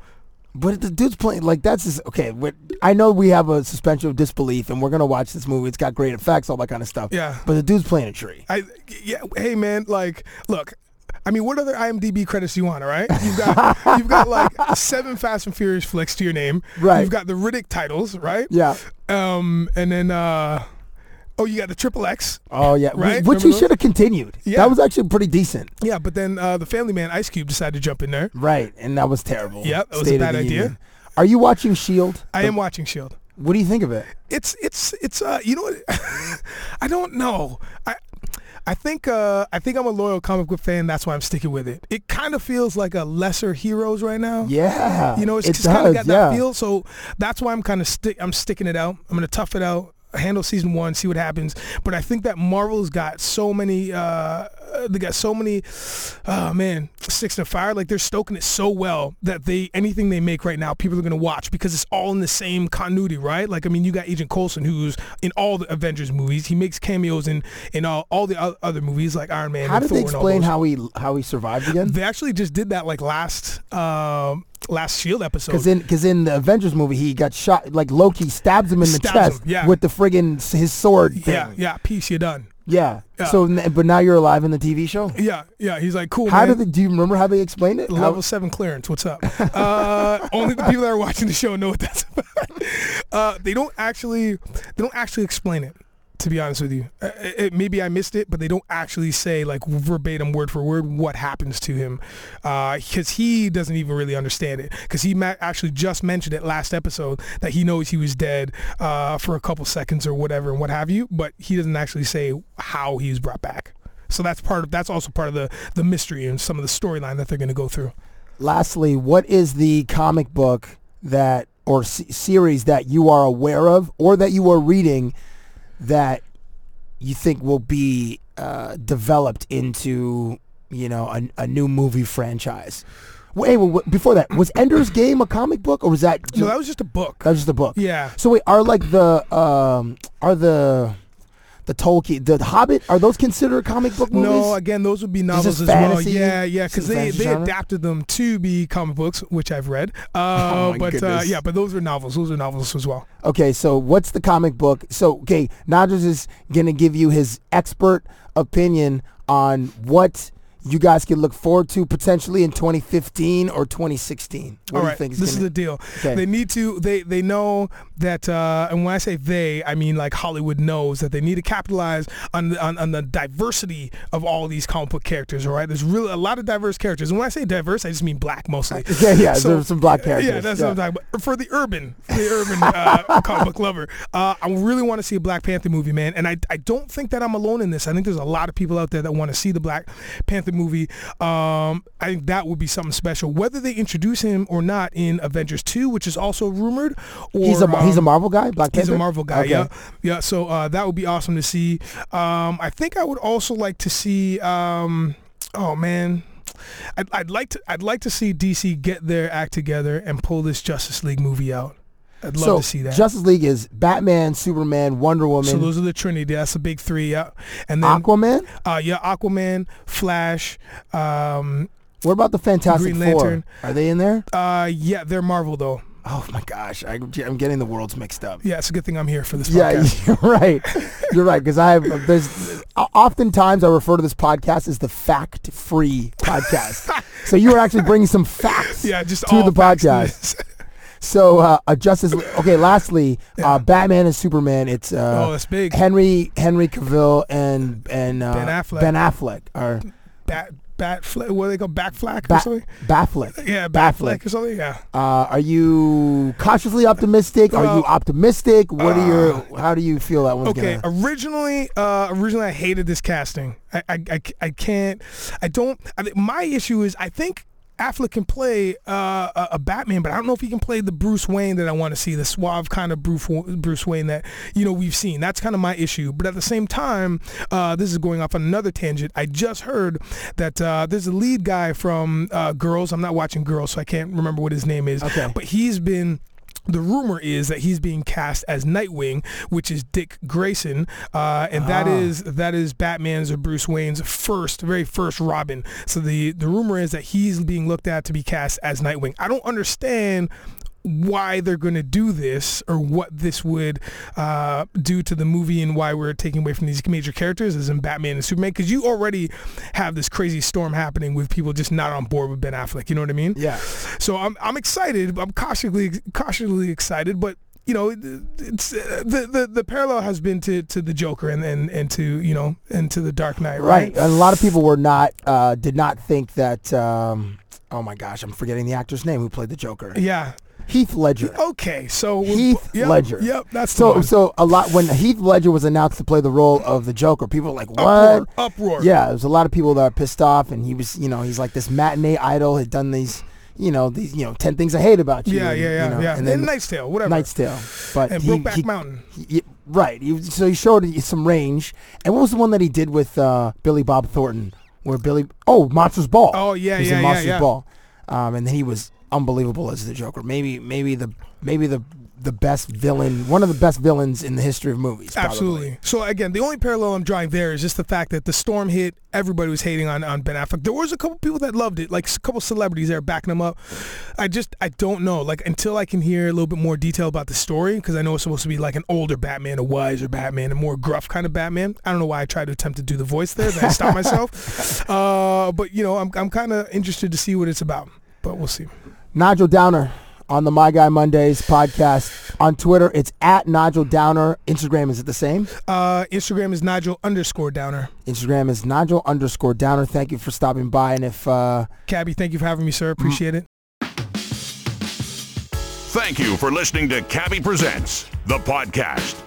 Speaker 10: But the dude's playing like that's just okay. But I know we have a suspension of disbelief, and we're gonna watch this movie. It's got great effects, all that kind of stuff.
Speaker 4: Yeah.
Speaker 10: But the dude's playing a tree.
Speaker 4: I yeah. Hey man, like look. I mean, what other IMDb credits do you want? All right, you've got you've got like seven Fast and Furious flicks to your name.
Speaker 10: Right.
Speaker 4: You've got the Riddick titles, right?
Speaker 10: Yeah.
Speaker 4: Um, and then uh, oh, you got the Triple X.
Speaker 10: Oh yeah.
Speaker 4: Right?
Speaker 10: Which he
Speaker 4: Remember
Speaker 10: should have continued.
Speaker 4: Yeah.
Speaker 10: That was actually pretty decent.
Speaker 4: Yeah, but then uh, the Family Man Ice Cube decided to jump in there.
Speaker 10: Right. And that was terrible.
Speaker 4: Yep, it was a
Speaker 10: State of
Speaker 4: bad
Speaker 10: the
Speaker 4: idea.
Speaker 10: Union. Are you watching Shield?
Speaker 4: I
Speaker 10: The-
Speaker 4: am watching Shield.
Speaker 10: E What do you think of it?
Speaker 4: It's it's it's uh you know what I don't know. I I think uh I think I'm a loyal comic book fan, that's why I'm sticking with it. It kind of feels like a lesser heroes right now.
Speaker 10: Yeah,
Speaker 4: You know, it's
Speaker 10: it
Speaker 4: just kind of got
Speaker 10: does,
Speaker 4: that
Speaker 10: yeah.
Speaker 4: feel. So that's why I'm kind of stick I'm sticking it out. I'm going to tough it out. Handle season one, see what happens. But I think that Marvel's got so many, uh, they got so many, oh man, sticks to fire. Like they're stoking it so well that they anything they make right now, people are gonna watch because it's all in the same continuity, right? Like I mean, you got Agent Coulson who's in all the Avengers movies. He makes cameos in in all, all the o- other movies like Iron Man.
Speaker 10: How
Speaker 4: and
Speaker 10: did
Speaker 4: Thor
Speaker 10: they
Speaker 4: and all
Speaker 10: explain
Speaker 4: those.
Speaker 10: how he how he survived again?
Speaker 4: They actually just did that like last um, last Shield episode.
Speaker 10: Because in because in the Avengers movie, he got shot. Like Loki stabs him in the
Speaker 4: Stabs him,
Speaker 10: chest
Speaker 4: yeah.
Speaker 10: with the friggin' s- his sword. Thing.
Speaker 4: yeah, yeah, peace, you're done.
Speaker 10: Yeah.
Speaker 4: Yeah.
Speaker 10: So, n- but now you're alive in the TV show.
Speaker 4: Yeah, yeah. He's like, cool.
Speaker 10: How
Speaker 4: man.
Speaker 10: did they, do you remember how they explained it? How-
Speaker 4: level seven clearance? What's up? uh, only the people that are watching the show know what that's about. Uh, they don't actually, they don't actually explain it. To be honest with you, uh, it, it- maybe I missed it, but they don't actually say like verbatim, word for word, what happens to him, because he doesn't even really understand it. Because he ma- actually just mentioned it last episode that he knows he was dead uh, for a couple seconds or whatever and what have you, but he doesn't actually say how he was brought back. So that's part of that's also part of the the mystery and some of the storyline that they're going to go through.
Speaker 10: Lastly, what is the comic book that or s- series that you are aware of or that you are reading that you think will be uh, developed into you know a, a new movie franchise? Wait, wait, wait, before that, was Ender's Game a comic book or was that ju-
Speaker 4: No, that was just a book.
Speaker 10: That was just a book.
Speaker 4: Yeah.
Speaker 10: So wait, are like the um are the the Tolkien, the Hobbit, are those considered comic book movies?
Speaker 4: No, again, those would be
Speaker 10: This
Speaker 4: novels
Speaker 10: is
Speaker 4: as well.
Speaker 10: fantasy?
Speaker 4: Yeah, yeah,
Speaker 10: This
Speaker 4: because
Speaker 10: is
Speaker 4: they,
Speaker 10: fantasy
Speaker 4: they
Speaker 10: genre?
Speaker 4: adapted them to be comic books, which I've read.
Speaker 10: Oh
Speaker 4: Uh,
Speaker 10: my
Speaker 4: but uh,
Speaker 10: goodness.
Speaker 4: yeah, but those were novels. Those are novels as well.
Speaker 10: Okay, so what's the comic book? So, okay, Nodgers is going to give you his expert opinion on what you guys can look forward to potentially in 2015 or 2016. What
Speaker 4: All
Speaker 10: do
Speaker 4: right,
Speaker 10: you think
Speaker 4: this is
Speaker 10: gonna-
Speaker 4: the deal.
Speaker 10: Okay.
Speaker 4: They need to. They they know that, uh, and when I say they, I mean like Hollywood knows that they need to capitalize on the, on, on the diversity of all these comic book characters. All right, there's really a lot of diverse characters, and when I say diverse, I just mean black mostly.
Speaker 10: Uh, Yeah, yeah, there's some black
Speaker 4: Yeah,
Speaker 10: characters,
Speaker 4: that's
Speaker 10: yeah.
Speaker 4: what I'm talking about. For the urban, for the urban uh, comic book lover, uh, I really want to see a Black Panther movie, man. And I, I don't think that I'm alone in this. I think there's a lot of people out there that want to see the Black Panther movie. Um, I think that would be something special, whether they introduce him or not in Avengers 2, which is also rumored. Or,
Speaker 10: He's a Mar- he's a
Speaker 4: um,
Speaker 10: Marvel guy, Black
Speaker 4: He's a
Speaker 10: Panther?
Speaker 4: Marvel guy,
Speaker 10: Okay.
Speaker 4: yeah, yeah. So uh, that would be awesome to see. Um, I think I would also like to see. Um, oh man, I'd, I'd like to. I'd like to see DC get their act together and pull this Justice League movie out. I'd love
Speaker 10: so
Speaker 4: to see that.
Speaker 10: Justice League is Batman, Superman, Wonder Woman.
Speaker 4: So those are the Trinity. That's the big three. Yeah, and then
Speaker 10: Aquaman.
Speaker 4: Uh, yeah, Aquaman, Flash. Um,
Speaker 10: what about the Fantastic
Speaker 4: Green
Speaker 10: Four?
Speaker 4: Lantern?
Speaker 10: Are they in there?
Speaker 4: Uh, yeah, they're Marvel though.
Speaker 10: Oh my gosh, I, I'm getting the worlds mixed up.
Speaker 4: Yeah, it's a good thing I'm here for this
Speaker 10: Yeah,
Speaker 4: podcast.
Speaker 10: you're right. You're right because I have there's oftentimes I refer to this podcast as the fact-free podcast. so you are actually bringing some facts
Speaker 4: Yeah, just
Speaker 10: to
Speaker 4: all
Speaker 10: the
Speaker 4: facts in
Speaker 10: podcast. So uh, a Justice League- okay. Lastly, uh, Batman and Superman. It's uh,
Speaker 4: Oh, that's big.
Speaker 10: Henry Henry Cavill and and uh,
Speaker 4: Ben Affleck.
Speaker 10: Ben Affleck are
Speaker 4: Bat, bat, fl- what do they call bat flack or
Speaker 10: Ba-
Speaker 4: something?
Speaker 10: Batfleck.
Speaker 4: Yeah, bat
Speaker 10: Batfleck.
Speaker 4: flack or something. Yeah.
Speaker 10: Uh, are you cautiously optimistic? Are you
Speaker 4: Well, uh,
Speaker 10: optimistic? What are your? How do you feel that one's
Speaker 4: Okay.
Speaker 10: gonna?
Speaker 4: Originally, uh, originally I hated this casting. I, I, I, I can't. I don't. I think my issue is I think Affleck can play uh, a, a Batman, but I don't know if he can play the Bruce Wayne that I want to see, the suave kind of Bruce Wa- Bruce Wayne that you know we've seen. That's kind of my issue. But at the same time, uh, this is going off on another tangent. I just heard that uh, there's a lead guy from uh, Girls. I'm not watching Girls, so I can't remember what his name is. Okay. But he's been the rumor is that he's being cast as Nightwing, which is Dick Grayson, uh, and that is that is Batman's or Bruce Wayne's first, very first Robin. So the the rumor is that he's being looked at to be cast as Nightwing. I don't understand why they're going to do this or what this would uh, do to the movie and why we're taking away from these major characters as in Batman and Superman because you already have this crazy storm happening with people just not on board with Ben Affleck you know what I mean
Speaker 10: yeah
Speaker 4: so I'm I'm excited. I'm cautiously cautiously excited, but you know, it- it's uh, the the, the parallel has been to, to the Joker and, and and to you know and to the Dark Knight, right?
Speaker 10: right. uh, A lot of people were not uh, did not think that. Um, oh my gosh, I'm forgetting the actor's name who played the Joker.
Speaker 4: Yeah.
Speaker 10: Heath Ledger.
Speaker 4: Okay, so we're-
Speaker 10: Heath
Speaker 4: yep,
Speaker 10: Ledger.
Speaker 4: Yep, that's
Speaker 10: so.
Speaker 4: the one.
Speaker 10: So a lot when Heath Ledger was announced to play the role of the Joker, people were like, "What?"
Speaker 4: Uproar, uproar.
Speaker 10: uh, Yeah, there's a lot of people that are pissed off, and he was, you know, he's like this matinee idol had done these, you know, these, you know, ten things I hate about you.
Speaker 4: Yeah,
Speaker 10: and,
Speaker 4: yeah,
Speaker 10: you
Speaker 4: yeah,
Speaker 10: know,
Speaker 4: yeah.
Speaker 10: And then
Speaker 4: And Knight's Tale, whatever.
Speaker 10: Knight's Tale, but
Speaker 4: And
Speaker 10: he-
Speaker 4: Brokeback
Speaker 10: he-
Speaker 4: Mountain.
Speaker 10: he- he- right. He, so he showed some range. And what was the one that he did with uh, Billy Bob Thornton, where Billy? Oh, Monsters Ball.
Speaker 4: Oh, yeah,
Speaker 10: he was
Speaker 4: yeah,
Speaker 10: in
Speaker 4: yeah,
Speaker 10: Monsters
Speaker 4: yeah.
Speaker 10: Ball, um, and then he was unbelievable as the Joker. Maybe, maybe the maybe the the best villain, one of the best villains in the history of movies. probably.
Speaker 4: Absolutely. So again, the only parallel I'm drawing there is just the fact that the storm hit. Everybody was hating on, on Ben Affleck. There was a couple people that loved it, like a couple celebrities there backing him up. I just I don't know. Like until I can hear a little bit more detail about the story, because I know it's supposed to be like an older Batman, a wiser Batman, a more gruff kind of Batman. I don't know why I tried to attempt to do the voice there, then I stopped myself. Uh, but you know, I'm I'm kind of interested to see what it's about. But we'll see.
Speaker 10: Nigel Downer on the My Guy Mondays podcast on Twitter. It's at Nigel Downer. Instagram is it the same?
Speaker 4: Uh, Instagram is Nigel underscore Downer.
Speaker 10: Instagram is Nigel underscore Downer. Thank you for stopping by, and if. Uh,
Speaker 4: Cabby, thank you for having me, sir. Appreciate it.
Speaker 3: Thank you for listening to Cabby Presents, the podcast.